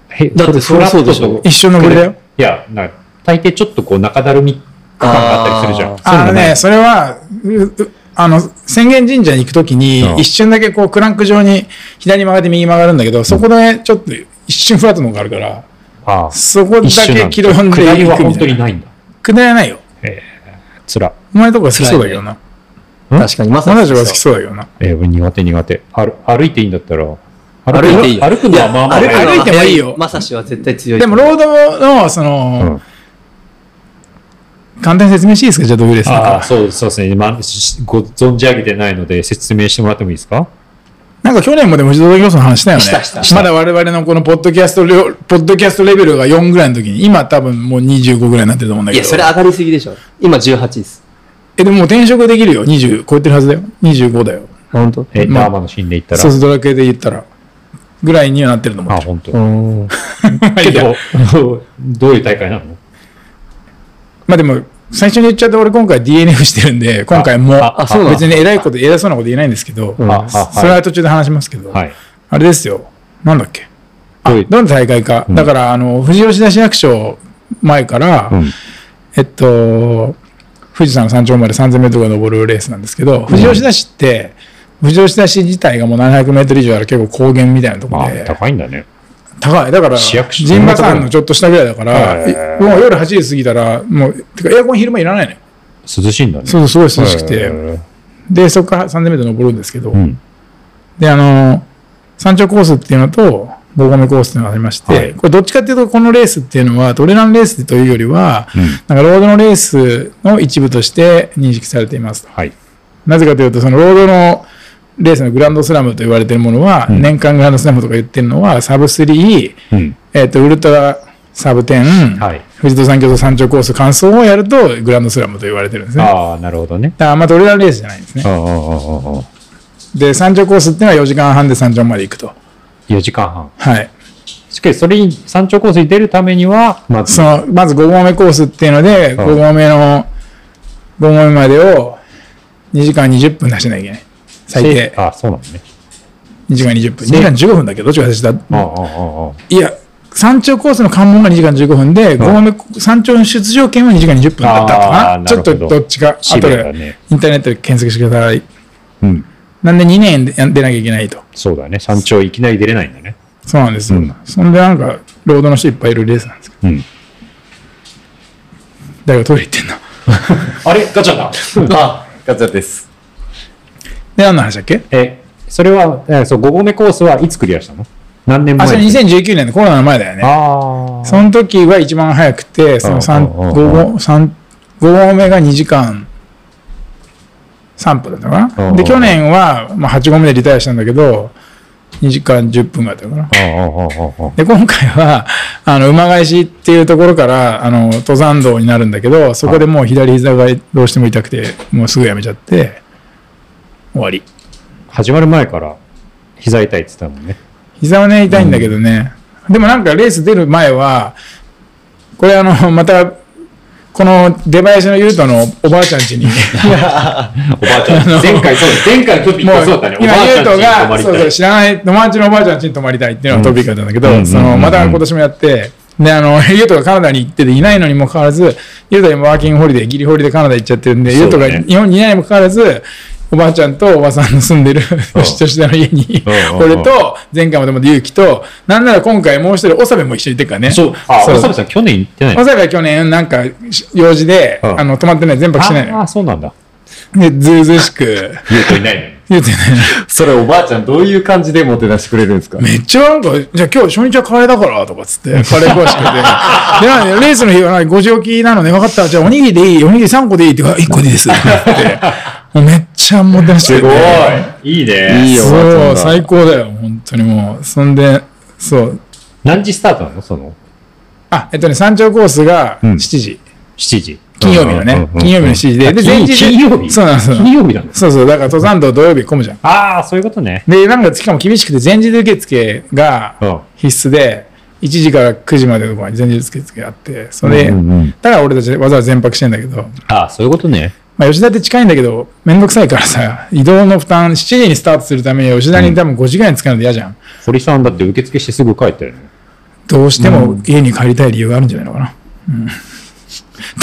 Speaker 1: へ
Speaker 3: だってそりゃそうでしょ
Speaker 1: フラットと
Speaker 2: 一緒の俺だよ。
Speaker 1: いや、なんか、大抵ちょっとこう、中だるみ感があったりするじゃん。
Speaker 2: あのね、それは、ううあの、浅間神社に行くときに
Speaker 1: う、ん
Speaker 2: 一瞬だけこう、クランク上に左に曲がって右に曲がるんだけど、そこでちょっと一瞬フラットのがあるから、
Speaker 1: ああ。
Speaker 2: そこだ
Speaker 1: 一緒なん
Speaker 2: け
Speaker 1: だ
Speaker 2: 切り込んで
Speaker 1: 下り
Speaker 2: い
Speaker 1: は
Speaker 2: く
Speaker 1: 本
Speaker 2: みた
Speaker 1: 当
Speaker 2: い
Speaker 1: に
Speaker 2: な。
Speaker 1: ないんだ。
Speaker 2: 下りはないよ。
Speaker 1: つら。
Speaker 2: お前のとこは好きそうだけどな。
Speaker 3: 確かに、まさ
Speaker 2: お前た
Speaker 3: に
Speaker 2: ち。は好きそうだけどな。
Speaker 1: えー、俺苦手苦手。歩歩いていいんだったら。歩
Speaker 3: 歩いていいよ
Speaker 1: 歩くのはまあまあ
Speaker 2: くの
Speaker 1: 早い。
Speaker 2: 歩いてもいいよ
Speaker 3: まさしは絶対強い。
Speaker 2: でも、ロードの、その、簡単に説明していいですかじゃあどういうです
Speaker 1: ああ、
Speaker 2: か
Speaker 1: そうそうですね、まあ。しご存じ上げてないので説明してもらってもいいですか
Speaker 2: なんか去年もでも自動競争の話したよね。
Speaker 3: したした
Speaker 2: まだ我々のこのポッドキャストレ、ポッドキャストレベルが4ぐらいの時に、今多分もう25ぐらいになってると思うんだ
Speaker 3: い
Speaker 2: けど。
Speaker 3: や、それ上がりすぎでしょ。今18です。
Speaker 2: え、でももう転職できるよ。20超えてるはずだよ。25だよ。
Speaker 3: 本当
Speaker 1: え、
Speaker 2: まあ
Speaker 1: ダーマの死んでいったら。
Speaker 2: そうそう、ドラクエで言ったら。ぐらいにはなってると思
Speaker 1: あ、
Speaker 2: う。
Speaker 1: 本当。
Speaker 3: うん。
Speaker 1: け
Speaker 2: いや
Speaker 1: ど、どういう大会なの
Speaker 2: まあでも、最初に言っちゃって俺今回 DNF してるんで、今回も
Speaker 1: ああそうなの
Speaker 2: 別に偉いこと、偉そうなこと言えないんですけど、
Speaker 1: ああはい
Speaker 2: それは途中で話しますけど、
Speaker 1: はい。
Speaker 2: あれですよ。なんだっけ。あ、
Speaker 1: ど
Speaker 2: ど
Speaker 1: うい
Speaker 2: ういう大会か。
Speaker 1: うん
Speaker 2: だから、あの、富士吉田市役所前から、
Speaker 1: うん。
Speaker 2: えっと、富士山の山頂まで3000メートルが登るレースなんですけど、富士吉田市って、富士吉田市自体がもう700メートル以上ある結構高原みたいなとこ
Speaker 1: ま
Speaker 2: ろ
Speaker 1: あ
Speaker 2: で、、
Speaker 1: 高いんだね。
Speaker 2: 高い。だから、
Speaker 1: 市役所
Speaker 2: 陣馬山のちょっと下ぐらいだから、
Speaker 1: へー
Speaker 2: いもう夜8時過ぎたら、もう、てかエアコン昼間いらないのよ。
Speaker 1: 涼しいんだね。
Speaker 2: そうそう、すごい涼しく
Speaker 1: へ
Speaker 2: て。
Speaker 1: ー
Speaker 2: で、そこから3000メートル登るんですけど、
Speaker 1: うん。
Speaker 2: で、あの、山頂コースっていうのと、棒込みコースっていうのがありまして、
Speaker 1: はい
Speaker 2: これどっちかっていうと、このレースっていうのは、トレランレースというよりは、
Speaker 1: うん
Speaker 2: なんかロードのレースの一部として認識されていますと。
Speaker 1: はい。
Speaker 2: なぜかというと、そのロードのレースのグランドスラムと言われているものは、
Speaker 1: ん
Speaker 2: 年間グランドスラムとか言ってるのは、サブ3、
Speaker 1: うん。
Speaker 2: えっ、と、ウルトラサブ10、
Speaker 1: はい
Speaker 2: 富士登山競争山頂コース完走をやると、グランドスラムと言われてるんですね。だか
Speaker 1: ああ、なるほどね。
Speaker 2: らあんまトレランレースじゃないんですね
Speaker 1: あ。あ、ああ、ああ。
Speaker 2: で、山頂コースっていうのは4時間半で山頂まで行くと。
Speaker 1: 4時間半。
Speaker 2: はい。
Speaker 1: しかし、それに山頂コースに出るためには、まず、
Speaker 2: その、まず5合目コースっていうので、
Speaker 1: ああ
Speaker 2: 5合目の、5合目までを2時間20分出しなきゃいけない。最低。
Speaker 1: ああ、そうなのね。
Speaker 2: 2時間20分。2時間15分だっけど、どっちが私だ
Speaker 1: ああ、ああ、ああ。
Speaker 2: いや、山頂コースの関門が2時間15分で、5合目、山頂の出場権は2時間20分だった
Speaker 1: あ
Speaker 2: か
Speaker 1: ー
Speaker 2: な。
Speaker 1: な
Speaker 2: ち
Speaker 1: るほ
Speaker 2: ょっと
Speaker 1: ど
Speaker 2: どっちか、
Speaker 1: シ
Speaker 2: 後
Speaker 1: ビアだ
Speaker 2: で
Speaker 1: ね
Speaker 2: インターネットで検索してください。
Speaker 1: うん。
Speaker 2: なんで2年で出なきゃいけないと。
Speaker 1: そうだね。山頂いきなり出れないんだね。
Speaker 2: そうなんですよ。
Speaker 1: うん
Speaker 2: そんでなんか、ロードの人いっぱいいるレースなんですけど、
Speaker 1: うん。
Speaker 2: 誰がトイレ行ってんの
Speaker 1: あれガチャだ。
Speaker 4: あ、ガチャです。
Speaker 2: で、何の話だっけ
Speaker 1: <laughs> え、それは、えそう、5合目コースはいつクリアしたの何年前
Speaker 2: あ、それ2019年のコロナの前だよね。
Speaker 1: ああ。
Speaker 2: その時は一番早くて、その
Speaker 1: うんうんうんうん
Speaker 2: 5合三五合目が2時間3分だったか
Speaker 1: うんう
Speaker 2: な。
Speaker 1: ん
Speaker 2: で、去年は、まあ、8合目でリタイアしたんだけど、2時間10分ぐらいだったかな。
Speaker 1: ああ、ああ、ああ。
Speaker 2: で、今回は、あの、馬返しっていうところから、あの、登山道になるんだけど、そこでもう左膝がどうしても痛くて、もうすぐやめちゃって、終わり。
Speaker 1: 始まる前から、膝痛いって言ってたもんね。
Speaker 2: 膝はね、痛いんだけどね。でもなんかレース出る前は、これあの、また、この出囃子のユートのおばあちゃん家に、も
Speaker 1: おばあちゃん。前回そうです。前回のトピックはそうだね。おば
Speaker 2: 今
Speaker 1: あち
Speaker 2: ユ
Speaker 1: ゃ
Speaker 2: ー
Speaker 1: んち
Speaker 2: ト
Speaker 1: に泊ま
Speaker 2: が、
Speaker 1: り
Speaker 2: そう
Speaker 1: た
Speaker 2: そ、。
Speaker 1: いう
Speaker 2: 知らない、友達のおばあちゃん家に泊まりたいっていうのがトピックだったんだけ
Speaker 1: うん
Speaker 2: ど、そ
Speaker 1: うんうんう
Speaker 2: の、
Speaker 1: ん
Speaker 2: また今年もやって、で、あの、 <laughs> ユートがカナダに行ってていないのにもかかわらず、ユート今ワーキングホリデー、ギリホリでカナダ行っちゃってるんで、ユ
Speaker 1: そう
Speaker 2: ー
Speaker 1: だ
Speaker 2: ト
Speaker 1: ね
Speaker 2: が日本にいないにもかかわらず、おばあちゃんとおばさんの住んでる、 <laughs> 吉田の家に
Speaker 1: うんう、んうん
Speaker 2: 俺と、前回もでも勇気と、なんなら今回もう一人、長部も一緒に行ってるからね。
Speaker 1: そう。あ、
Speaker 2: そう
Speaker 1: おさむさん去年行ってない
Speaker 2: わ
Speaker 1: の
Speaker 2: ざは去年、なんか、用事で、
Speaker 1: うん
Speaker 2: あの、泊まってない、全泊してない
Speaker 1: あ
Speaker 2: のよ。
Speaker 1: あ、そうなんだ。
Speaker 2: で、ずうずうしく、
Speaker 1: 言うといないのに。
Speaker 2: 言うてね、
Speaker 4: それおばあちゃんどういう感じでもてなしてくれるんですか
Speaker 2: めっちゃなんか、じゃあ今日初日はカレーだから、とかっつって、カレー詳しくて。で、なんかレースの日はなんか5時起きなのね、分かった、じゃあおにぎりでいい、おにぎり3個でいいって言うから、1個でいいです。って言ってもうめっちゃもてなしてて。
Speaker 1: い。いいね。
Speaker 4: いいおばあちゃん
Speaker 2: そう、
Speaker 4: が
Speaker 2: 最高だよ、本当にもう。そんで、そう。
Speaker 1: 何時スタートなのその、
Speaker 2: あ、えっとね、山頂コースが
Speaker 1: うん
Speaker 2: 7時。
Speaker 1: 7時。
Speaker 2: 金曜日の
Speaker 1: うんうん
Speaker 2: ね
Speaker 1: うんうん。
Speaker 2: 金曜日の7時で。
Speaker 1: あ
Speaker 2: で、
Speaker 1: 金
Speaker 2: 前日
Speaker 1: 金曜日
Speaker 2: そうなんですよ。
Speaker 1: 金曜日なんです。
Speaker 2: そうそう、だから登山道土曜日混むじゃん。
Speaker 1: ああ、そういうことね。
Speaker 2: で、なんかしかも厳しくて、前日受付
Speaker 1: うん
Speaker 2: が必須で、1時から9時までのとこに前日受付があって、それで、
Speaker 1: うんうんうん
Speaker 2: だから俺たちわざわざ全泊してんだけど、
Speaker 1: ああ、そういうことね。
Speaker 2: まあ吉田って近いんだけど、めんどくさいからさ、移動の負担、7時にスタートするために吉田に多分5時ぐらいに着かないと嫌じゃん。
Speaker 1: 堀さんだって受付してすぐ帰ったよね。
Speaker 2: どうしても家に帰りたい理由があるんじゃない <laughs> のかな。うん、だ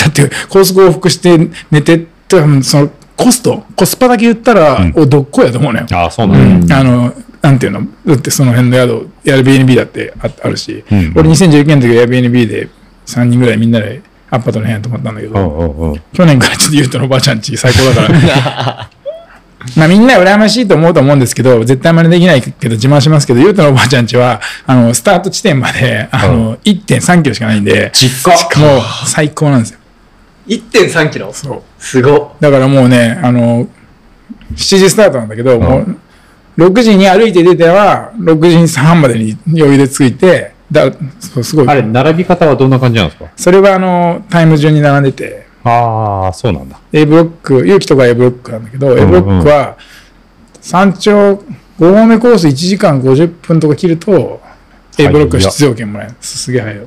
Speaker 2: って、コース往復して寝てって、多分そのコスト、コスパだけ言ったら、おどっこいやと思うのよ。
Speaker 1: ああ、そうなんだ。
Speaker 2: あの、なんていうのだってその辺の宿、Airbnb だってああるし、
Speaker 1: うん
Speaker 2: 俺2019年の時 Airbnb で3人ぐらいみんなでアパートの部屋に泊まったんだけど、
Speaker 1: おうおうおう
Speaker 2: 去年からちょっとゆうとのおばあちゃんち最高だから。
Speaker 1: <laughs>
Speaker 2: まあみんな羨ましいと思うと思うんですけど、絶対真似できないけど自慢しますけど、ゆうとのおばあちゃんちは、あの、スタート地点まで、あの、1.3キロしかないんで、
Speaker 1: 実家
Speaker 2: もう最高なんですよ。
Speaker 3: 1.3キロ
Speaker 2: そう。
Speaker 3: すご
Speaker 2: だからもうね、あの、7時スタートなんだけど、もう、6時に歩いて出ては、6時半までに余裕で着いて、だ、そう、すごい。
Speaker 1: あれ、並び方はどんな感じなんですか
Speaker 2: それはあの、タイム順に並んでて、
Speaker 1: ああ、そうなんだ。
Speaker 2: A ブロック、勇気とか A ブロックなんだけど、
Speaker 1: ん
Speaker 2: A ブロックは、山頂5合目コース1時間50分とか切ると、A ブロックの出場権もらえる。すすげえ早いよ。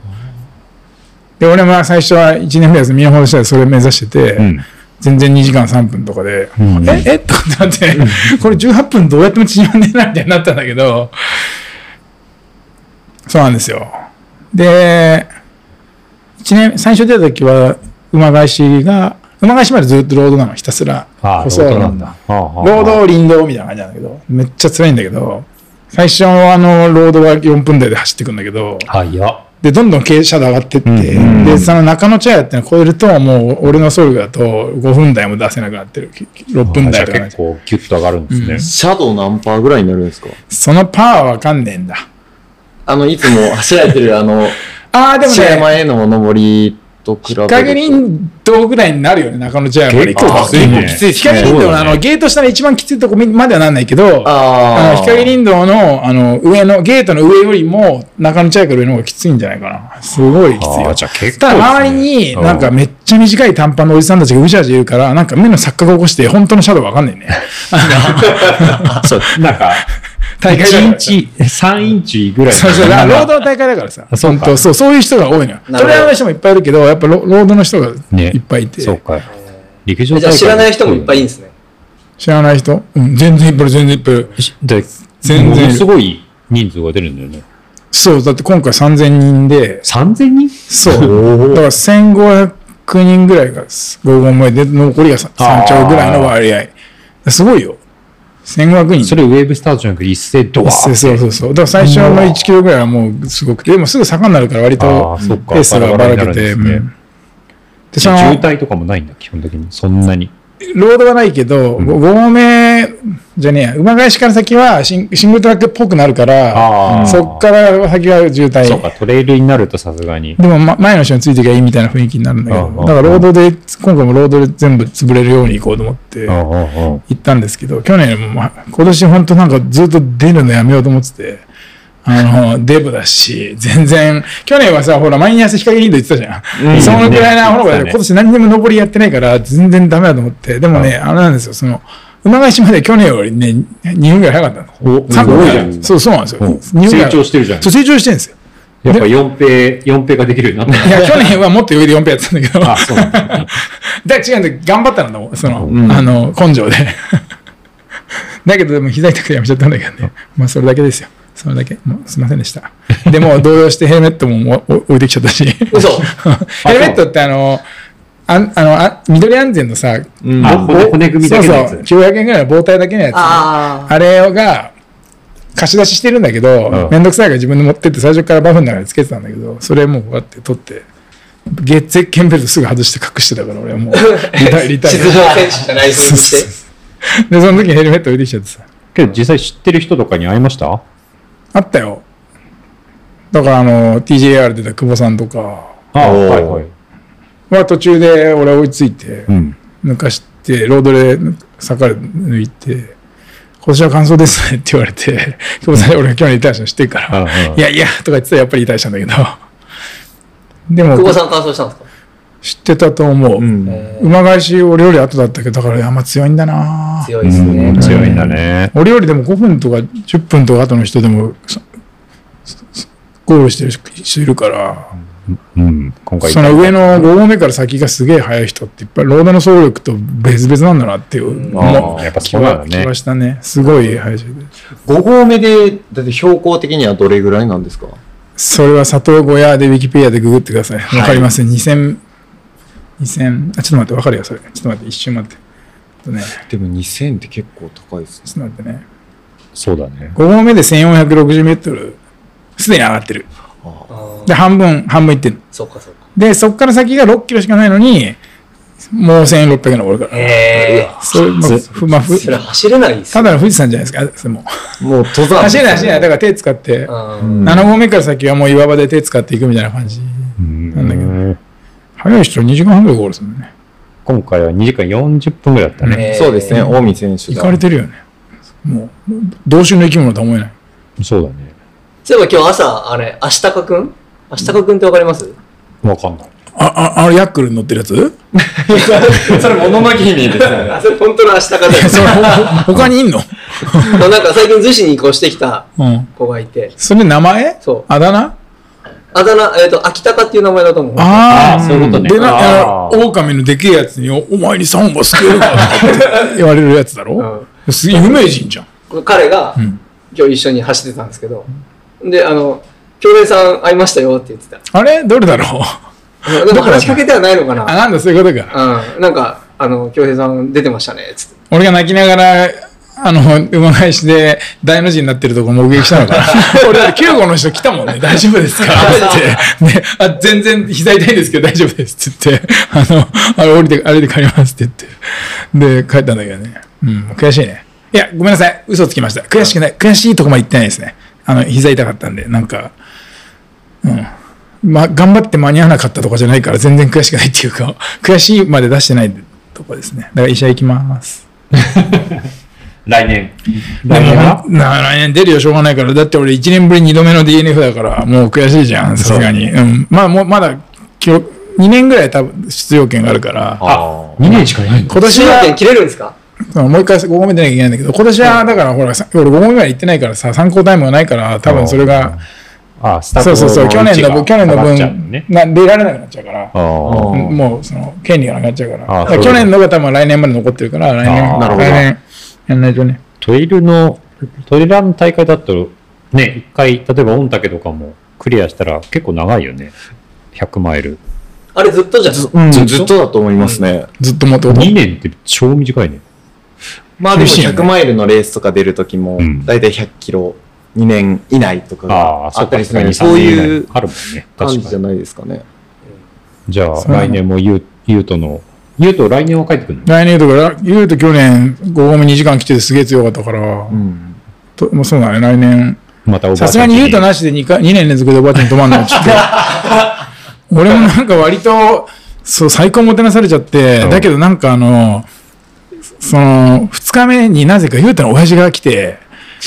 Speaker 2: で、俺も最初は1年目です。見本したらそれ目指して
Speaker 1: う
Speaker 2: て、
Speaker 1: ん。
Speaker 2: 全然2時間3分とかで、
Speaker 1: ん
Speaker 2: ええとかってなって、これ18分どうやっても縮まんねえなみたいになったんだけど、そうなんですよ。で、一年、最初出た時は、馬返しが、馬返しまでずっとロードなの、ひたすら。
Speaker 1: ああ、ロ
Speaker 2: 細い
Speaker 1: ードなんだ。ああああ
Speaker 2: ロード、林道みたいな感じなんだけど、めっちゃ辛いんだけど、最初はあの、ロードは4分台で走っていくんだけど、
Speaker 1: 早っ。
Speaker 2: で、どんどん傾斜で上がってって、
Speaker 1: うん
Speaker 2: で、その中野茶屋ってのを超えると、もう俺のソウルだと5分台も出せなくなってる。6分台とか
Speaker 1: じゃあ
Speaker 2: なっ
Speaker 1: 結
Speaker 2: ちゃう。
Speaker 1: 構ギュッと上がるんですね。
Speaker 4: シャドウ何パーぐらいになるんですか
Speaker 2: そのパワーはわかんねえんだ。
Speaker 4: あの、いつも走られてる、
Speaker 3: <laughs>
Speaker 4: あの、
Speaker 2: ああ、でも
Speaker 4: 試合
Speaker 2: ね、
Speaker 4: 前の上りと比べると。
Speaker 2: 日陰林道ぐらいになるよね、中野茶屋まで行くと。
Speaker 1: 結構きついね
Speaker 2: もう日陰林道のあの、ゲート下の一番きついとこまではなんないけど、あ
Speaker 4: あ
Speaker 2: の
Speaker 4: あ。
Speaker 2: 日陰林道のあの上のゲートの上よりも中野茶屋から上の方がきついんじゃないかな。すごいきつい
Speaker 1: あ
Speaker 2: よ
Speaker 1: あ、。じゃあ結構ですね、
Speaker 2: ただ周りに
Speaker 1: うん
Speaker 2: なんかめっちゃ短い短パンのおじさんたちがうじゃうじゃいるから、なんか目の錯覚を起こして本当のシャドウわかんない
Speaker 1: <laughs>
Speaker 2: ね。
Speaker 1: そう、なんか、
Speaker 2: 大会だ
Speaker 1: 1
Speaker 2: から
Speaker 1: インチ、3インチぐらい。
Speaker 2: そうそう、だからロードの大会だから
Speaker 1: <laughs>
Speaker 2: さ。
Speaker 1: あそうか
Speaker 2: 本当そう、そういう人が多いのよ。
Speaker 3: な
Speaker 2: ト
Speaker 3: るほど
Speaker 2: レーナーの人もいっぱいいるけど、やっぱロロードの人が
Speaker 1: ね
Speaker 2: いっぱいい
Speaker 1: <laughs>
Speaker 2: て。
Speaker 1: そうか。陸上大
Speaker 3: い。じゃ
Speaker 1: 会
Speaker 3: あ知らない人もいっぱいいるんですね。
Speaker 2: 知らない人うん、全然いっぱいいる、全然いっぱいいる。
Speaker 1: で、
Speaker 2: 全然
Speaker 1: ものすごい人数が出るんだよね。
Speaker 2: そう、だって今回3000人で、
Speaker 1: 3000人 <laughs>
Speaker 2: そう。だから1500人ぐらいが5合目で、残りがさ山頂ぐらいの割合。すごいよ。1500人。
Speaker 1: それウェーブスタートじゃなくて一斉ドワ
Speaker 2: そう
Speaker 1: ー
Speaker 2: そうそうそう。だから最初の1キロぐらいはもうすごくて、でもすぐ坂になるから割と
Speaker 1: あーそっか
Speaker 2: ペースがばらけて、
Speaker 1: バラバラになるんですね
Speaker 2: うんで、そ
Speaker 1: 渋
Speaker 2: の、
Speaker 1: 滞とかもないんだ、基本的に。そんなに。
Speaker 2: ロードはないけど、5合目じゃねえや、馬返しから先はシンシングルトラックっぽくなるか
Speaker 1: あ
Speaker 2: ら、
Speaker 1: ー
Speaker 2: そっから先は渋滞。
Speaker 1: そうか、トレイルになるとさすがに。
Speaker 2: でも、ま、前の人についていけばいいみたいな雰囲気になるんだけ
Speaker 1: うんうんう
Speaker 2: ど、
Speaker 1: ん
Speaker 2: だからロードで、今回もロードで全部潰れるように行こうと思って、
Speaker 1: うん
Speaker 2: 行
Speaker 1: うんうん
Speaker 2: ったんですけど、去年も、まあ、今年本当なんかずっと出るのやめようと思ってて、あの、デブだし、全然、去年はさ、ほら、毎日朝日陰リンド行ってたじゃん。
Speaker 1: うん
Speaker 2: そのくらいな、
Speaker 1: ね
Speaker 2: ほ
Speaker 1: 言っ
Speaker 2: ら、
Speaker 1: てたね
Speaker 2: 今年何にも登りやってないから、全然ダメだと思って、でもね、あれなんですよ、その、馬返しまで去年よりね、2分ぐらい早かったの。
Speaker 1: お
Speaker 2: 3分ぐらい
Speaker 1: すごいじゃん
Speaker 2: そう、そうなんですよ。
Speaker 1: うん
Speaker 2: 二分ぐらい
Speaker 1: 成長してるじゃん
Speaker 2: そう、成長してるんですよ。
Speaker 1: やっぱ4平、四平ができるようになった
Speaker 2: い。や、去年はもっと上で4ペやってたんだけど。
Speaker 1: あそうなんだ
Speaker 2: だから違 <laughs> うんだ頑張ったんだもん。その、あの、根性で。 <laughs> だけど、でも膝痛くてやめちゃったんだけどね。まあ、それだけですよ。それだけ。もうすいませんでした。でも、動揺してヘルメットももうお置いてきちゃったし。
Speaker 3: 嘘
Speaker 2: <laughs> ヘルメットってあの、あんあのあ緑安全のさ、
Speaker 1: あ
Speaker 2: ぼ
Speaker 1: 骨骨組みだけのやつ
Speaker 2: そうそう、900円ぐらいの棒体だけのやつ。
Speaker 3: あ
Speaker 2: あれが、貸し出ししてるんだけど、
Speaker 1: うん
Speaker 2: めんどくさいから自分で持ってって最初からバフの中につけてたんだけど、それもうこうやって取って、ゲッツェッケンベルトすぐ外して隠してたから俺はもう、リ
Speaker 3: <laughs>
Speaker 2: タイリ
Speaker 3: あ。
Speaker 2: タイ
Speaker 3: 出場選手じゃないふうにして。
Speaker 2: で、その時にヘルメット置いてきちゃってさ、
Speaker 1: けど実際知ってる人とかに会いました
Speaker 2: あったよ。だからあの、TJR 出た久保さんとか
Speaker 1: ああ、
Speaker 4: おー
Speaker 1: はいはい。
Speaker 2: は途中で俺追いついて
Speaker 1: う、ん。
Speaker 2: 抜かして、ロードで坂抜いて、今年は完走ですねって言われて、 <laughs> 久保さんに俺が去年リタイアしたの知ってるか
Speaker 1: うん
Speaker 2: ら、
Speaker 1: うん
Speaker 2: いやいやとか言ってたらやっぱりリタイアしたんだけど、でも
Speaker 3: 久保さん完走したんですか
Speaker 2: 知ってたと思う。馬返し、俺より後だったけど、だから山強いんだな
Speaker 3: 強いですね。
Speaker 1: 強いんだね。
Speaker 2: 俺よりでも5分とか10分とか後の人でも、そそそゴールしてる人いるから、
Speaker 1: うん。今回。
Speaker 2: その上の5合目から先がすげえ速い人っていっぱいロードの走力と別々なんだなっていう
Speaker 1: ああやっぱ
Speaker 2: 気
Speaker 1: そうなん
Speaker 2: は
Speaker 1: だね
Speaker 2: 気はしたね。すごい速い人で。
Speaker 4: 5合目で、だって標高的にはどれぐらいなんですか
Speaker 2: それは佐藤小屋でウィキペディアでググってください。わかりますね。2000、2000、あ、ちょっと待って、わかるよ、それ。ちょっと待って、一瞬待って。えっとね、
Speaker 4: でも2000って結構高いです
Speaker 2: ちょ
Speaker 4: ね。
Speaker 2: っと待ってね。
Speaker 1: そうだね。
Speaker 2: 5合目で1460メートル、すでに上がってる。で、半分、半分いってる。
Speaker 3: そっかそっか。
Speaker 2: で、そこから先が6キロしかないのに、もう1600登るから。
Speaker 3: ええ
Speaker 2: それ、まあ、ふまあふ
Speaker 3: それ走れないです
Speaker 2: ただの富士山じゃないですか、それもう。
Speaker 3: もう登山。
Speaker 2: 走れない、走れない。だから手使って、
Speaker 3: うん。
Speaker 2: 7合目から先はもう岩場で手使っていくみたいな感じ。
Speaker 1: なん
Speaker 2: だけど
Speaker 1: ど。
Speaker 2: 早い人は2時間半ぐらいゴールするんだね。
Speaker 1: 今回は2時間40分ぐらいだったね。
Speaker 3: えー
Speaker 4: そうですね、近江選手
Speaker 2: 行
Speaker 4: が。
Speaker 2: かれてるよね。もう、同種の生き物とは思えない。
Speaker 1: そうだね。
Speaker 3: そういえば今日朝、あれ、アシタカくんアシタカくんってわかります
Speaker 1: わかんない。
Speaker 2: あ、あ、あれヤックルに乗ってるやつ
Speaker 4: それ、もののけ姫ですね。
Speaker 3: あ、それ本当のアシタカ <laughs> だよ。
Speaker 2: それ、ほほ他にいんの
Speaker 3: そうなんか最近逗子に移行してきた
Speaker 2: うん。
Speaker 3: 子がいて、
Speaker 2: それ名前
Speaker 3: そう
Speaker 2: あだ名
Speaker 3: あだ名、えっ、と、秋高っていう名前だと思う。
Speaker 2: あ
Speaker 1: あ
Speaker 2: あ、
Speaker 1: ーそういうことね
Speaker 2: でな、
Speaker 1: あ
Speaker 2: あ
Speaker 1: ー
Speaker 2: の、狼のでけえやつに、おお前にサンバ救えるかって言われるやつだろ、す有名人じゃん。
Speaker 3: 彼が、
Speaker 2: ん
Speaker 3: 今日一緒に走ってたんですけど、で、あの、京平さん会いましたよって言ってた。
Speaker 2: あれどれだろう
Speaker 3: あのでも話しかけてはないの
Speaker 2: <laughs>
Speaker 3: か
Speaker 2: あ、
Speaker 3: な
Speaker 2: なんだ、そういうことか。
Speaker 3: うん。なんか、あの、京平さん出てましたね、つって。
Speaker 2: 俺が泣きながら、あの、馬返しで大の字になってるとこ目撃したのかな。俺だって9号の人来たもんね、大丈夫ですかって。ね、あ、全然膝痛いんですけど大丈夫ですって言って、あの、あれ降りて、歩いて帰りますって言って。で、帰ったんだけどね。うん、悔しいね。いや、ごめんなさい。嘘つきました。悔しくない。悔しいとこまで行ってないですね。あの、膝痛かったんで、なんか、うん。まあ、頑張って間に合わなかったとかじゃないから、全然悔しくないっていうか、悔しいまで出してないとこですね。だから医者行きます。
Speaker 1: 来年。
Speaker 2: で
Speaker 1: 来
Speaker 2: も
Speaker 1: 年は
Speaker 2: な来年出るよ、しょうがないから。だって俺1年ぶり2度目の DNF だから、もう悔しいじゃん、さすがに。うん。まあ、もう、まだ、記録、2年ぐらい多分出場権があるから、
Speaker 1: あ、2年しかないんだ。
Speaker 2: 今年
Speaker 3: 新
Speaker 2: は
Speaker 3: 学、切れるんですか
Speaker 2: うんもう一回5合目出なきゃいけないんだけど、今年は、だからほら、さ俺5合目まで行ってないからさ、参考タイムがないから、多分それが、
Speaker 1: あ、スタート
Speaker 2: そうそうそう、去年の
Speaker 1: 位
Speaker 2: 分、
Speaker 1: 置
Speaker 2: 去
Speaker 1: が
Speaker 2: 年の
Speaker 1: 下がっちゃう
Speaker 2: 分
Speaker 1: ね、
Speaker 2: な、出られなくなっちゃうから、
Speaker 1: あー
Speaker 4: ー
Speaker 2: もう、その、権利がなくなっちゃうから。
Speaker 1: あー
Speaker 2: だから
Speaker 1: そう
Speaker 2: 去
Speaker 1: だ
Speaker 2: 年のが多分来年まで残ってるから、来
Speaker 1: あ
Speaker 2: 年、
Speaker 1: ーなるほど
Speaker 2: 来年、やんないとね。
Speaker 1: トイルの、トイルランの大会だったら、ね、一回、例えば御嶽とかもクリアしたら結構長いよね。100マイル。
Speaker 3: あれずっとじゃん。
Speaker 4: ずずっとだと思いますね。
Speaker 2: ずっと持ってこと。
Speaker 1: 2年って超短いね。
Speaker 4: まあでも
Speaker 2: 厳しいよね
Speaker 4: 100マイルのレースとか出るときも
Speaker 1: うん、
Speaker 4: だいたい100キロ、2年以内とかが
Speaker 1: ああ、
Speaker 4: あ
Speaker 1: そ
Speaker 4: っ
Speaker 1: うか
Speaker 4: た、りする
Speaker 1: 2
Speaker 4: ので、そうい
Speaker 1: 年
Speaker 4: う
Speaker 1: あるもんね。
Speaker 4: 感じ
Speaker 1: 確か
Speaker 4: じゃ
Speaker 1: に。
Speaker 4: ないですかね。
Speaker 1: じゃあ、
Speaker 2: そうなの
Speaker 1: 来年もゆう、ゆうとの、ゆうと来年は帰ってくるの
Speaker 2: 来年とか、言うと去年、5合目2時間来ててすげえ強かったから
Speaker 4: う、ん。
Speaker 2: ともうそうだね、来年。
Speaker 1: またおば
Speaker 2: さ
Speaker 1: あ
Speaker 2: す
Speaker 1: ちゃ
Speaker 2: が
Speaker 1: ん
Speaker 2: に
Speaker 1: 家
Speaker 2: 言うとなしで 2, か二年連続でおばあちゃんに止まんないっつって。俺もなんか割と、そう、最高もてなされちゃって、
Speaker 1: うん
Speaker 2: だけどなんかあの、その、2日目になぜかゆうとの親父が来て、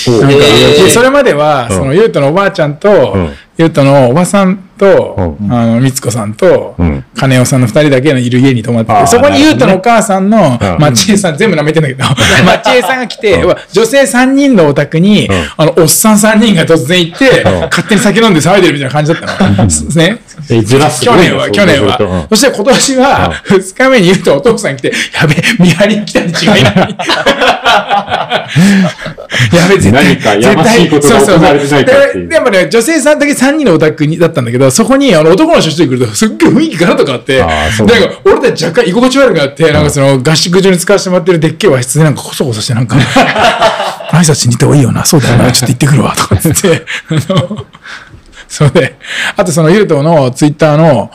Speaker 2: なんか
Speaker 3: へー
Speaker 2: でそれまでは、
Speaker 1: うん
Speaker 2: そのゆうとのおばあちゃんと、
Speaker 1: うん
Speaker 2: ゆうとのおばさんと、
Speaker 1: う
Speaker 2: あの、みつこさんと、
Speaker 1: うん
Speaker 2: 金代さんの二人だけのいる家に泊まって
Speaker 1: あー
Speaker 2: て、そこにゆうとのお母さんの
Speaker 1: ほどね、
Speaker 2: まちえさん、全部舐めてんだけど、 <laughs> まちえさんが来て、うわ女性三人のお宅に
Speaker 1: ん、
Speaker 2: あの、おっさん三人が突然行って、
Speaker 1: うん
Speaker 2: 勝手に酒飲んで騒いでるみたいな感じだっ
Speaker 1: <laughs>
Speaker 2: たの。ね。
Speaker 1: えずらす
Speaker 2: 去年は、去年
Speaker 1: そうするとう
Speaker 2: は
Speaker 1: ん。
Speaker 2: そして今年は、二日目にゆうとお父さん来て、やべ、見張りに来たに違い
Speaker 1: <laughs>
Speaker 2: ない。やべ、絶対。
Speaker 1: 何かやましいことが
Speaker 2: 絶対
Speaker 1: 行われてないかっていう
Speaker 2: そうそうそうででもね、女性さんだけ3人のお宅にだったんだけど、そこにあの男の人一人来ると、すっげえ雰囲気ガラッと変わって、
Speaker 1: あーそう
Speaker 2: なんか俺たち若干居心地悪くなって、なんかその合宿所に使わせてもらってるでっけえ和室でなんかこそこそしてな
Speaker 1: <laughs>
Speaker 2: んか、挨拶に行った方がいいよな、そうだよな、ちょっと行ってくるわ、とか言って、あの、 <laughs> それで、あとそのゆうとのツイッターの、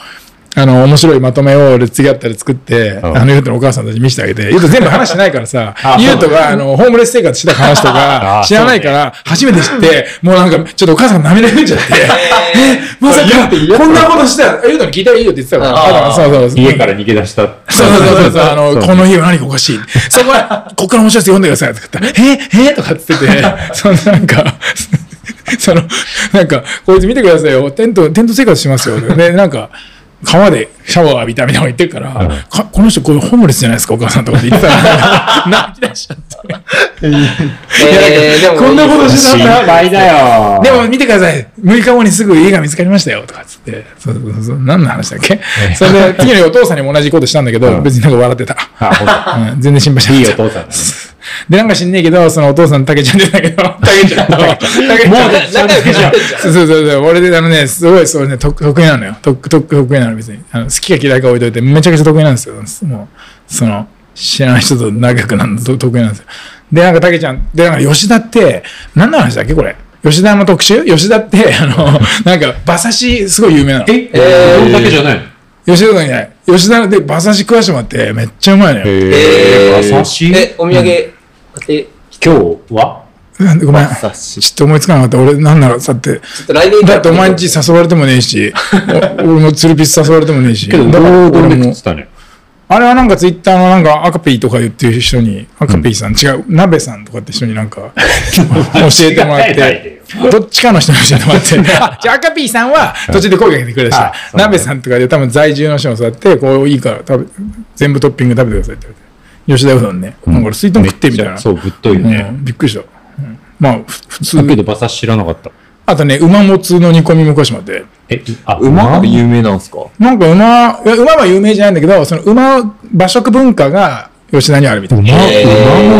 Speaker 2: あの、面白いまとめを俺次あったら作って、
Speaker 1: ん
Speaker 2: あの、ゆうとのお母さんたちに見せてあげて、ゆうと全部話してないからさ、ゆうとが、あの、ホームレス生活してた話と
Speaker 1: あ
Speaker 2: か、
Speaker 1: ー
Speaker 2: 知らないから、初めて知って、もうなんか、ちょっとお母さん舐められちゃって、え、まさか、こんなことしたら、ゆうとに聞いたらいいよって言ってたから、
Speaker 3: あー
Speaker 2: あそうそうそう。
Speaker 1: 家から逃げ出した。
Speaker 2: <laughs> そうそうそうそう、あの、この日は何かおかしい。そこは、ここから面白い人読んでくださいとか言ったら、ええとかって言ってて、 <laughs> そのなんか、その、なんか、こいつ見てくださいよ。テント、テント生活しますよ。で、なんか、川でシャワー浴びたみたいなの言ってるから、かこの人、こういうホームレスじゃないですか、お母さんとかって言ってたら、 <laughs> 泣き出しちゃって。
Speaker 3: えー、でも、
Speaker 2: こんなことして
Speaker 1: 心
Speaker 2: たんだ。
Speaker 1: 配だよ。
Speaker 2: でも見てください。6日後にすぐ家が見つかりましたよ。とかっつって。そうそうそう。何の話だっけ、それで、次の日お父さんにも同じことしたんだけど、
Speaker 1: ん
Speaker 2: 別になんか笑ってた。
Speaker 1: あ、ほんと
Speaker 2: うん全然心配しないい。
Speaker 1: いお父さんだね。
Speaker 2: で、なんか知んねえけど、そのお父さん、たけちゃんでだけど、たけちゃんと、たけちゃん
Speaker 3: もう仲良くなってんじゃん
Speaker 2: そうそうそうそう、俺であのね、すごい、それね、得得意なのよ。得得得意なの、別に。あの好きか嫌いか置いといて、めちゃくちゃ得意なんですよ。もう、その、知らない人と仲良くなるのと得意なんですよ。で、なんか、たけちゃん、で、なんか、吉田って、何の話だっけ、これ。吉田の特集吉田って、あの、なんか、馬刺し、すごい有名なの。
Speaker 1: え
Speaker 3: えー
Speaker 1: 俺だけじゃないの
Speaker 2: 吉田のね、吉田で馬刺し食わしてもらって、めっちゃうまいのよ。
Speaker 1: え
Speaker 4: えー
Speaker 1: ー、馬刺し
Speaker 3: え、お土産、買って、
Speaker 1: 今日は
Speaker 2: なんでごめん。
Speaker 4: 馬刺
Speaker 2: ち
Speaker 4: し
Speaker 2: ょっと思いつかなかった。俺、なんだろう、さって。
Speaker 3: ちょっと来年
Speaker 2: だってお前んち誘われてもねえし、お俺もツルピス誘われてもねえし。
Speaker 1: けど、
Speaker 2: だから
Speaker 1: どうど
Speaker 2: 俺
Speaker 1: れ食
Speaker 2: も
Speaker 1: ってたね。
Speaker 2: あれはなんかツイッターのなんか赤ピーとか言ってる人に、赤ピーさん、違う、鍋さんとかって人になん <laughs> か教えてもらっ
Speaker 1: 違えないで
Speaker 2: て、どっちかの人に教えてもら <laughs> って、あじゃあ赤ピーさんは途中で声かけてくれ
Speaker 1: あ
Speaker 2: た
Speaker 1: そう
Speaker 2: し、鍋さんとかで多分在住の人もそうやって、こういいから食べ全部トッピング食べてくださいって言われて、吉田うどんね、なんか俺スイートも食ってみたいな。
Speaker 1: そう、ぶっといよ
Speaker 2: う
Speaker 1: ね。
Speaker 2: んびっくりした。うんまあ、ふ普
Speaker 1: だけ
Speaker 2: 通。
Speaker 1: ど馬刺し知らなかった。
Speaker 2: あとね、馬もつの煮込みも食わしてもらって、
Speaker 1: え、あ、
Speaker 4: 馬が
Speaker 1: う
Speaker 4: 有名なんですか
Speaker 2: なんか馬、いや馬は有名じゃないんだけど、その馬、馬食文化が吉田にはあるみたいな。
Speaker 1: 馬、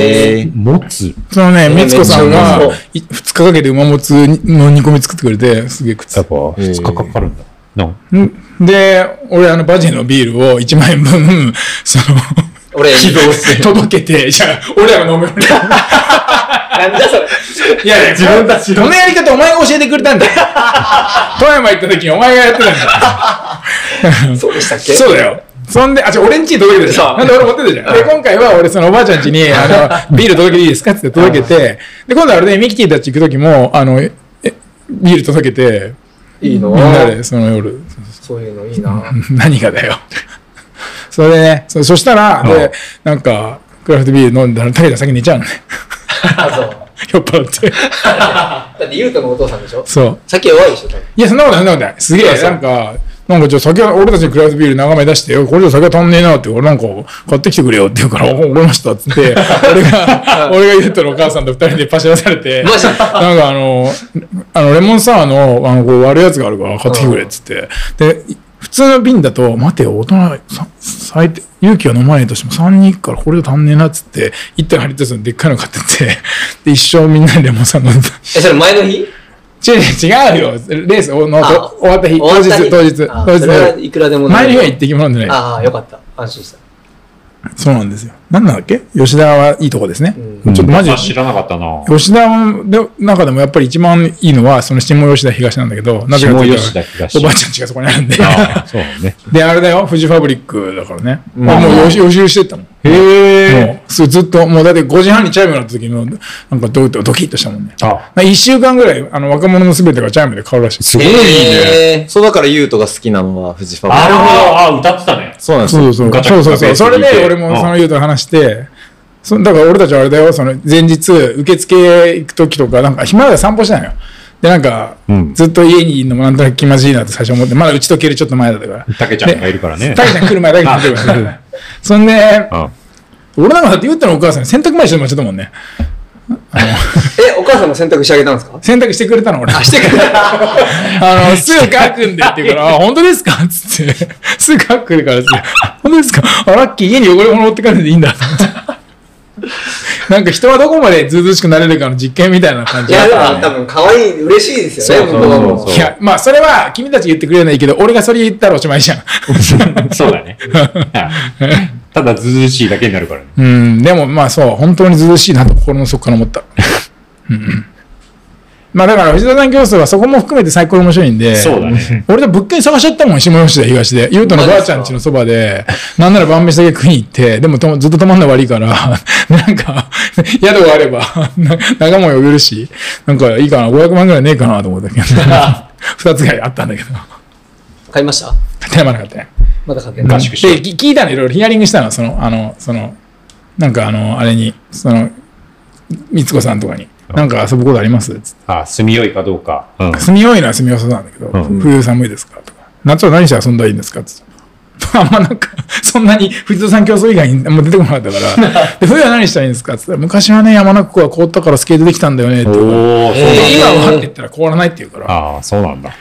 Speaker 4: えー
Speaker 1: 馬もつ、持つ。
Speaker 2: そのね、
Speaker 3: ー
Speaker 2: みつこさんが
Speaker 3: めっちゃうまそう
Speaker 2: 2日かけて馬もつの煮込み作ってくれて、すげえ食って。
Speaker 1: やったぱ、二日かかるんだ。なん
Speaker 2: んで、俺あのバジルのビールを1万円分、その、
Speaker 3: 俺、
Speaker 2: 寄贈して <laughs> 届けて、じゃあ、俺らが飲める。
Speaker 3: なんだそれ。
Speaker 2: <laughs> いやいや、自分たちこのやり方お前が教えてくれたんだよ。富山行った時にお前がやってたんだよ。 <laughs>
Speaker 3: そうでしたっけ
Speaker 2: そうだよ。そんで、あ、じゃ俺んちに届けてたじゃん。なんで俺持ってたじゃん。で、今回は俺、そのおばあちゃんちに、あの、ビール届けていいですかって届けて、で、今度は俺ね、ミキティたち行く時も、あの、えビール届けて、
Speaker 3: いいの
Speaker 2: みんなで、その夜、
Speaker 3: そういうのいい <laughs> な。
Speaker 2: <laughs> 何がだよ。それでね、そそしたら、
Speaker 1: う
Speaker 2: で
Speaker 1: ん、
Speaker 2: なんか、クラフトビール飲んだら、タケが先に寝ちゃうのね。 <laughs>
Speaker 3: あ、そう。
Speaker 2: 酔っ払って。
Speaker 3: だって、ゆうとのお父さんでしょ
Speaker 2: そう。
Speaker 3: 酒弱いでしょ、多分。
Speaker 2: いや、そんなことない、そんなことない。すげえ、なんか、なんか、じゃあ酒は、俺たちにクラフトビール眺め出してよ、これじゃ酒足んねえなって、俺なんか、買ってきてくれよって言うから、お <laughs> わかりましたっつって、俺が、俺がゆうとのお母さんと二人でパシらされて、
Speaker 3: マジ
Speaker 2: なんかあの、あの、レモンサワーの、あの、こう悪いやつがあるから、買ってきてくれっつって、で、普通の瓶だと、待てよ、大人、さ最低、勇気は飲まないとしても3人行くからこれじゃ足んねえなっつって、一体張り出すのでっかいの買ってって、で、一生みんなでレモンサワー飲んでた。
Speaker 3: え、それ前の日
Speaker 2: 違う違うよ。レースの
Speaker 3: あ
Speaker 2: 終わった日、
Speaker 3: 終わ
Speaker 2: 当
Speaker 3: っ
Speaker 2: 日
Speaker 3: た日、
Speaker 2: 当日、
Speaker 3: あ
Speaker 2: 当日
Speaker 3: それはいくらでも
Speaker 2: 前の日は一
Speaker 3: 行っ
Speaker 2: 滴も飲んでない。
Speaker 3: ああ、よかった。安心した。
Speaker 2: そうなんですよ。なんなんだっけ吉田はいいとこですね。
Speaker 3: うん
Speaker 2: ちょっとマジ
Speaker 1: 馬刺し知らなかったな。
Speaker 2: 吉田の中でもやっぱり一番いいのは、その下吉田東なんだけど、なぜかという
Speaker 1: 下吉田
Speaker 2: と、
Speaker 1: 東
Speaker 2: おばあちゃんちがそこにあるんで。
Speaker 1: ああ、そうだね。
Speaker 2: <laughs> で、あれだよ、富士ファブリックだからね。
Speaker 4: ん
Speaker 2: あもう予習予習してったもん。
Speaker 1: へえ。
Speaker 2: もうそうずっと、もうだって5時半にチャイムになった時の、なんかドドキッとしたもんね。
Speaker 1: あ、
Speaker 2: 1週間ぐらい、あの、若者の全てがチャイムで変わるらしい。
Speaker 1: すごいいいね。
Speaker 3: え
Speaker 4: そうだからユウトが好きなのはフジファブリッ
Speaker 1: な
Speaker 4: ク
Speaker 1: るほど。あ、歌ってたね。
Speaker 4: そうなんです
Speaker 2: そう
Speaker 4: よ。
Speaker 2: そうそう。
Speaker 1: ガチャ
Speaker 2: そうそうそう。
Speaker 1: ガチャ
Speaker 2: それ
Speaker 1: ガチャ
Speaker 2: で俺もその言うと話して、そだから俺たちはあれだよ、その前日、受付行く時とか、なんか暇で散歩したのよ。で、なんか、
Speaker 1: うん
Speaker 2: ずっと家にいるのもなんとなく気まずいなって最初思って、まだ打ち解けるちょっと前だったから。
Speaker 1: たけちゃんがいるからね。
Speaker 2: タケちゃん来る前だけ来るから。そんで、
Speaker 1: あ
Speaker 2: 俺なんかだって言ったのお母さんに洗濯前にしてもらっちゃったもんね。
Speaker 3: ー、え、お母さんも洗濯してあげたんですか
Speaker 2: 洗濯してくれたの俺。
Speaker 3: してくれた。
Speaker 2: あの、すぐ乾くんでって言うから、あ、本当ですか <laughs> つって、すぐ乾くからっつって、本当ですかあ、ラッキー、家に汚れ物持ってかれていいんだ <laughs> と思って。なんか人はどこまでずうずうしくなれるかの実験みたいな感
Speaker 3: い
Speaker 2: じだ
Speaker 3: や、
Speaker 2: っ
Speaker 3: で
Speaker 2: た
Speaker 3: も多分可愛い、嬉しいですよね、
Speaker 1: そうそう
Speaker 3: 向こ
Speaker 1: そうそう
Speaker 2: いや、まあ、それは君たち言ってくれないけど、俺がそれ言ったらおしまいじゃん。
Speaker 1: そうだ
Speaker 2: <laughs>
Speaker 1: ね。ただ、ずうずうしいだけになるからね。
Speaker 2: うん、でもまあそう、本当にずうずうしいなと心の底から思った。うんまあだから、藤田さん競争はそこも含めて最高に面白いんで。
Speaker 1: そうだね。
Speaker 2: 俺と物件探しちゃったもん、下吉田東で。ゆうとのばあちゃん家のそばで、なんなら晩飯だけ食いに行って、でもともずっと泊まんの悪いから、 <laughs> なんか、宿があれば、 <laughs> な仲間呼べるし、なんかいいかな、500万ぐらいねえかなと思ったけど、 <laughs> 二つぐらいあったんだけど、
Speaker 3: 買いました
Speaker 2: 手間なかったね。
Speaker 3: まだ買って
Speaker 1: 合
Speaker 3: ない。
Speaker 1: 宿して
Speaker 2: で、。き聞いたの、いろいろヒアリングしたの、その、あの、その、なんかあの、あれに、その、みつこさんとかに、なんか遊ぶことありますつって
Speaker 1: あ、住みよいかどうか。うん。
Speaker 2: 住みよいのは住みよさそうなんだけど、
Speaker 1: うん
Speaker 2: 冬寒いですかとか、夏は何して遊んだらいいんですかつって。 <laughs> あんまなんか、そんなに富士山競争以外にあんま出てこなかっ
Speaker 1: <laughs>
Speaker 2: たから、で冬は何したらいいんですかつって昔はね、山中湖は凍ったからスケートできたんだよねって言うから、
Speaker 1: おお、そうなんだ。
Speaker 3: えー
Speaker 2: 今はって言ったら凍らないって言うから、
Speaker 1: ああ、そうなんだ。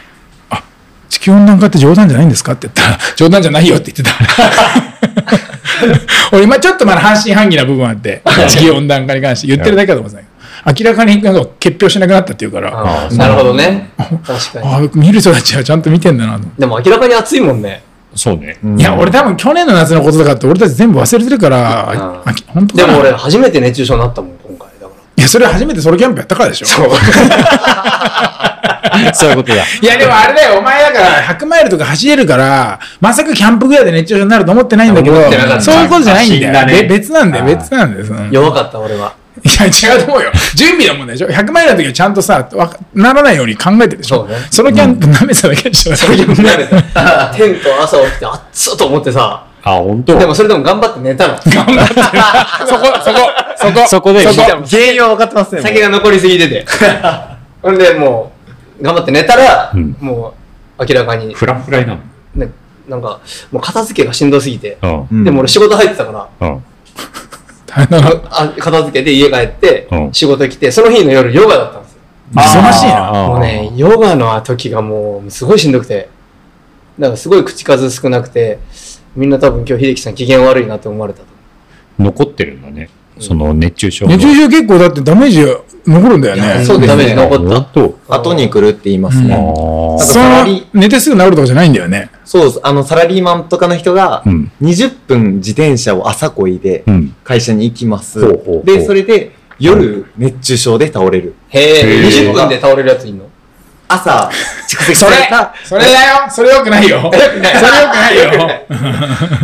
Speaker 2: 地球温暖化って冗談じゃないんですかって言ったら、 <laughs> 冗談じゃないよって言ってた。 <laughs> 俺今ちょっとまだ半信半疑な部分あって、地球温暖化に関して言ってるだけだと思うんですよ明らかになんか結氷しなくなったっていうから、あ
Speaker 3: あーなるほどね。確かに。
Speaker 2: あ、見る人たちはちゃんと見てんだなと思って
Speaker 3: でも明らかに暑いもんね。
Speaker 1: そうね。
Speaker 2: いや、俺多分去年の夏のことだからって俺たち全部忘れてるから、
Speaker 3: うん
Speaker 2: あき本当
Speaker 3: で
Speaker 2: かな
Speaker 3: も俺、初めて熱中症になったもん、今
Speaker 2: いや、それ初めてソロキャンプやったからでしょ。
Speaker 1: そういうことだ。
Speaker 2: いや、でもあれだよ、お前だから、100マイルとか走れるから、まさかキャンプぐらいで熱中症になると思ってないんだけど
Speaker 4: 思ってなかっ、た
Speaker 2: そういうことじゃないんだよ。
Speaker 1: 確信だね
Speaker 2: べ別なんだよ、
Speaker 1: あー
Speaker 2: 別なんだよ。そのいや、
Speaker 3: 弱かった、俺 <laughs> は。
Speaker 2: 違うと思うよ。準備の問題でしょ。100マイルの時はちゃんとさ、わかならないように考えてるでしょ。
Speaker 3: そうね
Speaker 2: ソロキャンプ舐めてただけでしょ。
Speaker 3: なる。テント朝起きて、あっつと思ってさ。
Speaker 1: あ、本当
Speaker 3: でもそれでも頑張って寝たの。
Speaker 2: そこ、そこ、そこ。
Speaker 1: <laughs> そこで
Speaker 2: そこ
Speaker 3: 原因は分かってますね。酒が残りすぎてて。ほんで、もう、頑張って寝たら、
Speaker 1: うん
Speaker 3: もう、明らかに、
Speaker 1: フラフライな
Speaker 3: ね、なんか、もう片付けがしんどすぎて。
Speaker 1: の。
Speaker 4: うん
Speaker 3: でも俺仕事入ってたから、
Speaker 1: うん。
Speaker 2: 大変だな
Speaker 3: あ片付けて家帰って
Speaker 1: う、ん
Speaker 3: 仕事来て、その日の夜ヨガだったんですよ。
Speaker 2: 忙しいな。
Speaker 1: あー
Speaker 3: もうね、ヨガの時がもう、すごいしんどくて。だからすごい口数少なくて、みんな多分今日秀樹さん機嫌悪いなって思われたと。
Speaker 1: 残ってるんだね。その熱中症の。
Speaker 2: 熱中症結構だってダメージ残るんだよ
Speaker 3: いや
Speaker 2: ね。
Speaker 3: そうですダメージ残った
Speaker 1: 本当
Speaker 4: 後に来るって言いますね。
Speaker 1: あ
Speaker 4: なん
Speaker 1: ー
Speaker 4: か
Speaker 2: そ
Speaker 4: サラ
Speaker 2: の
Speaker 4: リー
Speaker 2: 寝てすぐ治るとかじゃないんだよね。
Speaker 4: そうです。あの、サラリーマンとかの人が
Speaker 1: うん、
Speaker 4: 20分自転車を朝こいで
Speaker 1: うん、
Speaker 4: 会社に行きます
Speaker 1: ほうほうほ。う
Speaker 4: で、それで、夜、熱中症で倒れる。
Speaker 3: へえ、
Speaker 1: へー
Speaker 3: 20分で倒れるやついんの
Speaker 4: 朝、蓄積された、
Speaker 2: それだよそれよくないよ。それよくない <laughs> よ。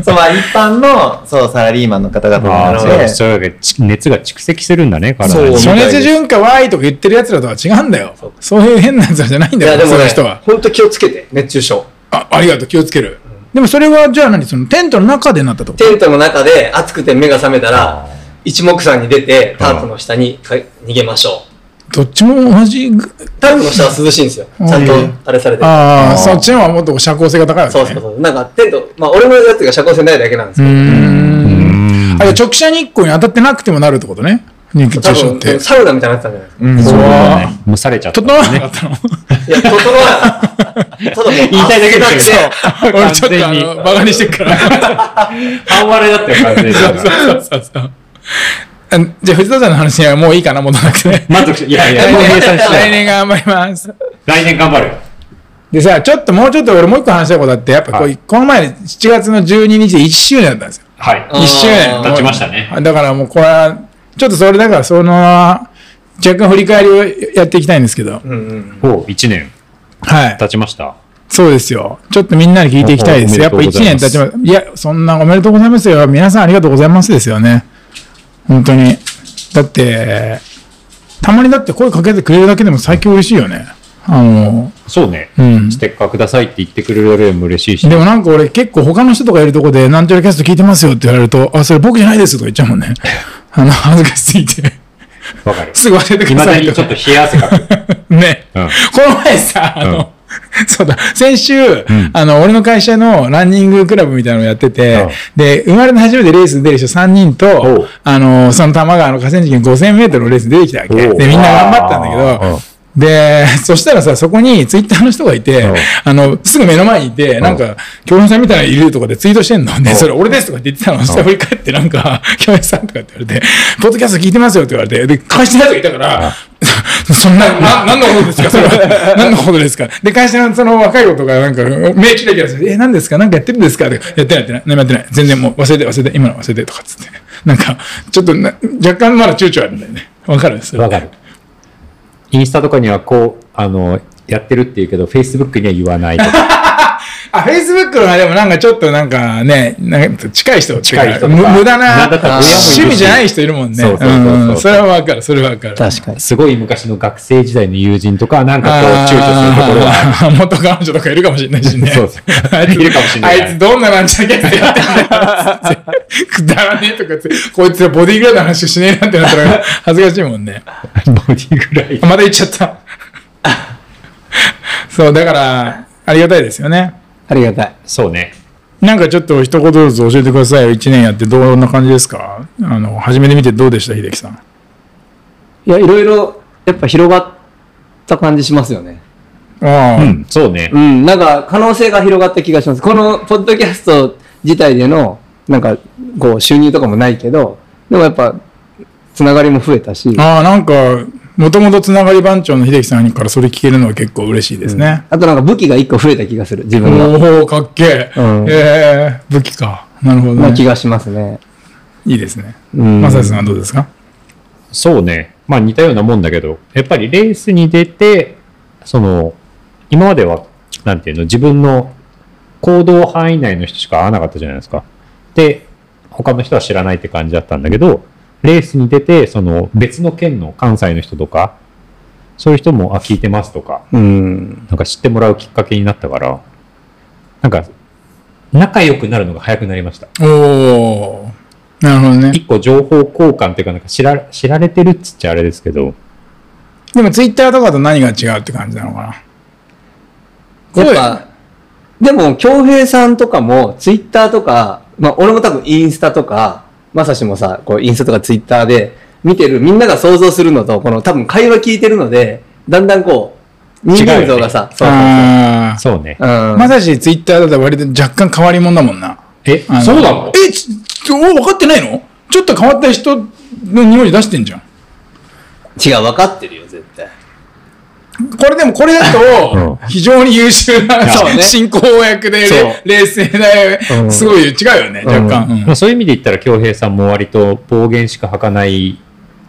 Speaker 4: そう、まあ一般の、そう、サラリーマンの方々
Speaker 1: あー
Speaker 4: なの
Speaker 1: そう
Speaker 4: で
Speaker 1: だ、そうだち熱が蓄積するんだね、体
Speaker 4: そう
Speaker 1: に。
Speaker 2: 暑熱順化わーいとか言ってる奴らとは違うんだよ。そういう変な奴らじゃないん
Speaker 3: い
Speaker 2: だよ、
Speaker 3: や、でも
Speaker 2: その
Speaker 3: ね
Speaker 2: 人は、。
Speaker 3: ほんと気をつけて、熱中症。
Speaker 2: あありがとう、気をつける。でもそれは、じゃあ何そのテントの中でなったと
Speaker 3: テントの中で暑くて目が覚めたら、一目散に出て、タープの下にか逃げましょ
Speaker 2: どっちも同じぐ。
Speaker 3: う。タープの下は涼しいんですよ。ちゃんとあれされてる。
Speaker 2: あ
Speaker 1: あー
Speaker 2: あ、そっちの方はもっと社交性が高いわけ
Speaker 3: そう
Speaker 2: ね。
Speaker 3: そうそう。なんかテント、まあ俺のやつが遮光性ないだけなんですけ
Speaker 2: うー
Speaker 1: う
Speaker 2: ん。
Speaker 1: ん
Speaker 2: あれ直射日光に当たってなくてもなるってことね。熱
Speaker 3: ど、多
Speaker 2: 中症っ
Speaker 3: 分
Speaker 2: て。
Speaker 3: サウナみたいになってたんじゃないですか。
Speaker 1: そう
Speaker 4: うん
Speaker 1: だ
Speaker 2: うわ
Speaker 1: ね。蒸されちゃった。
Speaker 2: 整わなかったの
Speaker 3: いや、整わない。ただもう、
Speaker 1: <laughs>
Speaker 3: 言
Speaker 1: いたいだけでしょ
Speaker 2: 俺ちょっとあ
Speaker 1: 完全に
Speaker 2: の、バカにしてるから。
Speaker 1: <laughs> 半割れだったよ、完全に。
Speaker 2: そうそうそう。あ <laughs> じゃあ、藤田さんの話にはもういいかな、戻らなくて。
Speaker 1: 満足して、いやい
Speaker 2: <laughs>
Speaker 1: や、もう計算してな
Speaker 2: 来
Speaker 1: い
Speaker 2: 年頑張ります。
Speaker 1: 来年頑張るよ。
Speaker 2: でさ、ちょっともうちょっと俺もう一個話したいことあって、やっぱこう、
Speaker 1: はい
Speaker 2: この前7月の12日で1周年だったんですよ。
Speaker 1: はい。
Speaker 3: あー
Speaker 2: 1周年。
Speaker 1: 経ちましたね
Speaker 2: もうだからもうこれは、ちょっとそれだからその、若干振り返りをやっていきたいんですけど、
Speaker 3: うんうん。
Speaker 1: おう、1年
Speaker 2: はい。
Speaker 1: 経ちました。
Speaker 2: そうですよ。ちょっとみんなに聞いていきたいですよ。やっ
Speaker 1: お
Speaker 2: ぱ
Speaker 1: お
Speaker 2: 1
Speaker 1: めでとうござい
Speaker 2: 年
Speaker 1: ます
Speaker 2: 経ちます。いや、そんなおめでとうございますよ。皆さんありがとうございますですよね。本当に。だって、たまにだって声かけてくれるだけでも最強嬉しいよね。あの、
Speaker 1: そうね。
Speaker 2: うん
Speaker 1: ステッカーくださいって言ってくれるよりも嬉しいし
Speaker 2: で。もなんか俺結構他の人とかいるとこで、なんちゃらキャスト聞いてますよって言われると、あ、それ僕じゃないですとか言っちゃうもんね。あの、恥ずかしすぎて。
Speaker 1: わかる。
Speaker 2: すぐ忘れてく
Speaker 1: い
Speaker 2: だ
Speaker 1: ま
Speaker 2: さ
Speaker 1: だ
Speaker 2: い
Speaker 1: に
Speaker 2: と
Speaker 1: ちょ
Speaker 2: か
Speaker 1: っと。冷や汗かく。
Speaker 2: <laughs> ね。
Speaker 1: うん
Speaker 2: この前さ、あの、 <laughs> そうだ、先週、
Speaker 1: ん
Speaker 2: あの、俺の会社のランニングクラブみたいなのをやってて、
Speaker 1: うん
Speaker 2: で、生まれて初めてレースに出る人3人
Speaker 1: お
Speaker 2: と
Speaker 1: う、
Speaker 2: あの、その玉川の河川敷に5000メートルのレースに出てきたわけ。で、
Speaker 1: おう
Speaker 2: みんな頑張ったんだけ
Speaker 1: あーう
Speaker 2: ど
Speaker 1: ん、
Speaker 2: で、そしたらさ、そこにツイッターの人がいて
Speaker 1: うん、
Speaker 2: あの、すぐ目の前にいて、なんか、京平さんみたいなのいるとかでツイートしてんの。で、それ俺ですとかって言ってたの。そしたら振り返ってなんか、 <laughs> 京平さんとかって言われて、ポッドキャスト聞いてますよって言われて、で、会社の人がいたから、そんな、な、何のことですかそれは。 <laughs> 何のことですかで、会社のその若い子とか、なんか、目キラキラして、え、何ですかなんかやってるんですかって、やってない、やってない。何もやってない。全然もう忘れて、忘れて、今の忘れて、とかっつって。なんか、ちょっとな、若干まだ躊躇あるんだよね。わかるです
Speaker 1: わかる。インスタとかにはこう、あの、やってるって言うけど、Facebook には言わないと
Speaker 2: <laughs>
Speaker 1: か。
Speaker 2: あ、フェイスブックのはでもなんかちょっとなんかね、なんか近い人っていうか
Speaker 1: 近い人とか
Speaker 2: む無駄な
Speaker 1: なんだったら親もいるし
Speaker 2: 趣味じゃない人いるもんね。
Speaker 1: そうそうそうそうん
Speaker 2: それはわかる、それはわかる。
Speaker 3: 確かに。
Speaker 1: すごい昔の学生時代の友人とか、なんかこう、
Speaker 2: あー
Speaker 1: 躊躇するところは。
Speaker 2: <laughs> 元彼女とかいるかもしれないしね。
Speaker 1: そうそう
Speaker 2: あいつ
Speaker 1: いるかもしれない
Speaker 2: あいつどんなランチャーキャストやってんだよつって。くだらねえとかつって、こいつらボディーグラウンドの話しねえなってなった
Speaker 1: <laughs>
Speaker 2: ら恥ずかしいもんね。
Speaker 1: ボディぐらい。
Speaker 2: また言っちゃった。
Speaker 1: <laughs>
Speaker 2: そう、だから、ありがたいですよね。
Speaker 3: ありがたい。
Speaker 1: そうね。
Speaker 2: なんかちょっと一言ずつ教えてくださいよ。一年やってどんな感じですかあの、初めて見てどうでした、秀樹さん。
Speaker 3: いや、いろいろ、やっぱ広がった感じしますよね。
Speaker 2: ああ、
Speaker 1: うん、そうね
Speaker 3: う。ん、なんか可能性が広がった気がします。このポッドキャスト自体での、なんか、こう、収入とかもないけど、でもやっぱ、つながりも増えたし、
Speaker 2: ああ、なんか、もともとつながり番長の秀樹さんからそれ聞けるのは結構嬉しいですね。
Speaker 3: あとなんか武器が一個増えた気がする、自分の。
Speaker 2: おお、かっけえ。
Speaker 3: うん
Speaker 2: ええ武器か。なるほど、
Speaker 3: な
Speaker 2: ね。
Speaker 3: 気がしますね。
Speaker 2: いいですね。
Speaker 3: うん
Speaker 2: まさやさんはどうですか
Speaker 1: そうね。まあ似たようなもんだけど、やっぱりレースに出て、その、今までは、なんていうの、自分の行動範囲内の人しか会わなかったじゃないですか。で、他の人は知らないって感じだったんだけど、レースに出て、その別の県の関西の人とか、そういう人も、あ、聞いてますとか、
Speaker 3: うん。
Speaker 1: なんか知ってもらうきっかけになったから、なんか、仲良くなるのが早くなりました。
Speaker 2: おー。なるほどね。
Speaker 1: 一個情報交換っていうか、なんか知ら、知られてるっつっちゃあれですけど、
Speaker 2: でもツイッターとかと何が違うって感じなのかな。
Speaker 3: やっぱ、でも、京平さんとかも、ツイッターとか、まあ、俺も多分インスタとか、まさしもさ、こう、インスタとかツイッターで見てる、みんなが想像するのと、この多分会話聞いてるので、だんだんこう、人間像がさ、そうそうそう
Speaker 2: あー
Speaker 1: そうね。
Speaker 3: うん
Speaker 2: まさしツイッターだと割と若干変わり者だもんな。
Speaker 1: え
Speaker 2: あの
Speaker 1: そうなの
Speaker 2: え、ちちょ、分かってないのちょっと変わった人の匂い出してんじゃん。
Speaker 3: 違う、分かってるよ、絶対。
Speaker 2: これでもこれだ
Speaker 1: う
Speaker 2: と、非常に優秀な、
Speaker 3: <laughs> そうね
Speaker 2: 進行役で
Speaker 3: そう、
Speaker 2: 冷静
Speaker 1: う
Speaker 2: で、
Speaker 1: ん
Speaker 2: すごい違うよね、若干。うん、
Speaker 1: まあ、そういう意味で言ったら、京平さんも割と暴言しか吐かない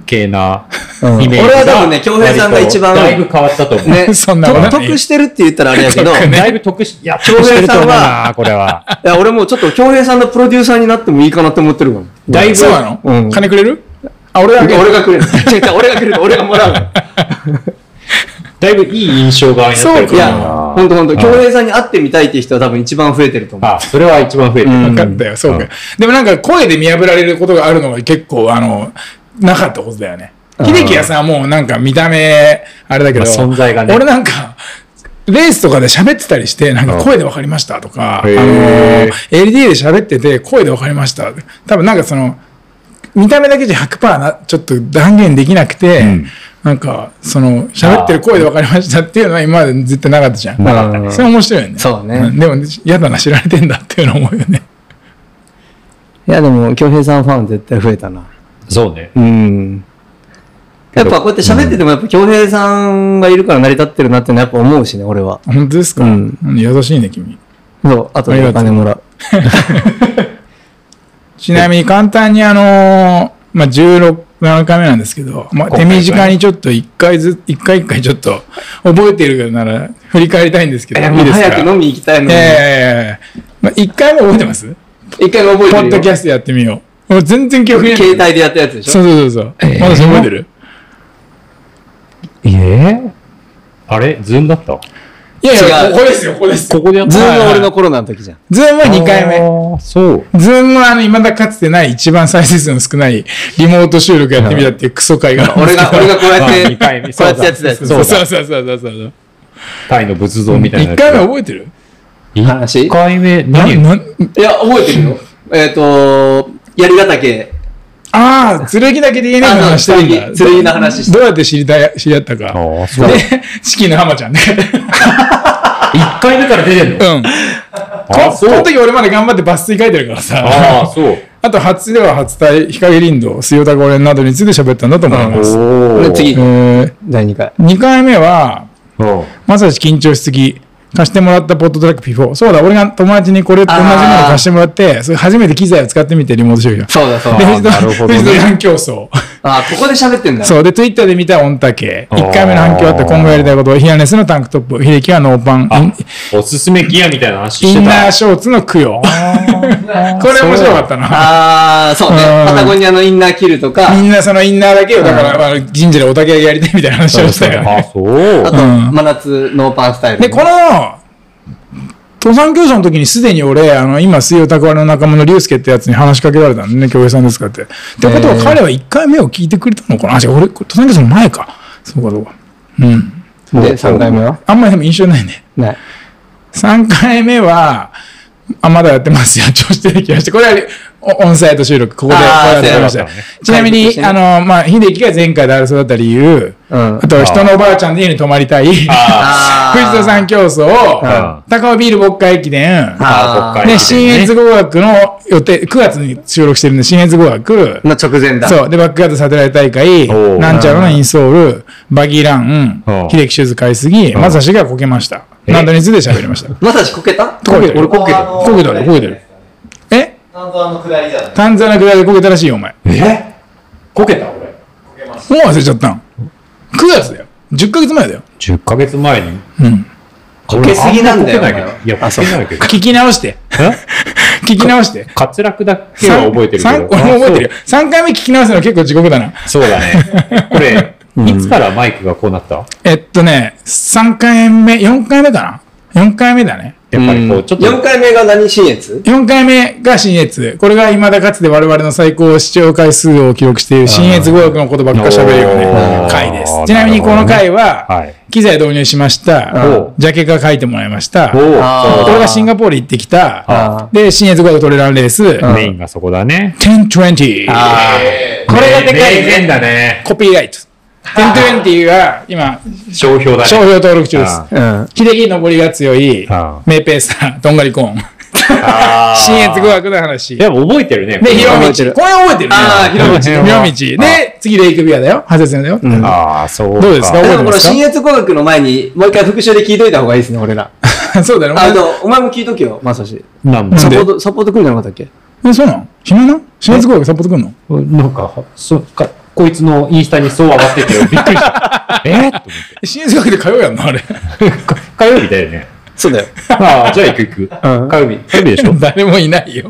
Speaker 1: 系なイメージが、
Speaker 3: 俺は多分ね京平さんが一番
Speaker 1: 割とだいぶ変わった
Speaker 3: <laughs>
Speaker 1: と思う。
Speaker 3: ね
Speaker 2: そんなことない
Speaker 3: と得してるって言ったらあれ
Speaker 1: <laughs>
Speaker 3: やけど、
Speaker 2: 得ね
Speaker 1: だいぶ得し、いや、
Speaker 3: 京平さんは
Speaker 1: 得してると思うな、これは。
Speaker 3: いや、俺もうちょっと京平さんのプロデューサーになってもいいかなって思ってるもん。
Speaker 1: だいぶ、
Speaker 2: そうなの、
Speaker 3: うん
Speaker 2: 金くれるあ、俺だけ。
Speaker 3: 俺がくれる。違う違う、俺がくれる。俺がもらうの。
Speaker 1: だいぶいい印象がになってると思う
Speaker 3: いや、
Speaker 1: な。
Speaker 3: ほんとほんと、
Speaker 1: あ
Speaker 3: 京平さんに会ってみたいっていう人は多分一番増えてると思う。
Speaker 1: あ、それは一番増えてる。
Speaker 3: うん
Speaker 2: 分かったよ、そうか、
Speaker 1: うん
Speaker 2: でもなんか声で見破られることがあるのが結構、あの、なかったことだよね。秀樹はさ、もうなんか見た目、あれだけど、
Speaker 1: まあ存在がね
Speaker 2: 俺なんか、レースとかで喋ってたりして、なんか
Speaker 1: うん
Speaker 2: 声で分かりましたとか、あの
Speaker 1: へー、
Speaker 2: LD で喋ってて声で分かりました。多分なんかその、見た目だけじゃ100%な、ちょっと断言できなくて、
Speaker 1: ん
Speaker 2: なんか、その、喋ってる声で分かりましたっていうのは今まで絶対なかったじゃん。
Speaker 1: なかった
Speaker 3: う
Speaker 1: ね。
Speaker 3: ん
Speaker 2: それ面白いよね。
Speaker 3: そうね
Speaker 2: んでも、嫌だな、知られてんだっていうの思うよね。
Speaker 3: いや、でも、京平さんファン絶対増えたな。
Speaker 1: そうね。
Speaker 3: うん。やっぱこうやって喋ってても、やっぱ京平さんがいるから成り立ってるなっていうのはやっぱ思うしね、俺は。
Speaker 2: 本当ですか、
Speaker 3: うん
Speaker 2: うん優しいね、君。
Speaker 3: そう、あと
Speaker 2: あり
Speaker 3: で
Speaker 2: が
Speaker 3: お
Speaker 2: とう
Speaker 3: 金もらう。
Speaker 2: ちなみに簡単にあのーまあ、16、7回目なんですけど、まあ、
Speaker 1: 今
Speaker 2: 手
Speaker 1: 回ね
Speaker 2: 短にちょっと1回ずつ、一回1回ちょっと覚えてるなら振り返りたいんですけど、
Speaker 3: え、
Speaker 2: い
Speaker 3: も
Speaker 2: いうですか
Speaker 3: 早く飲み行きたいの
Speaker 2: え
Speaker 3: に。
Speaker 2: えまあ、1回も覚えてます
Speaker 3: 一回も覚え
Speaker 2: ポ
Speaker 3: てる
Speaker 2: ッ
Speaker 3: よ。
Speaker 2: ドキャストやってみよう。もう全然記憶にない。
Speaker 3: 携帯でやったやつでし
Speaker 2: そう
Speaker 3: ょ。
Speaker 2: そうそうそう。まだそれ覚えてる
Speaker 1: えーあれズームだったこ
Speaker 2: いやいや、
Speaker 3: 違う
Speaker 2: ここですよ、ここです。
Speaker 1: こでやっ
Speaker 3: ズーム
Speaker 2: はい
Speaker 3: は
Speaker 2: はい
Speaker 3: 俺のコロナの時じゃん。
Speaker 2: ズームは2回目。
Speaker 1: 目。そう。
Speaker 2: ズームはあの、未だかつてない一番再生数の少ないリモート収録やってみたっていうクソ会が。
Speaker 3: 俺が、俺がこうやっ
Speaker 1: まあ
Speaker 3: て、
Speaker 1: 二回目
Speaker 3: こうやってやってたやつ。
Speaker 2: そう
Speaker 1: だ
Speaker 2: そうそうそうそうそう。
Speaker 1: タイの仏像みたいな
Speaker 2: 一
Speaker 1: やつ。
Speaker 2: 回目覚えてる
Speaker 3: 話
Speaker 1: 一回目、
Speaker 2: な
Speaker 1: 何
Speaker 2: なん
Speaker 3: いや、覚えてるよ。えっと、槍ヶ岳。
Speaker 2: ああ、剣だけ DNA の話してるんだ。
Speaker 3: あそう剣剣の話して
Speaker 2: どうやって知りたい、知り合ったか。
Speaker 1: ああ、そう。
Speaker 2: で、チキンの浜ちゃんね。
Speaker 1: 一回目から出てん
Speaker 2: う
Speaker 1: の
Speaker 2: ん。こ
Speaker 1: あ、
Speaker 2: こ
Speaker 1: そ
Speaker 2: の
Speaker 1: う。
Speaker 2: 時俺まで頑張って抜粋書いてるから
Speaker 1: ああ、
Speaker 2: さ。
Speaker 1: そう。
Speaker 2: あと、初では初対、日陰林道、水曜田五連などについて喋ったんだと思います。
Speaker 1: お
Speaker 3: で次
Speaker 2: えー、
Speaker 3: 第2回。
Speaker 2: 2回目は、
Speaker 1: うん。
Speaker 2: まさし緊張しすぎ。貸してもらったポットトラック P4。そうだ、俺が友達にこれと同じもの貸してもらって、それ初めて機材を使ってみてリモート収録
Speaker 3: そうだそう
Speaker 2: で、
Speaker 3: だ。
Speaker 2: 藤田
Speaker 1: なるほどね
Speaker 2: 藤田反競
Speaker 1: <laughs>
Speaker 2: 争。
Speaker 3: あ、ここで喋ってんだ。
Speaker 2: そう。で、ツイッターで見た御嶽。
Speaker 1: あー
Speaker 2: 1回目の反響あった今後やりたいこと、ヒアネスのタンクトップ、秀樹はノーパン、イン
Speaker 1: おすすめギアみたいな話
Speaker 2: イ
Speaker 1: して
Speaker 2: ンナー
Speaker 1: た。
Speaker 2: ショーツの供養。こ <laughs> れ面白かったな。
Speaker 3: あー、そうね。
Speaker 2: うん
Speaker 3: パタゴニアのインナーキルとか、
Speaker 2: みんなそのインナーだけを、だから、まあ神社でおたけやりたいみたいな話をした
Speaker 1: <laughs>
Speaker 2: よね。
Speaker 1: あ、そう
Speaker 3: あ。と、
Speaker 2: うん
Speaker 3: 真夏ノーパンスタイル。
Speaker 2: で、この、登山教授の時にすでに俺、あの、今、水曜たくわの仲間の竜介ってやつに話しかけられたんでね、京平さんですかって。ってことは彼は1回目を聞いてくれたのかなあ、違う、俺、これ登山教授の前か。そうか、そうか。うん。
Speaker 3: で、3回目は
Speaker 2: あんまりでも印象ないね。
Speaker 3: ない。
Speaker 2: 3回目は、あ、まだやってますよ。調子出てきました。これはおオンサイト収録、ここでこう
Speaker 3: あー
Speaker 2: やってまし
Speaker 1: そう
Speaker 2: た
Speaker 1: だったね。
Speaker 2: ちなみ
Speaker 3: 解
Speaker 2: に、
Speaker 3: 決してね
Speaker 2: あの、まあ、秀樹が前回で争った理由、
Speaker 3: うん
Speaker 2: あ。と、人のおばあちゃんの家に泊まりたい、 <laughs> 藤
Speaker 1: あ
Speaker 3: あー
Speaker 2: 田山競争、
Speaker 1: ん
Speaker 2: 高尾ビール牧会駅伝、
Speaker 1: あ、ああ、国会
Speaker 2: で、新越語学の予定、9月に収録してるんで、新越語学、
Speaker 3: の直前だ。
Speaker 2: そう。で、バックガードサテライト大会、
Speaker 1: おう
Speaker 2: なんちゃらのインソール、バギーラン
Speaker 1: お、う
Speaker 2: 秀樹シューズ買いすぎ、まさしがこけました。
Speaker 1: え
Speaker 2: 何度について喋りま
Speaker 1: <laughs>
Speaker 2: した。
Speaker 3: まさしこけた
Speaker 2: こけてる
Speaker 3: 俺こけた。
Speaker 2: こけたね、こけてる。え
Speaker 5: 丹沢の下りじゃない
Speaker 2: 丹沢の下りでこけたらしいよ、お前。
Speaker 1: えこけた俺。
Speaker 2: もう忘れちゃったん ?9 月だよ。10ヶ月前だよ。
Speaker 1: 10ヶ月前に。
Speaker 2: うん。
Speaker 3: かけすぎなんだ
Speaker 1: 俺あまこけ
Speaker 3: よ
Speaker 1: ないけどいや、かけないけど。
Speaker 2: 聞き直して。 <laughs> 聞き直して。
Speaker 1: 滑落だけは覚えてるけど。
Speaker 2: 三俺も覚えてるよ。3回目聞き直すの結構地獄だな。
Speaker 1: そうそうだ
Speaker 2: <laughs>
Speaker 1: ね。これ、いつからマイクがこうなったやっ
Speaker 2: えっとね、3回目、4回目かな ?4 回目だね。
Speaker 1: ぱりこう、ちょっと、
Speaker 3: 4回目が何新越
Speaker 2: 4回目が新越。これが未だかつて我々の最高視聴回数を記録している新越語学のことばっか喋るよ
Speaker 1: お
Speaker 2: ね
Speaker 1: ー
Speaker 2: 回
Speaker 1: な
Speaker 2: で
Speaker 1: るほど
Speaker 2: す。
Speaker 1: ね
Speaker 2: ちなみにこの回
Speaker 1: は、
Speaker 2: はい機材導入しました
Speaker 1: お。
Speaker 2: ジャケが書いてもらいました。
Speaker 1: お
Speaker 2: こ
Speaker 3: あー
Speaker 2: れがシンガポール行ってき
Speaker 3: あ
Speaker 2: た。で、新越語学トレランレース、
Speaker 1: ーメインがそこだね。
Speaker 2: 1020。
Speaker 1: こ
Speaker 2: れがでかいね
Speaker 1: 名言だね。
Speaker 2: コピーライト。1020は今、
Speaker 1: 商標だね。
Speaker 2: 商標登録中です
Speaker 1: あ。
Speaker 3: うん。
Speaker 2: 秀樹登りが強い
Speaker 1: あ、
Speaker 2: メイペーサー、とんがりコーン。
Speaker 1: あー
Speaker 2: <laughs> 新越語学の話。
Speaker 1: でも覚えてるね。
Speaker 2: で、ひろ
Speaker 3: 覚
Speaker 2: み
Speaker 3: えて
Speaker 2: ち。
Speaker 3: る
Speaker 2: これ覚えてるね。
Speaker 3: あーひろみち
Speaker 2: ひろみち。で、次、レイクビアだよ。長谷さんだよ。
Speaker 3: ん
Speaker 1: ああ、そう
Speaker 2: どうですか
Speaker 3: でもこ
Speaker 2: 覚えてま
Speaker 3: の
Speaker 2: すか
Speaker 3: 新越語学の前に、もう一回復習で聞いといた方がいいですね、俺ら。
Speaker 2: <laughs> そうだよ
Speaker 3: あ、
Speaker 2: ね
Speaker 3: でもお前も聞いとけよ、まさし。
Speaker 1: なんだ
Speaker 3: サポ
Speaker 2: で
Speaker 3: ート、サポート来るんじゃなかったっけ
Speaker 2: お前。え、そうなの暇なの新越語学サポートくんの
Speaker 1: なんか、そっか、こいつのインスタにそう上がってて、びっくりした。え <laughs> ーと思って。
Speaker 2: 新越語学で通うやんのあれ。 <laughs>
Speaker 1: か火曜日だよね。
Speaker 3: そうだよ。
Speaker 1: ああ、じゃあ行く行く。
Speaker 3: うん
Speaker 1: 火曜日。火曜日でしょ
Speaker 2: 誰もいな
Speaker 1: <laughs>
Speaker 2: いよ。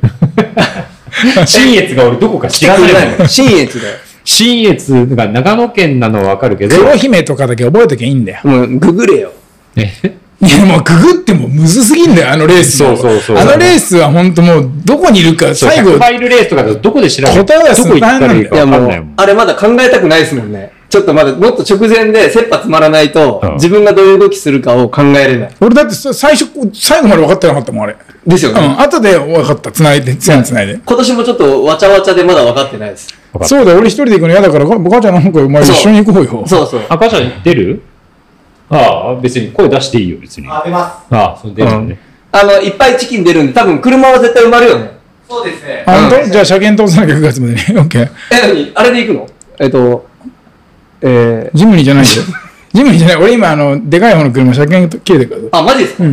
Speaker 1: 新越が俺どこか知
Speaker 3: 知ら
Speaker 1: らない
Speaker 3: ない
Speaker 1: もん。
Speaker 3: の。新越だよ。
Speaker 1: 新越が長野県なのはわかるけど、
Speaker 2: 黒姫とかだけ覚えときゃいいんだよ。
Speaker 3: もう、ググれよ。
Speaker 1: え
Speaker 2: いや、もうググってもむずすぎんだよ、あのレース。
Speaker 1: そうそうそう
Speaker 2: あのレースは本当もう、どこにいるか、
Speaker 1: そう
Speaker 2: 最後
Speaker 1: 100、マイルレースとかだとどこで調べ
Speaker 2: 答えは
Speaker 1: どこ行ったらいいか
Speaker 3: いや
Speaker 1: わか
Speaker 3: も
Speaker 1: ん
Speaker 3: う
Speaker 1: ないもん、。
Speaker 3: あれまだ考えたくないですもんね。ちょっとまだ、もっと直前で、切羽詰まらないと
Speaker 1: うん、
Speaker 3: 自分がどういう動きするかを考えれない。
Speaker 2: 俺だってさ最初、最後まで分かってなかったもん、あれ。う
Speaker 3: ですよね。
Speaker 2: ん、後で分かった。繋いで、繋いで、繋いで。
Speaker 3: 今年もちょっとわちゃわちゃでまだ分かってないです。
Speaker 1: わかった
Speaker 2: そうだよ、俺一人で行くの嫌だから、お母ちゃんの方がお前一緒に行こうよ。
Speaker 3: そうそう。
Speaker 1: 赤ちゃん出るああ、別に声出していいよ、別に。あ
Speaker 5: あ、出ます。
Speaker 1: あ、そう出るのね。
Speaker 3: あの、いっぱいチキン出るんで、多分車は絶対埋まるよね。
Speaker 5: そうですね。
Speaker 2: あ、本当じゃあ車検通さなきゃ9月までね。 <laughs> オッケー。
Speaker 3: え、何あれで行くのえっと、えー、
Speaker 2: ジムニーじゃないよ。ジムニーじゃない。俺今、あの、でかい方の車車検切れてるから
Speaker 3: あ、マジですか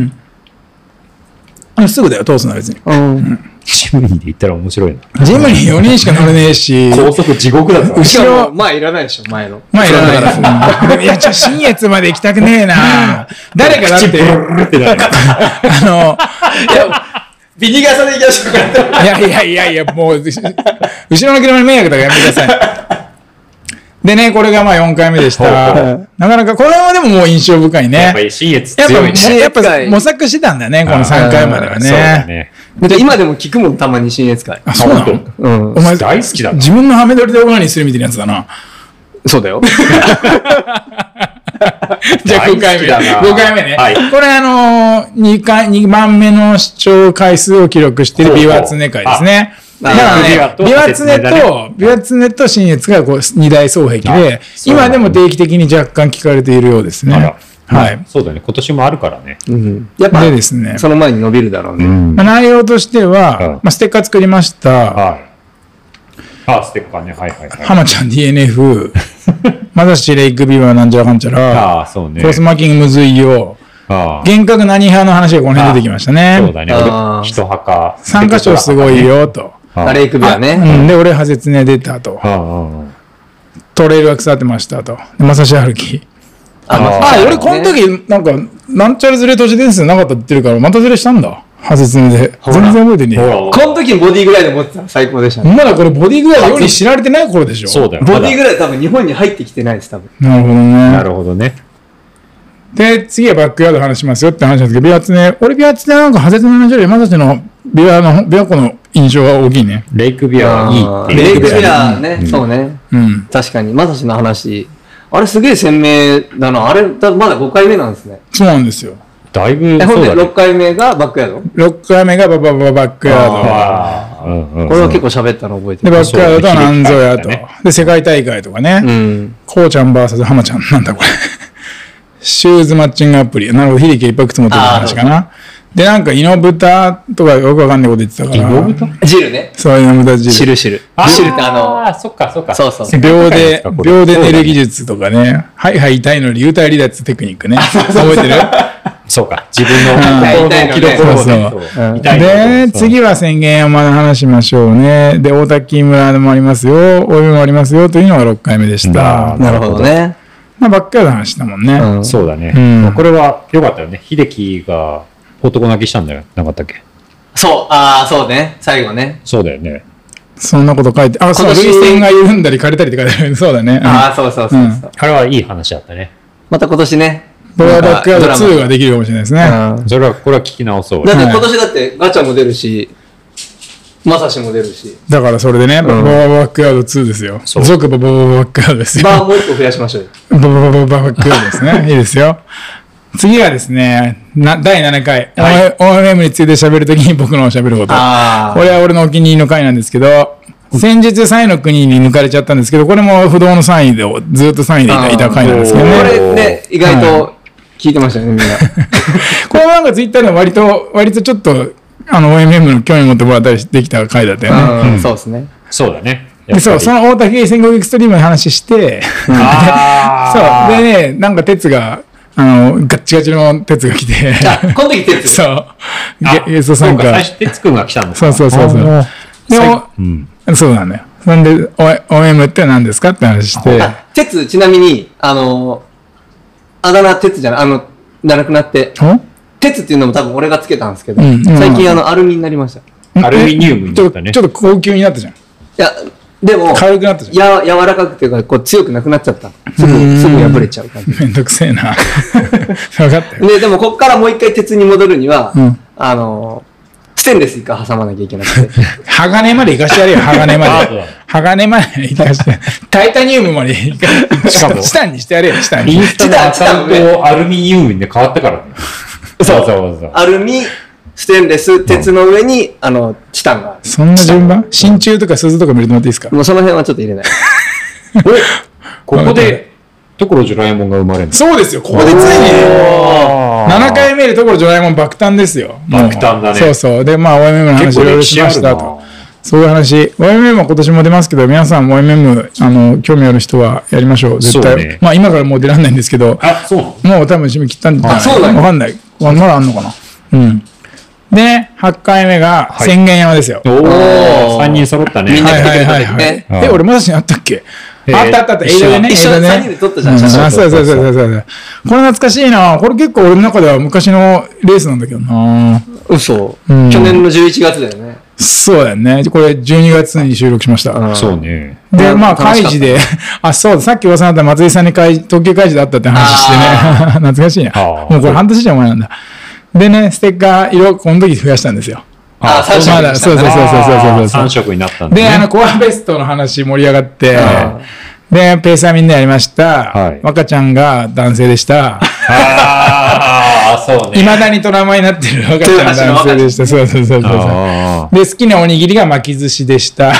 Speaker 2: あの。すぐだよ、通すのは別に。
Speaker 3: うん。
Speaker 1: ジムニーで行ったら面白いな。
Speaker 2: ジムニー4人しか乗れねえし、
Speaker 1: 高速地獄だぞ。
Speaker 3: し
Speaker 2: 後
Speaker 3: かも、
Speaker 2: ろ、
Speaker 3: 前いらないでしょ、前の。
Speaker 2: 前いらないから。うんいや、ちょ、新越まで行きたくねえな誰かだって、
Speaker 1: ブルってなる。
Speaker 2: あの、
Speaker 3: ビニガサで行きましょうか。
Speaker 2: いやいやいやいや、もう、後ろの車に迷惑だからやめてください。でね、これがまあ4回目でし
Speaker 1: ほう
Speaker 2: た。なかなか、これはでももう印象深いね。
Speaker 1: やっぱり新越
Speaker 2: やっぱ
Speaker 1: 強いね。
Speaker 2: も、やっ
Speaker 3: 深
Speaker 2: ぱ
Speaker 3: い
Speaker 2: 模索してたんだよね、この3回までは
Speaker 1: そうだ
Speaker 2: ね。
Speaker 1: ね。
Speaker 3: で今でも聞くもん、たまに新越会。
Speaker 2: あ、そうなの
Speaker 3: うん
Speaker 2: お。前、
Speaker 1: 大好きだな
Speaker 2: 自分のハメ撮りでオナニーするみたいなやつ
Speaker 1: <laughs>
Speaker 2: だな。
Speaker 3: そうだよ。
Speaker 2: じゃあ
Speaker 1: 大好
Speaker 2: 5
Speaker 1: き
Speaker 2: 回目。
Speaker 1: だな
Speaker 2: 5回目ね。
Speaker 1: はい
Speaker 2: これあのー、2回、二番目の視聴回数を記録してる
Speaker 1: ほうほ
Speaker 2: ビ
Speaker 1: う
Speaker 2: ワツネ会ですね。
Speaker 3: あ
Speaker 2: だから
Speaker 1: ビワ
Speaker 2: ね、
Speaker 1: と
Speaker 2: ビワツネ
Speaker 1: 説明
Speaker 2: と、ビワツネと新越がこう二大双璧で
Speaker 1: あ、そうな
Speaker 2: 今
Speaker 1: んだ
Speaker 2: でも定期的に若干聞かれているようです
Speaker 1: あ
Speaker 2: ね
Speaker 1: ら。
Speaker 2: はい。
Speaker 1: そうだね。今年もあるからね。
Speaker 3: うん。やっぱ
Speaker 2: で、ですね、
Speaker 3: その前に伸びるだろうね。
Speaker 2: まあ内容として
Speaker 1: はい
Speaker 2: は、まあステッカー作りました。
Speaker 1: はい。あ、ステッカーね。はいはいはい。
Speaker 2: 浜ちゃん
Speaker 1: <laughs>
Speaker 2: DNF、まだしレイクビューはなんちゃらかんちゃら、
Speaker 1: ああ、そうね
Speaker 2: コ。ースマーキングむずいよ、
Speaker 1: ああ
Speaker 2: 幻覚何派の話がこの辺出てきました
Speaker 1: そう
Speaker 2: ね。
Speaker 1: だね
Speaker 3: あ。あ
Speaker 1: 人墓。
Speaker 2: 参加賞すごいよ、と。
Speaker 1: ああ。
Speaker 3: あれ行くは
Speaker 2: う
Speaker 3: ね。
Speaker 2: ん、で、俺、ハゼツネ出たと
Speaker 1: あ。あああ
Speaker 2: トレイルが腐ってましたと。でまさしはるき。
Speaker 1: あ
Speaker 3: ま
Speaker 2: あ、
Speaker 1: ー
Speaker 2: 俺、この時、なんか、なんちゃらずれ都市伝説なかったって言ってるから、またずれしたんだ。ハゼツネで。
Speaker 3: ら
Speaker 2: 全然覚えてねえ
Speaker 1: ほ
Speaker 2: よ。
Speaker 1: らほら
Speaker 3: この時にボディぐらいで持ってたら最高でしたね。
Speaker 2: まだこれ、ボディぐらい世に知られてない頃でしょ。
Speaker 1: そうだよ。
Speaker 3: ボ
Speaker 1: ま
Speaker 3: デ
Speaker 1: だ
Speaker 3: ィぐらい多分日本に入ってきてないです、多分。
Speaker 2: なるほどね。
Speaker 1: なるほどね。
Speaker 2: で、次はバックヤード話しますよって話なんですけど、ビワツね、俺ビワツねなんか派手な話より、まさしのビワの、ビワ子の印象が大きいね。
Speaker 1: レイクビア
Speaker 3: あ
Speaker 1: はい
Speaker 3: ー
Speaker 1: いって
Speaker 3: レ
Speaker 1: 言
Speaker 3: イ
Speaker 1: っ
Speaker 3: ク
Speaker 1: てた
Speaker 3: ビ
Speaker 1: ね
Speaker 3: ラーね。そうね。
Speaker 2: うん。
Speaker 3: 確かに、まさしの話。あれすげえ鮮明だな。あれ、だまだ5回目なんですね。
Speaker 2: そうなんですよ。
Speaker 1: だいぶ、
Speaker 3: え、ほ
Speaker 1: そ
Speaker 3: ん
Speaker 1: う
Speaker 3: で
Speaker 1: だね
Speaker 3: 6。回目がバックヤード
Speaker 2: 6回目がバババババックヤード。
Speaker 1: ああうんうんうん
Speaker 3: これは結構喋ったの覚えて
Speaker 2: で、
Speaker 3: る。
Speaker 2: バックヤードとなんぞや
Speaker 1: そ
Speaker 2: と。
Speaker 1: うだね
Speaker 2: で、世界大会とかね。
Speaker 3: うん。
Speaker 2: こうちゃん VS ハマちゃん。なんだこれ。シューズマッチングアプリ。なるほど、ヒリキいっぱい靴持ってる話かな。で、なんか、イノブタとかよくわかんないこと言ってたから。イノブタ
Speaker 3: ジルね。
Speaker 2: そう、イノブタ
Speaker 3: 知
Speaker 2: 汁。
Speaker 3: る知る。
Speaker 1: あ
Speaker 3: 知るってあの、
Speaker 1: あ、そっかそっか。
Speaker 3: そうそう
Speaker 2: 秒で、秒で寝る技
Speaker 1: 術。
Speaker 2: 術とかね。はいはい痛いの流体離脱テクニックね。覚えてる
Speaker 1: そうか、自分の
Speaker 2: う
Speaker 1: 行
Speaker 2: ん
Speaker 1: 動記録をね
Speaker 3: そうそう
Speaker 1: そう
Speaker 3: うん
Speaker 1: 痛いね
Speaker 2: で、次は宣言山の話しましょうね。で、大滝村もありますよ、お湯もありますよというのが6回目でした。
Speaker 1: うん
Speaker 3: なるほどね。
Speaker 2: まあ、ばっかりの話だもんね。
Speaker 3: うん
Speaker 1: そうだね。
Speaker 2: うん
Speaker 1: これは良かったよね。秀樹が男泣きしたんだよ。なかったっけ
Speaker 3: そう、ああ、そうね。最後ね。
Speaker 1: そうだよね。
Speaker 2: そんなこと書いて、あ、そう、
Speaker 3: 今年
Speaker 2: 涙腺が緩んだり枯れたりって書いてある。 <laughs> そうだね。うん
Speaker 3: ああ、そうそうそうそう。
Speaker 1: あれはいい話だったね。
Speaker 3: また今年ね。
Speaker 2: これはバックヤード
Speaker 3: なんか
Speaker 2: 2ができるかもしれないですね。
Speaker 3: うん
Speaker 1: それは、これは聞き直そう。
Speaker 3: だって
Speaker 2: はい
Speaker 3: 今年だってガチャも出るし、まさしも出るし、
Speaker 2: だからそれでね、ババババックヤード2ですよ。
Speaker 1: そう
Speaker 2: 続バババババックヤードですよ。
Speaker 3: バーもう一個増やしましょう <laughs>
Speaker 2: バ
Speaker 3: よ。
Speaker 2: バババババックヤードですね。いいですよ。次はですね、な第7回、OMM について喋るときに僕の喋ること。
Speaker 3: あ
Speaker 2: これは俺のお気に入りの回なんですけど、先日3位の国に抜かれちゃったんですけど、これも不動の3位で、ずっと3位でいたいた回なんですけど
Speaker 3: こ
Speaker 2: ね。
Speaker 3: れね、意外と聞いてましたよね、みんな。
Speaker 2: これもなんかツイッターでも割と、割とちょっと、あの、OMM の興味持ってもらったりできた回だったよね。
Speaker 3: うんそうですね。
Speaker 1: <laughs> そうだね。やっぱり
Speaker 2: でそう、その大竹芸戦国エクストリームの話して、
Speaker 1: あ
Speaker 2: そう。
Speaker 1: ー
Speaker 2: でね、なんか鉄が、あの、ガッチガチの鉄が来て、
Speaker 3: あ、この時
Speaker 2: <laughs>
Speaker 3: 鉄。
Speaker 2: そう。
Speaker 1: あ
Speaker 2: ゲゲストさん
Speaker 1: そうか
Speaker 2: が
Speaker 1: 最。初、哲くんが来たのか
Speaker 2: そうそうそうそう。
Speaker 1: あ
Speaker 2: でも、
Speaker 1: ーうん。
Speaker 2: そうなんだよ。そんで、お OM って何ですかって話して、
Speaker 3: あ、鉄、ちなみに、あの、あだ名鉄じゃない、あの、ななくなって、
Speaker 2: お
Speaker 3: 鉄っていうのも多分俺がつけたんですけど、
Speaker 2: うんうん
Speaker 3: 最近あの、アルミになりました。い
Speaker 1: アルミニウムに
Speaker 2: ち
Speaker 1: な
Speaker 2: ょ
Speaker 1: っ
Speaker 2: ったと
Speaker 1: ね
Speaker 2: ちょっと高級になったじゃん。 <laughs>
Speaker 3: や、でも、
Speaker 2: 軽くなったじゃん。
Speaker 3: や、柔らかくていうか、こう強くなくなっちゃった。すぐ、すぐ破れちゃう感じ。
Speaker 2: めんどくせえな。 <laughs> 分かったよ。
Speaker 3: で、でもこっからもう一回鉄に戻るには、
Speaker 2: うん
Speaker 3: あの、ステンレス一回挟まなきゃいけなく
Speaker 2: <laughs>
Speaker 3: て。
Speaker 2: 鋼まで行かしてやれよ、鋼まで。鋼まで行かして。タイタニウムまで行かして。
Speaker 1: しかも
Speaker 2: チタンにしてやれよ、チタン
Speaker 1: イ
Speaker 2: に
Speaker 1: ン。スタのアカウントをアルミニウムで変わったから
Speaker 2: <laughs>
Speaker 1: ね。そうそうそう。
Speaker 3: アルミ、ステンレス、鉄の上に、あの、チタンがある。
Speaker 2: そんな順番真鍮とか鈴とか見るともらっていいですか
Speaker 3: もうその辺はちょっと入れない。
Speaker 1: ここで、所ジョラえもんが生まれるの。
Speaker 2: そうですよ、ここでついに7回目でところジョラえもん爆誕ですよ。
Speaker 1: 爆誕だね
Speaker 2: そうそう。で、まあ、OMM の話
Speaker 1: 結構
Speaker 2: いろいろ
Speaker 1: 歴
Speaker 2: し
Speaker 1: 史
Speaker 2: ま
Speaker 1: あ
Speaker 2: し
Speaker 1: る
Speaker 2: た
Speaker 1: な。
Speaker 2: と。そういう話。OMM は今年も出ますけど、皆さん OMM、あの、興味ある人はやりましょう。絶対。
Speaker 1: そうね
Speaker 2: まあ、今からもう出らんないんですけど、
Speaker 1: あ、そうなの
Speaker 2: もう多分締め切ったんじゃない
Speaker 3: あそうなの
Speaker 2: わかんない。まだあんのかなうん。で、8回目が
Speaker 1: い
Speaker 2: 宣言山ですよ。
Speaker 1: お
Speaker 3: おー
Speaker 1: お、3人揃ったね。
Speaker 3: みんな
Speaker 2: はいはいはい
Speaker 3: みんな
Speaker 2: は
Speaker 3: 来て
Speaker 2: い
Speaker 3: く。
Speaker 1: れたね
Speaker 2: え、俺まだしにあったっけ
Speaker 1: えー
Speaker 2: あったあったあった。映画でね。
Speaker 3: 一緒
Speaker 2: 映画でね
Speaker 3: 一緒に三人で撮ったじゃん
Speaker 2: う
Speaker 3: 写真
Speaker 2: あそうそうそうそうそうそう。これ懐かしいな。これ結構俺の中では昔のレースなんだけどな。
Speaker 3: 嘘。
Speaker 2: うん
Speaker 3: 去年の11月だよね。
Speaker 2: そうだよね。これ12月に収録しました。
Speaker 1: そうね。
Speaker 2: で、まあ、開
Speaker 3: 楽しかった
Speaker 2: 示で、 <laughs> あ、そうだ、さっき噂になった松井さんに開東急開示で会ったって話してね。 <laughs> 懐かしいな。
Speaker 1: あー
Speaker 2: もうこれ半年以上前なんだ。でね、ステッカー色、この時増やしたんですよ。
Speaker 3: あ、
Speaker 1: そう
Speaker 3: 三
Speaker 2: ま
Speaker 3: 色
Speaker 2: だ、
Speaker 3: に
Speaker 2: そう
Speaker 3: し
Speaker 2: そうそうそうそうそう。
Speaker 1: 3色になったんだね
Speaker 2: で、あの、コアベストの話盛り上がって
Speaker 1: は、
Speaker 2: で、ペーサーみんなやりました。
Speaker 1: はい
Speaker 2: 若ちゃんが男性でした。
Speaker 1: ああ、そう
Speaker 2: い
Speaker 1: ね。
Speaker 2: まだにトラウマになってる若ちゃんが男性でした。そうそうそうそうそう。
Speaker 1: あ
Speaker 2: で、好きなおにぎりが巻き寿司でした。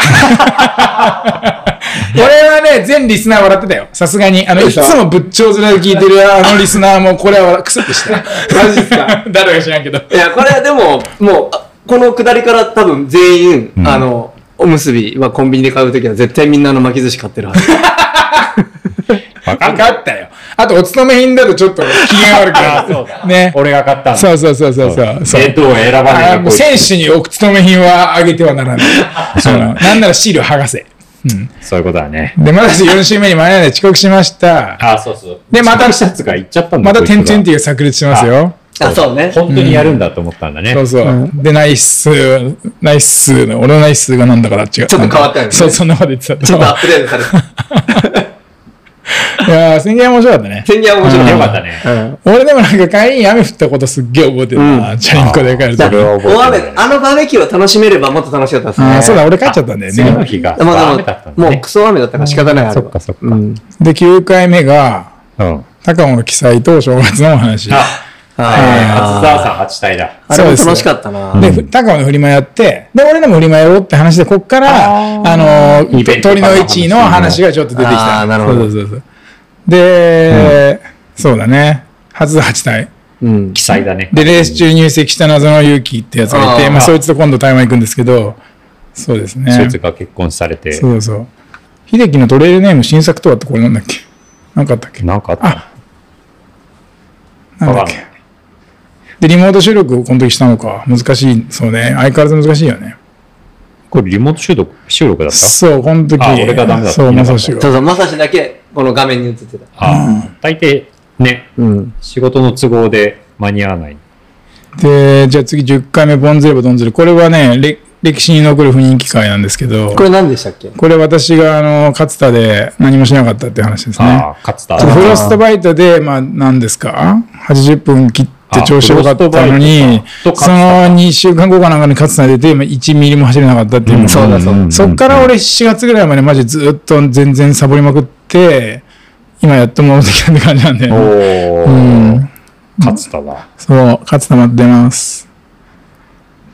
Speaker 2: 俺はね、全リスナー笑ってたよ。さすがに。あの、いつも仏頂面で聞いて
Speaker 1: <laughs>
Speaker 2: るあのリスナーも、これはクスッとした。マジっすか誰か知らんけど。
Speaker 3: た。いや、これでも、もう、あこの下りから多分全員、あの、おむすびはコンビニで買うときは絶対みんなあの巻き寿司買ってるはず。
Speaker 1: あ。わか
Speaker 2: 分
Speaker 1: んない
Speaker 2: かったよ。あと、お勤め品だとちょっと機嫌悪く
Speaker 1: あー
Speaker 2: な
Speaker 1: そう
Speaker 2: る。
Speaker 1: だ
Speaker 2: ね。
Speaker 1: 俺が買ったんだ。
Speaker 2: そうそうそうそうそう。そう
Speaker 1: 弁当を選ばない
Speaker 2: あ
Speaker 1: が
Speaker 2: もう選手にお勤め品はあげてはならない。そうなのなんならシール剥がせ。
Speaker 1: そういうことだね。
Speaker 2: で、まだ4週目に間に合わないで遅刻しました。
Speaker 1: ああ、そうそう。<laughs>
Speaker 2: でまた
Speaker 1: シャツがいっちゃったんだ
Speaker 2: また
Speaker 1: こいつが
Speaker 2: 点々っていう炸裂しますよ。
Speaker 3: あ、そうね。
Speaker 1: 本当にやるんだと思ったんだね。
Speaker 2: そうそう。で、ナイス、ナイスの、俺のナイスがなんだから違う。
Speaker 3: ちょっと変わったよね
Speaker 2: そう、そんなこと言ってた。
Speaker 3: ちょっとアップデートされて。
Speaker 2: いやー、宣言面白かったね。
Speaker 3: 宣言は面白い。
Speaker 1: よかったね。
Speaker 2: 俺でもなんか帰りに雨降ったことすっげえ覚えてるな。チャリンコで帰ると
Speaker 1: それは覚えて
Speaker 3: 大
Speaker 1: ない
Speaker 3: 雨、あのバーベキューを楽しめればもっと楽しかったです
Speaker 2: あ
Speaker 3: ね。
Speaker 2: ーそうだ、俺帰っちゃったんだよ
Speaker 1: 次の
Speaker 2: ね。
Speaker 1: 日が
Speaker 3: まあ
Speaker 1: 雨だった
Speaker 3: で
Speaker 1: んだ
Speaker 3: も、もう
Speaker 1: ね
Speaker 3: ク。ソ雨だったから仕方ないあれは
Speaker 1: そっかそっか
Speaker 3: うん
Speaker 2: で、9回目が、
Speaker 1: うん。
Speaker 2: 高尾の記載と正月のお話。
Speaker 1: あ、えー初
Speaker 3: あ
Speaker 1: 沢さん8体だ。
Speaker 3: ーあれも楽しかったな。
Speaker 2: で、高尾のフリマやって、で、俺らもフリマやろうって話で、こっから、あの
Speaker 1: イベン
Speaker 2: ー、
Speaker 1: トとか
Speaker 2: 鳥
Speaker 1: の
Speaker 2: の
Speaker 1: 話
Speaker 2: 位置の話がちょっと出てきた。
Speaker 3: あーなるほど
Speaker 2: そうそうそうそう。で、そうだね。初8体。
Speaker 3: うん。
Speaker 1: 記載だね。
Speaker 2: で、レース中入籍した謎の勇気ってやつがいて、
Speaker 3: あー
Speaker 2: まあ、そいつと今度台湾行くんですけど、そうですね。
Speaker 1: そいつが結婚されて、
Speaker 2: そうそう。秀樹のトレイルネーム新作とはってこれなんだっけなんかあったっけ
Speaker 1: なんかあった
Speaker 2: なんだっ
Speaker 1: わ
Speaker 2: けで、リモート収録をこの時したのか。難しい。そうね。相変わらず難しいよね。
Speaker 1: これリモート収録収録だった
Speaker 2: そう、この時。
Speaker 1: あ俺がダメだった
Speaker 2: そう、まさし
Speaker 3: そ
Speaker 2: が。
Speaker 3: うそう、まさしだけ、この画面に映ってた。
Speaker 1: ああ大抵ね、
Speaker 3: うん。
Speaker 1: 仕事の都合で間に合わない。
Speaker 2: で、じゃあ次10回目、ボンズレボドンズレ。これはね、れ歴史に残る不人気会なんですけど、
Speaker 3: これ何でしたっけ
Speaker 2: これ私が、あの、勝田で何もしなかったっていう話ですね。
Speaker 1: ああ、勝つた。
Speaker 2: ちょっとフロストバイトで、まあ、何ですか ?80 分切って調子良かったのに
Speaker 1: あフロストバイト、か
Speaker 2: その2週間後かなんかに勝つなで出て、まあ1ミリも走れなかったっていう。
Speaker 3: そうだそうだ
Speaker 2: そっから俺7月ぐらいまでマジずっと全然サボりまくって、今やっと戻ってきたって感じなんだよ
Speaker 1: おお、
Speaker 2: ね。うん。
Speaker 1: 勝つただ。
Speaker 2: そう、勝つ待ってます。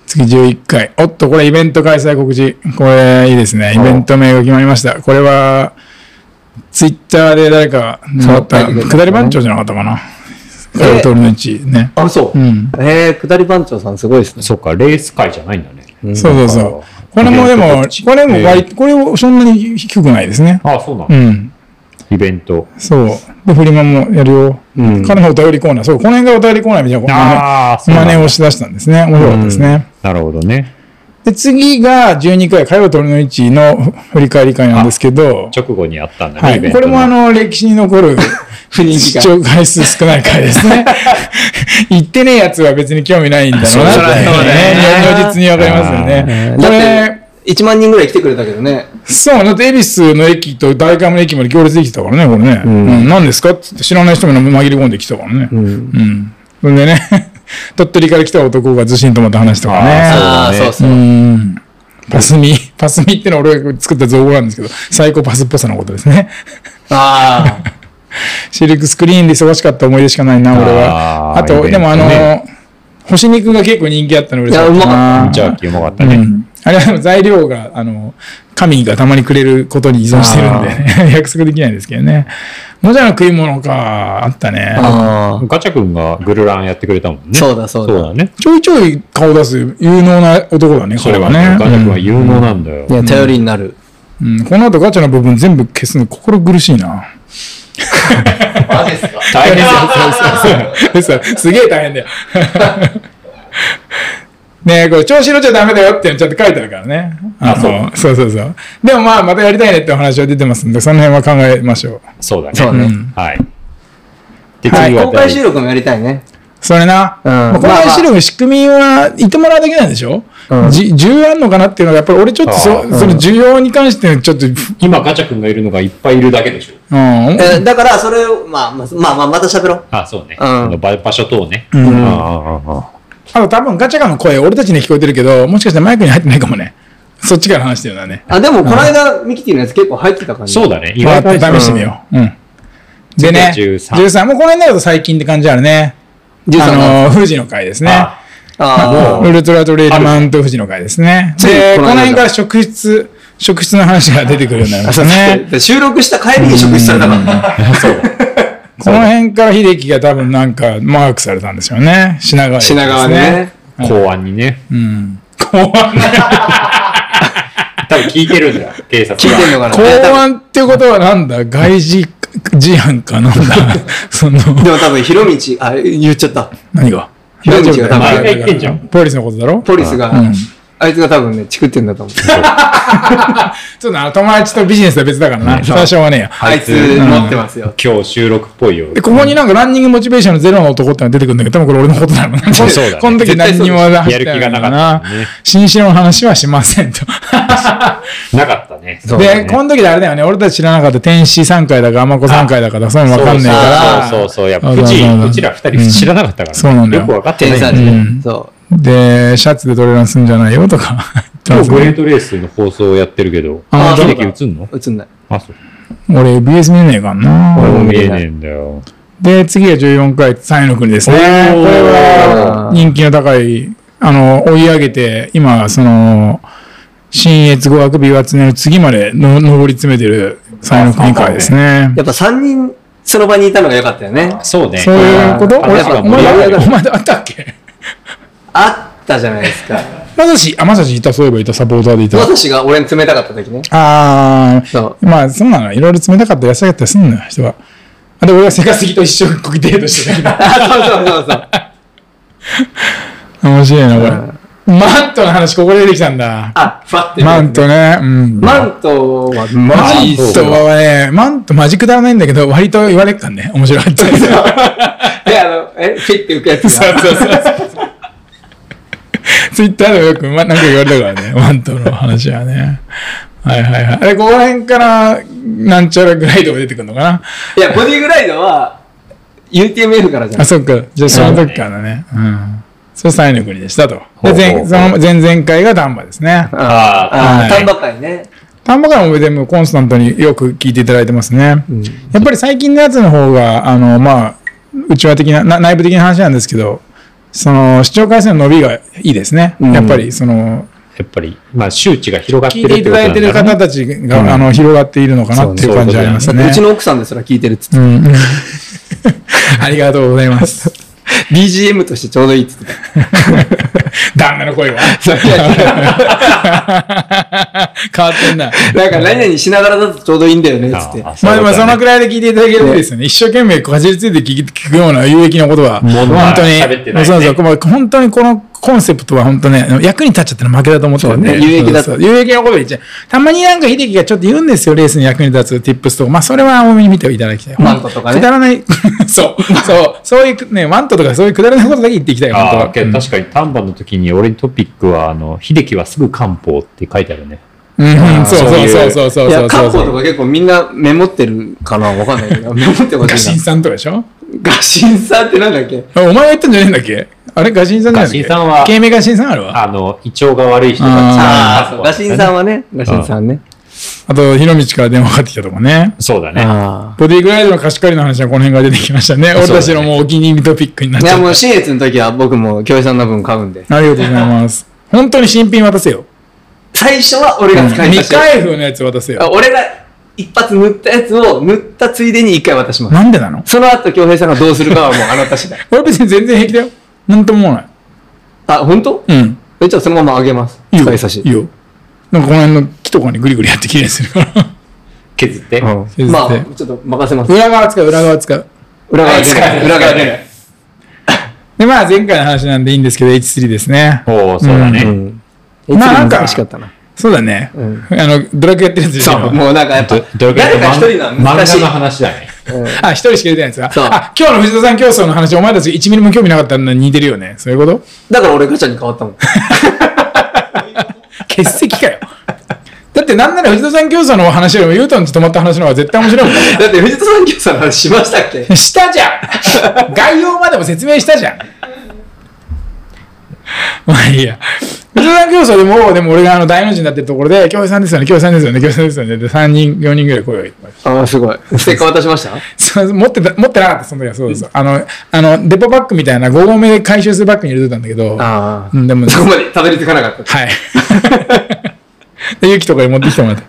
Speaker 2: 次11回。おっと、これイベント開催告知。これいいですね。イベント名が決まりました。これは、ツイッターで誰かもらった、
Speaker 3: そう書いてくれたんですね
Speaker 2: 下り番長じゃなかったかな。
Speaker 3: え
Speaker 2: カルトルの1ね。
Speaker 3: あ、そうう。
Speaker 2: ん。
Speaker 3: えー、下り番長さんすごいですね。
Speaker 1: そっか、レース会じゃないんだね。
Speaker 2: そうそうそう。これもで
Speaker 1: イベント
Speaker 2: も
Speaker 1: 告知、
Speaker 2: これも割
Speaker 1: え
Speaker 2: これをそんなに低くないですね。
Speaker 1: ああ、そうなの、
Speaker 2: うん。
Speaker 1: イベント。
Speaker 2: そう。で、フリマもやるよ。
Speaker 3: うん
Speaker 2: 彼のお便りコーナー。そう、この辺がお便りコーナーみたいな。
Speaker 1: ああ、そう
Speaker 2: 真
Speaker 1: な
Speaker 2: 似
Speaker 1: んだ
Speaker 2: をしだしたんですね。面白かったですね。
Speaker 1: なるほどね。
Speaker 2: で、次が12回、火曜鳥の市の振り返り会なんですけど、
Speaker 1: 直後にあったんだね、
Speaker 2: は
Speaker 1: イベ
Speaker 2: い。
Speaker 1: ント
Speaker 2: これもあの、歴史に残
Speaker 1: <laughs>
Speaker 2: る
Speaker 3: 不人
Speaker 2: 視聴回数少ない回ですね。 <laughs> 言ってねえやつは別に興味ないんだろうなって。
Speaker 1: そうだよ
Speaker 3: ね
Speaker 2: 如実にわかりますよね。こ
Speaker 3: だ
Speaker 2: れ
Speaker 3: っ、て、1万人ぐらい来てくれたけどね。
Speaker 2: そう、だって恵比寿の駅と大観の駅まで行列できてたからね、これね。うん、何ですかって言って知らない人も紛れ込んできたからね。うん。それでね、 <laughs> 鳥取から来た男がずしんとまた話とかね。
Speaker 1: あーそうだね
Speaker 3: ーそう
Speaker 2: う
Speaker 3: そう。
Speaker 2: ん。パスミ、パスミってのは俺が作った造語なんですけど、サイコパスっぽさのことですね。
Speaker 3: ああ。
Speaker 2: シルクスクリーンで忙しかった思い出しかないな、俺は。
Speaker 1: あー
Speaker 2: あと、
Speaker 1: イベン
Speaker 2: で
Speaker 1: トね
Speaker 2: もあの、干し肉が結構人気あったの嬉しかった
Speaker 3: いやうまか
Speaker 2: な。
Speaker 1: ジャーキーうまかった
Speaker 2: う
Speaker 1: ね。
Speaker 2: んあれは材料が、あの、神がたまにくれることに依存してるんでね、 <laughs> 約束できないですけどね。もじゃの食い物か、あったね。
Speaker 3: あ
Speaker 1: ガチャ君がグルランやってくれたもんね。
Speaker 3: そうだそうだ
Speaker 1: ね。
Speaker 2: ちょいちょい顔出す有能な男だね、
Speaker 1: それ
Speaker 2: 彼は
Speaker 1: はね
Speaker 2: ね。。
Speaker 1: ガチャ君は有能なんだよ
Speaker 3: あ。。いや、頼りになる。
Speaker 2: うんうんこの後ガチャの部分全部消すの心苦しいな。
Speaker 3: マジですか
Speaker 1: 大変だよ。
Speaker 2: そうそうすげえ大変だよ。ねえ、これ調子乗っちゃダメだよっていうのちゃんと書いてあるからね。あのそうそうそう。でもまあ、またやりたいねってお話は出てますんで、その辺は考えましょう。
Speaker 1: そうだね。
Speaker 3: そうね
Speaker 1: はい。で、
Speaker 2: はい
Speaker 1: 次は
Speaker 3: 公開収
Speaker 1: 誰
Speaker 3: 録もやりたいね。
Speaker 2: それな。
Speaker 3: うん
Speaker 2: まあこの
Speaker 3: まあまあ
Speaker 2: 話の仕組みは言ってもらうだけなんでしょ、
Speaker 3: うん
Speaker 2: じ重あんのかなっていうのが、やっぱり俺ちょっと
Speaker 1: あ
Speaker 2: そ、
Speaker 1: ー
Speaker 2: その需要に関してちょっと、うん。
Speaker 1: 今ガチャ君がいるのがいっぱいいるだけでしょ。
Speaker 3: えーだから、それを、まあ、まあ、まあまあ、また喋ろう。
Speaker 1: あ、そうね。
Speaker 3: うん
Speaker 1: あの場場所等ね。
Speaker 2: ん
Speaker 1: あああああ
Speaker 2: あと多分ガチャガの声、俺たちに聞こえてるけど、もしかしたらマイクに入ってないかもね。そっちから話してるのはね。
Speaker 3: あ、でも、この間、ミキティのやつ結構入ってた感
Speaker 1: あ
Speaker 3: じ。
Speaker 1: そうだね。
Speaker 2: 今
Speaker 1: 今
Speaker 2: 試してみよう。うん。でね、
Speaker 1: 13
Speaker 2: 13もうこの辺だと最近って感じあるね。
Speaker 3: 13
Speaker 2: あの、富士の会ですね。
Speaker 1: あ
Speaker 3: あ
Speaker 2: ウルトラトレイルマウント富士の会ですね。
Speaker 3: つい
Speaker 2: で、こ
Speaker 3: こ
Speaker 2: の
Speaker 3: の間だ
Speaker 2: 辺から職質、職質の話が出てくるようになりました
Speaker 3: あ。
Speaker 2: ね。
Speaker 3: で収録した帰りに食事されたから。
Speaker 2: この辺から秀樹が多分なんかマークされたんですよね。品川ですね。
Speaker 3: 品川でね。
Speaker 1: 公安にね。
Speaker 2: うん。公安、
Speaker 1: 多分聞いてるんだよ、警察が。
Speaker 3: 聞いてんのかな
Speaker 2: 公
Speaker 3: いや多分
Speaker 2: 安ってことはなんだ外事事案かなんだその、
Speaker 3: でも多分、広道、あ、言っちゃった。
Speaker 2: 何が
Speaker 3: 大丈夫だよ
Speaker 1: 前が言ってんじゃん。
Speaker 2: ポリスのことだろ
Speaker 3: ポリスが
Speaker 2: うん、
Speaker 3: あいつが多分ね、チクってんだと思う。
Speaker 2: そうだな、友達とビジネスは別だからな。それはしょうがねえや。
Speaker 3: あいつ持ってますよ。
Speaker 1: 今日収録っぽいよ。
Speaker 2: で、ここになんかランニングモチベーションのゼロの男ってのが出てくるんだけ <laughs> ど、多分これ俺のことだろうな。
Speaker 1: そうだね
Speaker 2: この時何にも入
Speaker 1: やる気がなかったもんね
Speaker 2: 新城の話はしませんと。
Speaker 1: なかったね。そうだ
Speaker 2: で、
Speaker 1: ね
Speaker 2: この時であれだよね、俺たち知らなかった天使3回だか、天子3回だか、そういうのわかんねえから。
Speaker 1: そうそうそうそう、やっぱ、
Speaker 2: そううそう
Speaker 1: ち、
Speaker 2: そう
Speaker 1: うちら二人知らなかったから、
Speaker 2: そうなんだよ
Speaker 1: よく分かってな
Speaker 3: 天
Speaker 1: い。
Speaker 3: 才
Speaker 1: 今
Speaker 3: 人。そ
Speaker 2: で、シャツでトレーランすんじゃないよとか。言 <laughs> って
Speaker 1: 日グ
Speaker 2: ます
Speaker 1: レ
Speaker 2: ね
Speaker 1: ートレースの放送をやってるけど、
Speaker 2: あ
Speaker 1: あ、
Speaker 3: そう
Speaker 1: 秀
Speaker 3: だ
Speaker 1: 樹映んの
Speaker 3: う。映んない。
Speaker 1: あ、そう。
Speaker 2: 俺 BS 見えねえかんな。
Speaker 1: 俺も見
Speaker 3: 見
Speaker 1: え
Speaker 3: え
Speaker 1: ね
Speaker 3: ない
Speaker 1: えんだよ。
Speaker 2: で、次が14回、三位の国ですね。これ
Speaker 1: おー
Speaker 2: は人気の高い、あの、追い上げて、今、その、新越語学美は常の次までの上り詰めてる三位の国会ですね
Speaker 3: や。っぱ3人、その場にいたのが良かったよね。
Speaker 1: そうね。
Speaker 2: そういうこと
Speaker 1: あ
Speaker 2: 俺
Speaker 1: 話が
Speaker 2: お
Speaker 1: 盛り上が
Speaker 2: 前、
Speaker 1: る
Speaker 2: お前あったっけ
Speaker 3: あったじゃないですか。
Speaker 2: まさし、あ、まさしいた、そういえばいた、サポーターでいた。
Speaker 3: <laughs> 私が俺に冷たかった時ね。
Speaker 2: あ
Speaker 3: <laughs> そ
Speaker 2: ー、まあ、そんなの、いろいろ冷たかった、優しかったりすんのよ、人は。あで、俺はセカスギと一緒にデートしてたけど。
Speaker 3: あそうそうそうそう。
Speaker 2: 面白いな、これ。マントの話、ここで出てきたんだ。
Speaker 3: あ、ふわって。
Speaker 2: マントね。うん。マン
Speaker 3: マントは、
Speaker 2: ト
Speaker 3: マジ
Speaker 2: はね、マントマジくだらないんだけど、割と言われてたね。面白かった。
Speaker 1: <laughs>
Speaker 3: で、あの、え、フィって浮くやつが。
Speaker 2: そうそうそう。ツイッターでもよく、ま、なんか言われたか
Speaker 1: <laughs>
Speaker 2: らね、ワントの話はね。はいはいはい。あれ、ここら辺から、なんちゃらグライドが出てくるのかない
Speaker 3: や、ボディグライドは、UTMF からじゃな
Speaker 2: あ、
Speaker 3: い。
Speaker 2: そっか。じゃあ、その時からね。うん。そう、サイの国でしたと。
Speaker 1: ほう
Speaker 2: で、
Speaker 1: ほう
Speaker 2: 前、その前々回が丹波ですね。
Speaker 1: ああ、
Speaker 3: あ
Speaker 2: はい
Speaker 3: あ、丹波会ね。
Speaker 2: 丹波からもでもコンスタントによく聞いていただいてますね。やっぱり最近のやつの方が、あの、まあ、内輪的なな、内部的な話なんですけど、その、視聴回数の伸びがいいですね。やっぱり、その、
Speaker 1: やっぱり、まあ、周知が広がって
Speaker 2: 聞い
Speaker 1: る
Speaker 2: て
Speaker 1: っ
Speaker 2: い
Speaker 1: てこ
Speaker 2: た
Speaker 1: とな
Speaker 2: だ
Speaker 1: いん
Speaker 2: て
Speaker 1: だ
Speaker 2: る
Speaker 1: ろうね
Speaker 2: 方たちが、あの、広がっているのかなっていう感じはありますね。
Speaker 3: うちの奥さんですら聞いてるっつって。
Speaker 2: うん <laughs> うんありがとうございます。 <laughs>
Speaker 3: BGM としてちょうどいいっつってた。
Speaker 2: <laughs> 旦那の声は。変わってんな。
Speaker 3: なんか、何々しながらだとちょうどいいんだよね、っつって。
Speaker 1: あ
Speaker 2: まあでもその
Speaker 1: う
Speaker 2: くらいで聞いていただければいいですよね。一生懸命かじりついて聞き聞くような有益なことは、
Speaker 1: も
Speaker 2: 本
Speaker 1: のは
Speaker 2: 当
Speaker 1: 喋ってない
Speaker 2: に、
Speaker 1: ね
Speaker 2: そうそう、まあ本当にこのコンセプトは本当ね、役に立っちゃったら負けだと思ってるんで、
Speaker 3: そうね有益だと
Speaker 2: そうそう有益なこと言っちゃう。たまになんか秀樹がちょっと言うんですよ、レースに役に立つ tips とか。まあそれは多めに見ていただきたい。
Speaker 3: マントとかね
Speaker 2: くだらない、 <laughs> そう、そう、そういうね、マントとかそういうくだらないことだけ言っていきたい、本当
Speaker 1: あ
Speaker 2: は
Speaker 1: あ、。けど確かに丹波の時に俺にトピックは、あの、秀樹はすぐ漢方って書いてあるね。
Speaker 2: うん、うんそうそうそうそうそうそうそう。
Speaker 3: いや、漢方とか結構みんなメモってるかなわかんないけど、メモって
Speaker 2: <laughs>
Speaker 3: ほ
Speaker 2: ガ
Speaker 3: し
Speaker 2: シ
Speaker 3: い
Speaker 2: ン
Speaker 3: な。
Speaker 2: さんとかでしょ
Speaker 3: ガシンさんってなんだっけ
Speaker 2: あお前が言ったんじゃねえんだっけあれガシンさんじゃないんだっけ
Speaker 1: ガシンさんは
Speaker 2: 芸名ガシンさんあるわ。
Speaker 1: あの、胃腸が悪い人が
Speaker 3: ああ、
Speaker 1: そ
Speaker 3: そうう。ガシンさんはね。ガシンさんね。
Speaker 2: あと、ひろみちから電話かかってきたとかね。
Speaker 1: そうだね。
Speaker 3: あ
Speaker 2: ボディグライドの貸し借りの話はこの辺から出てきましたね。俺たちのもうお気に入りトピックになっ
Speaker 3: <laughs> あ。い
Speaker 2: ちゃ
Speaker 3: や、
Speaker 2: っ
Speaker 3: もう、新越の時は僕も京平さんの分買うんで。
Speaker 2: た。ありがとうございます。本当に新品渡せよ。
Speaker 3: 最初は俺が使いま
Speaker 2: 未
Speaker 3: したよ。
Speaker 2: 開封のやつ渡せ
Speaker 3: あ
Speaker 2: よ。
Speaker 3: 俺が一発塗ったやつを塗ったついでに一回渡し <laughs> ます。
Speaker 2: なんでなの
Speaker 3: その後、京平さんがどうするかはもうあなた次第。
Speaker 2: 俺別に全然平気だよ。なんとも思わ
Speaker 3: <laughs> あ、本当？
Speaker 2: ない。うん。
Speaker 3: え、じゃあそのままあげます。
Speaker 2: いいよ。
Speaker 3: 使い差し。
Speaker 2: いいよ。なんかこの辺の木とかにグリグリやってきれいにするから。
Speaker 1: 削って。
Speaker 3: うん <laughs> まあ、ちょっと任せます。
Speaker 2: 裏側使う、裏側使う。
Speaker 3: 裏側出ない。裏側出ない。
Speaker 2: で、まあ前回の話なんでいいんですけど、H3 ですね。
Speaker 1: おお、そうだ
Speaker 3: う
Speaker 1: ね。
Speaker 3: ん。
Speaker 2: まあなんか
Speaker 3: 難しかったな。
Speaker 2: そうだね。
Speaker 3: ん
Speaker 2: あの、ドラクエやってるやつでし
Speaker 3: そう、
Speaker 2: ょ。
Speaker 3: もうなんかやっぱ、
Speaker 1: どれくらい
Speaker 3: 誰か一人なの
Speaker 1: 漫
Speaker 3: 難し
Speaker 1: 画
Speaker 3: い
Speaker 1: の。話だね。
Speaker 2: あ、一人しか出てないんですか
Speaker 3: そう
Speaker 2: あ、今日の藤田さん競争の話、お前たち1ミリも興味なかったのに似てるよね。そういうこと
Speaker 3: だから俺ガチャに変わったもん。 <laughs>
Speaker 2: 欠席かよ。だってなんなら藤田さん競争の話よりも、ユートンと止まった話の方が絶対面白いもんね。
Speaker 3: だって藤田産業さんの話しましたっけ
Speaker 2: したじゃん概要までも説明したじゃんまあいいや。藤田さん競争でも、でも俺があの大の字になってるところで、京平さんですよね、京平さんですよね、京平さんですよね、で3人、4人ぐらい声を言って
Speaker 3: ああ、すごい。ステッカー渡しました
Speaker 2: そう持ってた、持ってなかった、その時は。そうです。あの、あの、デポバッグみたいな5合目で回収するバッグに入れてたんだけど、
Speaker 3: あ
Speaker 2: うん、でも、
Speaker 3: そこまでたどり着かなかった。
Speaker 2: はい。 <laughs> で、ゆきとかに持ってきてもらった。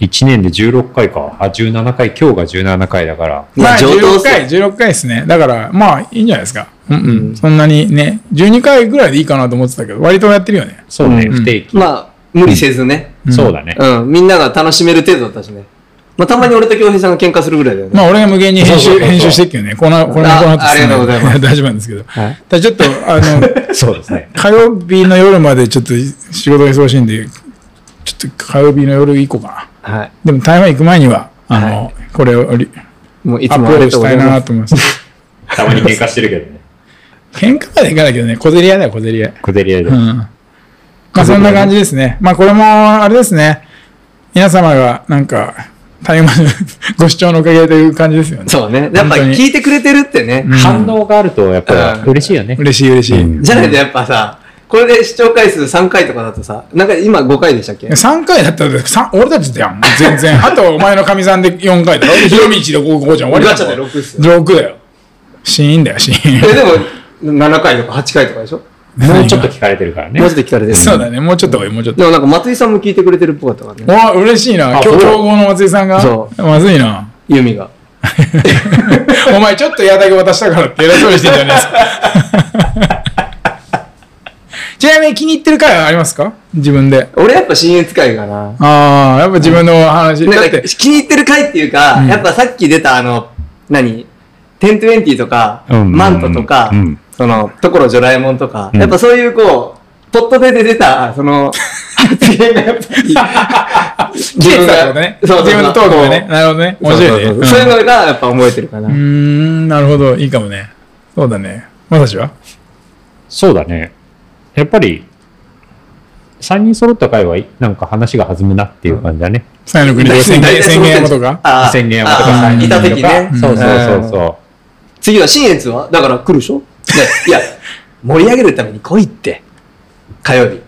Speaker 1: 1年で16回か。あ、17回。今日が17回だから。
Speaker 3: いや
Speaker 2: まあ、
Speaker 3: 上等
Speaker 2: 16
Speaker 3: っすよ
Speaker 2: 回、16回ですね。だから、まあ、いいんじゃないですか。うんうん。そんなにね、12回ぐらいでいいかなと思ってたけど、割とやってるよね。
Speaker 1: そうね、不定期。
Speaker 3: まあ、無理せずね。
Speaker 1: そうだね。
Speaker 3: うん。みんなが楽しめる程度だったしね。まあ、たまに俺と京平さんが喧嘩するぐらいだよね。
Speaker 2: まあ、俺が無限に編
Speaker 1: そうそうそ
Speaker 2: 集、
Speaker 1: うそう
Speaker 2: 編集してっけどね。この、これもこの後
Speaker 3: あありがとうございま
Speaker 2: <laughs>
Speaker 3: す
Speaker 2: 大丈夫なんですけど。
Speaker 3: はい
Speaker 2: ただちょっと、あ
Speaker 3: <laughs>
Speaker 2: の、
Speaker 1: そうですね。
Speaker 2: 火曜日の夜までちょっと仕事が忙しいんで、ちょっと火曜日の夜行こうかな。
Speaker 3: は
Speaker 2: でも台湾行く前には、あの、これをリ
Speaker 3: い。もうい
Speaker 2: アッ
Speaker 3: つ
Speaker 2: プ
Speaker 3: もあ
Speaker 2: ロー
Speaker 3: り
Speaker 2: ドした
Speaker 3: がとうござ
Speaker 2: い
Speaker 3: い
Speaker 2: な
Speaker 3: ます。
Speaker 2: と思います。
Speaker 3: <laughs>
Speaker 1: たまに喧嘩してるけどね。
Speaker 2: 喧嘩までいかないけどね、小競り合いだよ、小競り合い。
Speaker 1: 小競り合いで
Speaker 2: う。ん。まあそんな感じですね。まあこれも、あれですね。皆様が、なんか、台湾の <laughs> ご視聴のおかげという感じですよね。
Speaker 3: そうね。やっぱ
Speaker 2: 本当に
Speaker 3: 聞いてくれてるってね。
Speaker 1: 反応があると、やっぱ
Speaker 3: うん
Speaker 1: 嬉しいよね。
Speaker 2: 嬉しい嬉しい。
Speaker 1: うん
Speaker 3: じゃないとやっぱさ、これで視聴回数3回とかだとさ、なんか今5回でしたっけ
Speaker 2: 3回だったら、さん俺たちだよ、全然。 <laughs> あと、お前のかみさんで4回だろ。でひろみちで5、5じゃん。終わりだ
Speaker 3: ガチャで6っすよ。
Speaker 2: 6だよ。シーンだよ、シーン。
Speaker 3: え、でも、7回とか8回とかでしょ
Speaker 1: もうちょっと聞かれてるからね
Speaker 3: もう。ちょっと聞かれて
Speaker 2: <laughs>
Speaker 3: る。
Speaker 2: そうだね、もうちょっとがいいもうちょっと。
Speaker 3: でもなんか松井さんも聞いてくれてるっぽかったからね。
Speaker 2: わ、嬉しいな。
Speaker 1: あ
Speaker 2: 今
Speaker 1: そう
Speaker 2: 日、競合の松井さんが。
Speaker 3: そ
Speaker 2: まずいな。
Speaker 3: ユミが。
Speaker 2: お前、ちょっと矢だけ渡したからって偉そうにしてんじゃねえですか。 <laughs> ちなみに気に入ってる回はありますか自分で。
Speaker 3: 俺やっぱ新越会かな。
Speaker 2: ああ、やっぱ自分の話。だ
Speaker 3: な
Speaker 2: っ
Speaker 3: んか
Speaker 2: て、
Speaker 3: 気に入ってる回っていうか、やっぱさっき出たあの、何 ?1020 とか、
Speaker 1: うん
Speaker 3: マントとか、
Speaker 1: うん
Speaker 3: その、所ジョラえもんとか、
Speaker 1: うん
Speaker 3: やっぱそういうこう、ポットで出た、その、発言がやっ <laughs> ぱり、
Speaker 2: 切れてたってこと
Speaker 3: が
Speaker 2: ね。
Speaker 3: そうそうそう
Speaker 2: 自分のトークがね。なるほどね。面白いね。
Speaker 3: そうそうそうそういうのがやっぱ覚えてるかな。
Speaker 2: うんうーん、なるほど。いいかもね。そうだね。まさし <laughs> は
Speaker 1: そうだね。やっぱり、3人揃った回は、なんか話が弾むなっていう感じだね。
Speaker 2: 三重の国で宣言、宣言山とか。
Speaker 3: あー
Speaker 1: 宣言山とか
Speaker 3: あー
Speaker 1: 3人
Speaker 3: い
Speaker 1: と
Speaker 3: た
Speaker 1: か。
Speaker 3: 時ね。
Speaker 1: そうそうそうそう。
Speaker 3: 次は新越はだから来
Speaker 2: <laughs>
Speaker 3: るでしょねいや、盛り上げるために来いって。火曜日。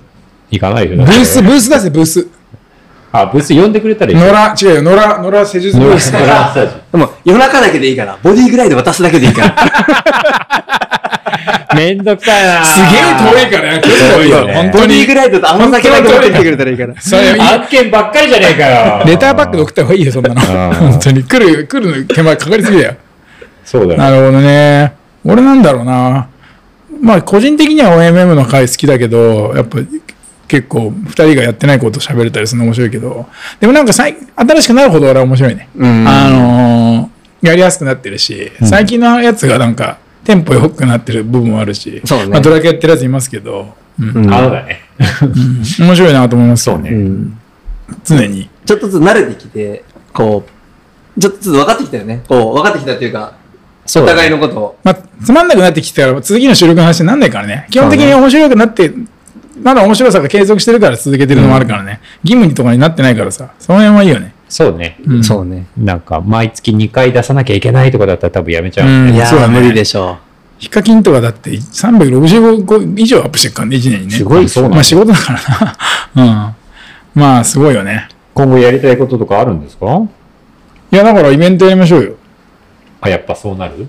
Speaker 1: 行かないよ
Speaker 2: ブ
Speaker 1: ね。
Speaker 2: ース、ブース出せ、ブース。
Speaker 1: あ、ブース呼んでくれたらいい
Speaker 2: 野
Speaker 1: よ。
Speaker 2: 良、違うよ。野良、野良施術ブ
Speaker 1: ノ
Speaker 2: ー
Speaker 1: ラ
Speaker 2: ス。
Speaker 1: ノラマッサージ
Speaker 3: でも、夜中だけでいいから、ボディぐらいで渡すだけでいい
Speaker 2: <laughs>
Speaker 3: から。
Speaker 1: めんどくさいな
Speaker 2: すげえ遠いからね。結構遠いよ。
Speaker 1: ね
Speaker 2: 本
Speaker 3: ボ
Speaker 2: 当
Speaker 3: ディ
Speaker 2: に
Speaker 3: ぐ。らいだと、あの酒だけ持ってきてくれたらいいから。
Speaker 2: それ
Speaker 1: 案件ばっかりじゃねえかよ。
Speaker 2: レターパックで送った方がいいよ、そんなの。
Speaker 1: あー
Speaker 2: 本当に。来る、来るの手間かかりすぎだよ。
Speaker 1: そうだよ。
Speaker 2: なるほどね。俺なんだろうな。まあ、個人的には OMM の回好きだけど、やっぱ結構2人がやってないこと喋れたりするの面白いけど、でもなんか最新しくなるほど俺は面白いね。
Speaker 3: うん
Speaker 2: あのーやりやすくなってるし、最近のやつがなんかテンポ良くなってる部分もあるし、
Speaker 3: そうね
Speaker 2: まあ、ドラケやってるやついますけど、うん
Speaker 3: うん
Speaker 1: あのだね。
Speaker 2: 面白いなと思います。
Speaker 1: そうね
Speaker 3: うん
Speaker 2: 常に。
Speaker 3: ちょっとずつ慣れてきて、こう、ちょっとずつ分かってきたよね。こう、分かってきたっていうか、
Speaker 1: そう
Speaker 3: お
Speaker 1: だね
Speaker 3: 互いのことを。
Speaker 2: まあ、つまんなくなってきてから、続きの収録の話になんないからね。基本的に面白くなって、まだ面白さが継続してるから続けてるのもあるからね。義務とかになってないからさ、その辺はいいよね。
Speaker 1: そうね。
Speaker 2: ん
Speaker 3: そうね。
Speaker 1: なんか、毎月2回出さなきゃいけないとかだったら多分やめちゃう。
Speaker 2: うん
Speaker 3: いや
Speaker 2: そうだ
Speaker 3: ー、
Speaker 2: ね
Speaker 3: 無理でしょ。
Speaker 2: ヒカキンとかだって365以上アップしてるからね、1年にね。
Speaker 1: すごいそうなんだ
Speaker 2: まあ仕事だからな。 <laughs> うん。まあ、すごいよね。
Speaker 1: 今後やりたいこととかあるんですか
Speaker 2: いや、だからイベントやりましょうよ。
Speaker 1: あ、やっぱそうなる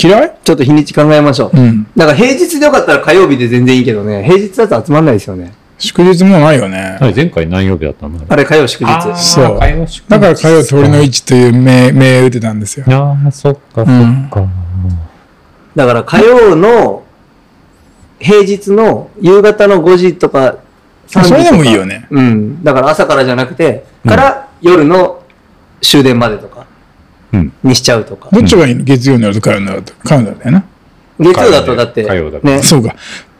Speaker 2: 嫌いう
Speaker 3: ちょっと日にち考えましょう。
Speaker 2: うん。
Speaker 3: だから平日でよかったら火曜日で全然いいけどね、平日だと集まんないですよね。
Speaker 2: 祝日もうないよね。
Speaker 1: あれ前回何曜日だったの
Speaker 3: あれ火曜祝日。
Speaker 1: あー
Speaker 2: そう
Speaker 1: 買いましょう
Speaker 2: だから火曜鳥の位置という名、名打てたんですよ。
Speaker 1: ああ、そっか、そっか。
Speaker 3: だから火曜の平日の夕方の5時とか3時とか。
Speaker 2: それでもいいよね。
Speaker 3: うん。だから朝からじゃなくて、から夜の終電までとか
Speaker 1: うん。
Speaker 3: にしちゃうとか。
Speaker 2: どっちがいいの月曜になると火曜になると。火曜になるんだよな。
Speaker 3: 月曜だとだって、
Speaker 1: 火曜だから
Speaker 3: ね、
Speaker 2: そうか。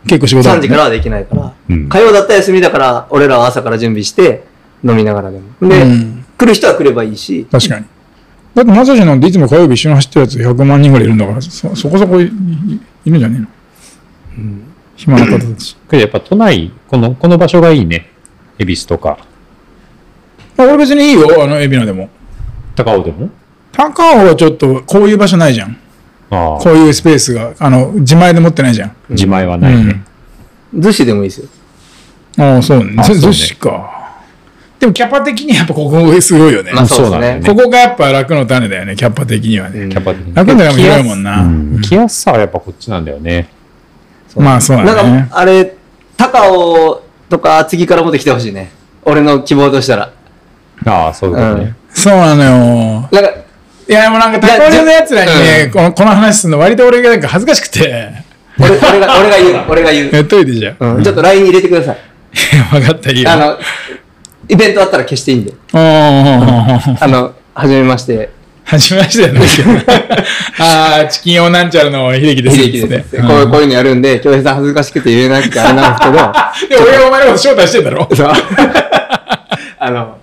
Speaker 2: 結構仕事あ
Speaker 3: 3
Speaker 2: るね
Speaker 3: 時からはできないから、
Speaker 1: うん
Speaker 3: 火曜だったら休みだから、俺らは朝から準備して飲みながらでも。で、
Speaker 2: うん
Speaker 3: 来る人は来ればいいし、
Speaker 2: 確かに。だって、まさしなんていつも火曜日一緒に走ってるやつ100万人ぐらいいるんだから、そそこそこいいいるんじゃねえの、暇な方たち。
Speaker 1: けどやっぱ都内、この、この場所がいいね。恵比寿とか、
Speaker 2: まあ俺別にいいよ、あの、海老名でも。
Speaker 1: 高尾でも
Speaker 2: 高尾はちょっと、こういう場所ないじゃん。
Speaker 1: あ
Speaker 2: こういうスペースが、あの、自前で持ってないじゃん。
Speaker 1: あ、自前はないね。
Speaker 3: 逗子でもいいですよ。
Speaker 2: ああ、そうね。
Speaker 1: あ
Speaker 2: そ
Speaker 1: そうね
Speaker 2: 寿司か。でも、キャパ的にやっぱここすごいよね。
Speaker 3: まあそうです
Speaker 1: なんだよ
Speaker 3: ね。
Speaker 1: ね
Speaker 2: ここがやっぱ楽の種だよね、キャパ的にはね。
Speaker 1: キャパ的に。
Speaker 2: 楽の種も広いもんな。
Speaker 1: うん来やすさはやっぱこっちなんだよね。
Speaker 2: まあそうだね。
Speaker 3: なんか、あれ、高尾とか次から持ってきてほしいね。俺の希望としたら。
Speaker 1: ああ、そういうことね。
Speaker 2: そうなのよ。
Speaker 3: なんか、
Speaker 2: いや、もうなんか、高尾のやつらにね、このこの話するの割と俺がなんか恥ずかしくて、
Speaker 3: 俺俺が、俺が言う、俺が言う。
Speaker 2: やっといてじゃん。
Speaker 3: うん、ちょっと LINE 入れてください。
Speaker 2: 分かった、いいよ。
Speaker 3: あの、イベントあったら消していいんで。
Speaker 2: うん、
Speaker 3: あの、はじめまして、
Speaker 2: はじめましてやなああ、チキンオーなんちゃらの秀樹です。
Speaker 3: 秀樹です。
Speaker 2: つって
Speaker 3: こういうう、
Speaker 2: ん
Speaker 3: こういうのやるんで、京平さん恥ずかしくて言えなくてあれなんですけど、
Speaker 2: で、俺がお前のこと招待してんだろ
Speaker 3: そう。 <laughs> あの、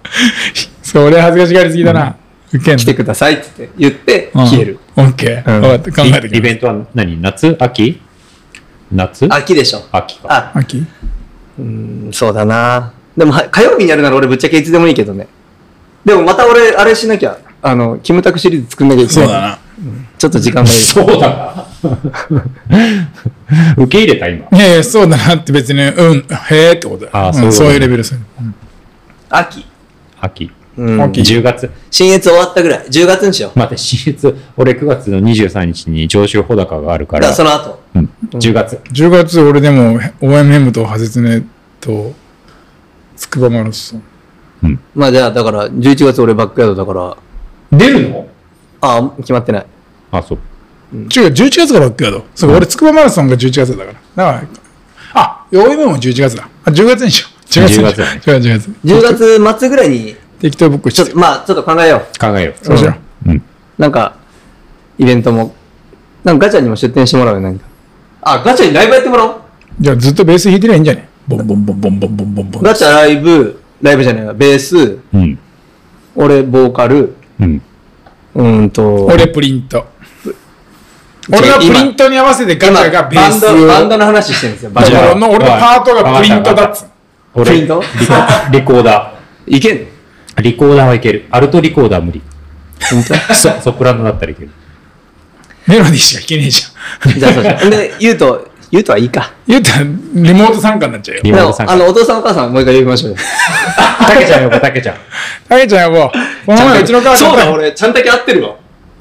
Speaker 2: それ恥ずかしがりすぎだな。受けん
Speaker 3: 来てくださいって言って、消える。。
Speaker 2: うんオッケー。
Speaker 3: うん
Speaker 2: 分かった、考えて
Speaker 1: イイ
Speaker 2: く
Speaker 1: ベ
Speaker 2: れ。
Speaker 1: ントは何夏秋夏
Speaker 3: 秋でしょ。
Speaker 1: 秋か。
Speaker 3: あ、
Speaker 2: 秋
Speaker 3: うん、そうだな。でも、は火曜日にやるなら俺ぶっちゃけいつでもいいけどね。でもまた俺、あれしなきゃ、あの、キムタクシリーズ作んなきゃいけ
Speaker 2: そ
Speaker 3: な
Speaker 2: う
Speaker 3: い。
Speaker 2: だな。
Speaker 3: ちょっと時間がいる。
Speaker 1: そうだ <laughs> な。受け入れた今。
Speaker 2: いやいや、そうだなって別に、うん、へえってことだよ。
Speaker 1: あー
Speaker 2: ん
Speaker 1: そ
Speaker 2: そう
Speaker 1: い
Speaker 2: う
Speaker 1: うことね
Speaker 2: いうレベルでする。
Speaker 3: 秋。
Speaker 1: 秋。
Speaker 3: うん。
Speaker 2: 秋
Speaker 1: 10月。
Speaker 3: 新越終わったぐらい。10月にしよう。
Speaker 1: 待って、新月、俺9月の23日に上州穂高があるか、
Speaker 3: だかららその後。
Speaker 1: うん、10月。
Speaker 2: 10月、俺でも、OMM とハゼツネと、つくばマラソン。
Speaker 3: まあじゃあ、だから、11月俺バックヤードだから、
Speaker 1: 出るの
Speaker 3: ああ、決まってない。
Speaker 1: あ、そう。
Speaker 2: 違う、11月がバックヤード。そう、俺、つくばマラソンが11月だから。だから、あ、曜日も11月だ。あ、10月にしよう。10月にしよう。違う、10月。
Speaker 3: 10月末ぐらいに、
Speaker 2: 適当僕
Speaker 3: ちょ
Speaker 2: し
Speaker 3: ってと、。まあ、ちょっと考えよ
Speaker 1: 考えよう。
Speaker 2: そうしよ
Speaker 1: うん。
Speaker 3: う。なんか、イベントも、なんかガチャにも出店してもらうよ、なんか。あ、ガチャにライブやってもらおう。
Speaker 2: じゃあずっとベース弾いてりゃいいんじゃねボンボンボンボンボンボンボンボン。
Speaker 3: ガチャライブ、ライブじゃないわ、ベース、
Speaker 1: うん。
Speaker 3: 俺、ボーカル、
Speaker 1: うん。
Speaker 3: うーんと、
Speaker 2: 俺プリント。俺がプリントに合わせてガチ
Speaker 3: 今
Speaker 2: ャがベース
Speaker 3: バンド、バン
Speaker 2: を。
Speaker 3: ドの話してるんですよ、バ
Speaker 2: だ
Speaker 3: ン
Speaker 1: じ
Speaker 2: か
Speaker 1: ゃ
Speaker 2: ら
Speaker 1: あ
Speaker 2: 俺の俺のパートがプリントだっつう
Speaker 1: 俺、
Speaker 3: プリ
Speaker 1: リ
Speaker 3: ント
Speaker 1: コレコーダ
Speaker 3: <laughs> ド。いけんの
Speaker 1: ー。リコーダーはいける。アルトリコーダーは無理。そソプラノだったらいける。
Speaker 2: メロディーしか弾けねえじゃん。
Speaker 3: じゃあそうじゃん。で、ゆうと、ゆうとはいいか。
Speaker 2: 言うたら、リモート参加になっちゃうよ。
Speaker 1: リモート参
Speaker 3: あ
Speaker 1: 加。
Speaker 3: の、お父さんお母さん、もう一回呼びましょうよ。
Speaker 1: たけちゃんよ、たけちゃん。
Speaker 2: たけちゃん呼ぼう。この前 <laughs> うちの母ちゃん
Speaker 3: そうだ、
Speaker 2: と、
Speaker 3: 俺、ちゃんだけ合ってるわ。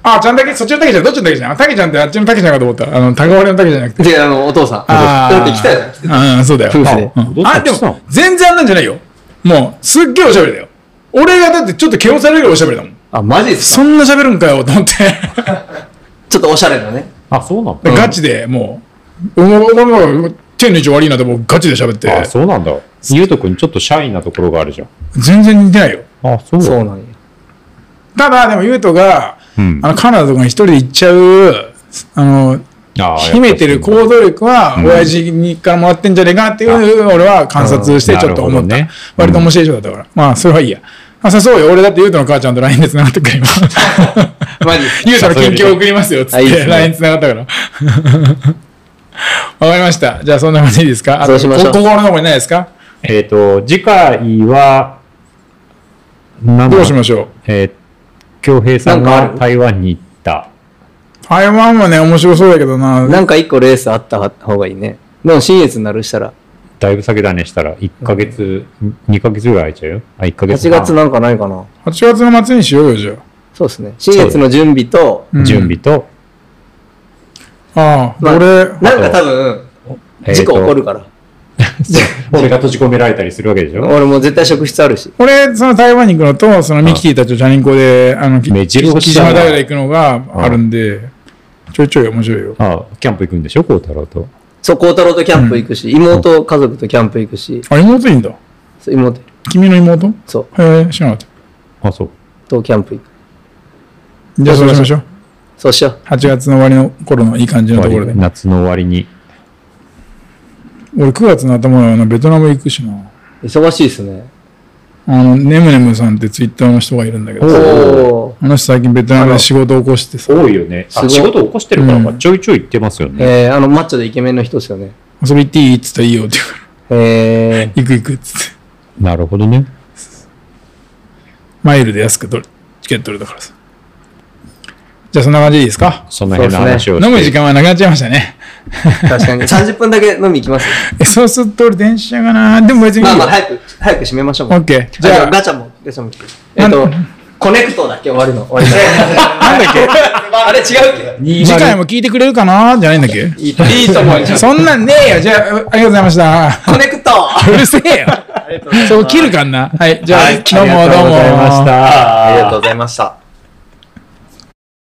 Speaker 2: あ、ちゃんだけ、そっちのたけちゃん、どっちのたけちゃんたけちゃんってあっちのたけちゃんかと思った。あの、たがわれのたけじゃなくて。
Speaker 3: で、あの、お父さん。
Speaker 2: あー
Speaker 3: だって来たじゃん。
Speaker 2: うん、そうだよ。
Speaker 3: 夫婦で
Speaker 2: うん
Speaker 1: どっち
Speaker 2: あ、で
Speaker 1: どっちなの
Speaker 2: も、全然あんなんじゃないよ。もう、すっげえおしゃべりだよ。俺がだってちょっと毛をされるぐらいおしゃべりだもん。
Speaker 3: あ、マジですか
Speaker 2: そんな喋るんかよ、と思って。
Speaker 3: ちょっとおしゃれなね。
Speaker 1: あ、そうなんだ。
Speaker 2: ガチで、もう、おもおもおも手の位置悪いなともうガチで喋って、
Speaker 1: あ、そうなんだ。ゆうとくん、ちょっとシャイなところがあるじゃん。
Speaker 2: 全然似てないよ。
Speaker 1: あ、そう
Speaker 3: そう
Speaker 1: う。
Speaker 3: なんや。
Speaker 2: ただ、でも、ゆうとが、
Speaker 1: うん
Speaker 2: あの、カナダとかに一人で行っちゃう、あの、
Speaker 1: あ
Speaker 2: 秘めてる行動力は、親父にからもらってんじゃねえかなっていう、俺は観察してちょっと思
Speaker 1: うん
Speaker 2: っ
Speaker 1: な
Speaker 2: た。
Speaker 1: るほどね
Speaker 2: 割と面白い人だったから。まあ、それはいいや。あ、そうよ。俺だって、ゆうとの母ちゃんと LINE で繋がってくから、
Speaker 1: <laughs>
Speaker 2: 今。
Speaker 3: マジです
Speaker 2: ゆうとの近況送りますよ、つっ
Speaker 3: あいいです
Speaker 2: て。
Speaker 3: ね
Speaker 2: <laughs> LINE 繋がったから。わかりました。じゃあ、そんな感じでいいですかあ
Speaker 3: そ
Speaker 2: と、
Speaker 3: うしましょう
Speaker 2: こ心の方にないですか
Speaker 1: えっ、と、次回は、なんだ
Speaker 2: どうしましょう。
Speaker 1: えー、京平さん
Speaker 3: なんかあ
Speaker 1: が
Speaker 3: る
Speaker 1: 台湾に行った。
Speaker 2: 台湾はね、面白そうだけどな。
Speaker 3: なんか一個レースあった方がいいね。でも、新越になるしたら、
Speaker 1: だいぶ先だねしたら、1ヶ月、2ヶ月ぐらい空いちゃうよ。あ、1ヶ月
Speaker 3: 8
Speaker 1: 半。
Speaker 3: 月なんかないかな。
Speaker 2: 8月の末にしようよ、じゃ
Speaker 3: そうですね。新越の準備と、
Speaker 2: あ。
Speaker 1: 準備と、
Speaker 2: ああ、
Speaker 3: まあ
Speaker 2: 俺、
Speaker 3: なんか多分、
Speaker 1: えーと
Speaker 3: 事故起こるから。
Speaker 1: 俺が閉じ込められたりするわけでしょ
Speaker 3: 俺もう絶対職質あるし。
Speaker 2: 俺、その台湾に行くのと、そのミキティたちとチャリンコで、あの、き
Speaker 1: 目白押し
Speaker 2: 木
Speaker 1: だな
Speaker 2: 島平行くのがあるんで、ちょいちょい面白いよ。
Speaker 1: あキャンプ行くんでしょ孝太郎と。
Speaker 3: そう、孝太郎とキャンプ行くし、妹、家族とキャンプ行くし、
Speaker 2: あ、妹いいんだ。
Speaker 3: そう妹
Speaker 2: 君の妹へ
Speaker 3: そう
Speaker 2: え、知らなかっ
Speaker 1: あ、そう。
Speaker 3: とキャンプ行く。
Speaker 2: た。じゃあそうしましょう。
Speaker 3: そうしよう。
Speaker 2: 8月の終わりの頃のいい感じのところで。
Speaker 1: 夏の終わりに。
Speaker 2: 俺、9月の頭はあのベトナム行くしな。
Speaker 3: 忙しいですね。
Speaker 2: あの、ネムネムさんってツイッターの人がいるんだけど
Speaker 1: お
Speaker 3: お
Speaker 1: う
Speaker 2: さ、
Speaker 3: お
Speaker 2: あの人最近ベトナムで仕事を起こしてさ、
Speaker 1: 多いよね。
Speaker 3: すご
Speaker 1: あ
Speaker 3: い
Speaker 1: 仕事起こしてるからか、
Speaker 2: うん
Speaker 1: ちょいちょい行ってますよ
Speaker 3: ー。
Speaker 1: ね。
Speaker 3: えー、あの、マッチョでイケメンの人ですよね。
Speaker 2: 遊び行っていいって言ったらいいよって言うから、
Speaker 3: えー、
Speaker 2: 行く行くっつって。
Speaker 1: なるほどね。
Speaker 2: マイルで安く取る、チケット取れたからさ。じゃあそんな感じでいいですか
Speaker 1: その辺の話をして。
Speaker 2: 飲む時間はなくなっちゃいましたね。 <laughs>
Speaker 3: 確かに。30分だけ飲み行きます。
Speaker 2: えそうすると俺電車かなでも別にいい
Speaker 3: まあ
Speaker 2: よ。
Speaker 3: まあ、早く、早く閉めましょう。
Speaker 2: オッケー。
Speaker 3: じ
Speaker 2: じゃあ、
Speaker 3: ゃあ、
Speaker 2: なんだ
Speaker 3: ガチャも、ガチャも来て。えっと、コネクトだけ終わるの。終わりだ
Speaker 2: っけ
Speaker 3: <laughs> あれ違うけど。
Speaker 2: 次回も聞いてくれるかなじゃないんだっけ
Speaker 3: いいいいと思うよ。
Speaker 2: そんなんねえよ。じゃあ、ありがとうございました。
Speaker 3: <laughs> コネクト
Speaker 2: うるせえよ。そう切るかんな。はい。じゃあ、
Speaker 3: はい
Speaker 2: どうもどうも。
Speaker 1: ありがとうございました。
Speaker 3: ありがとうございました。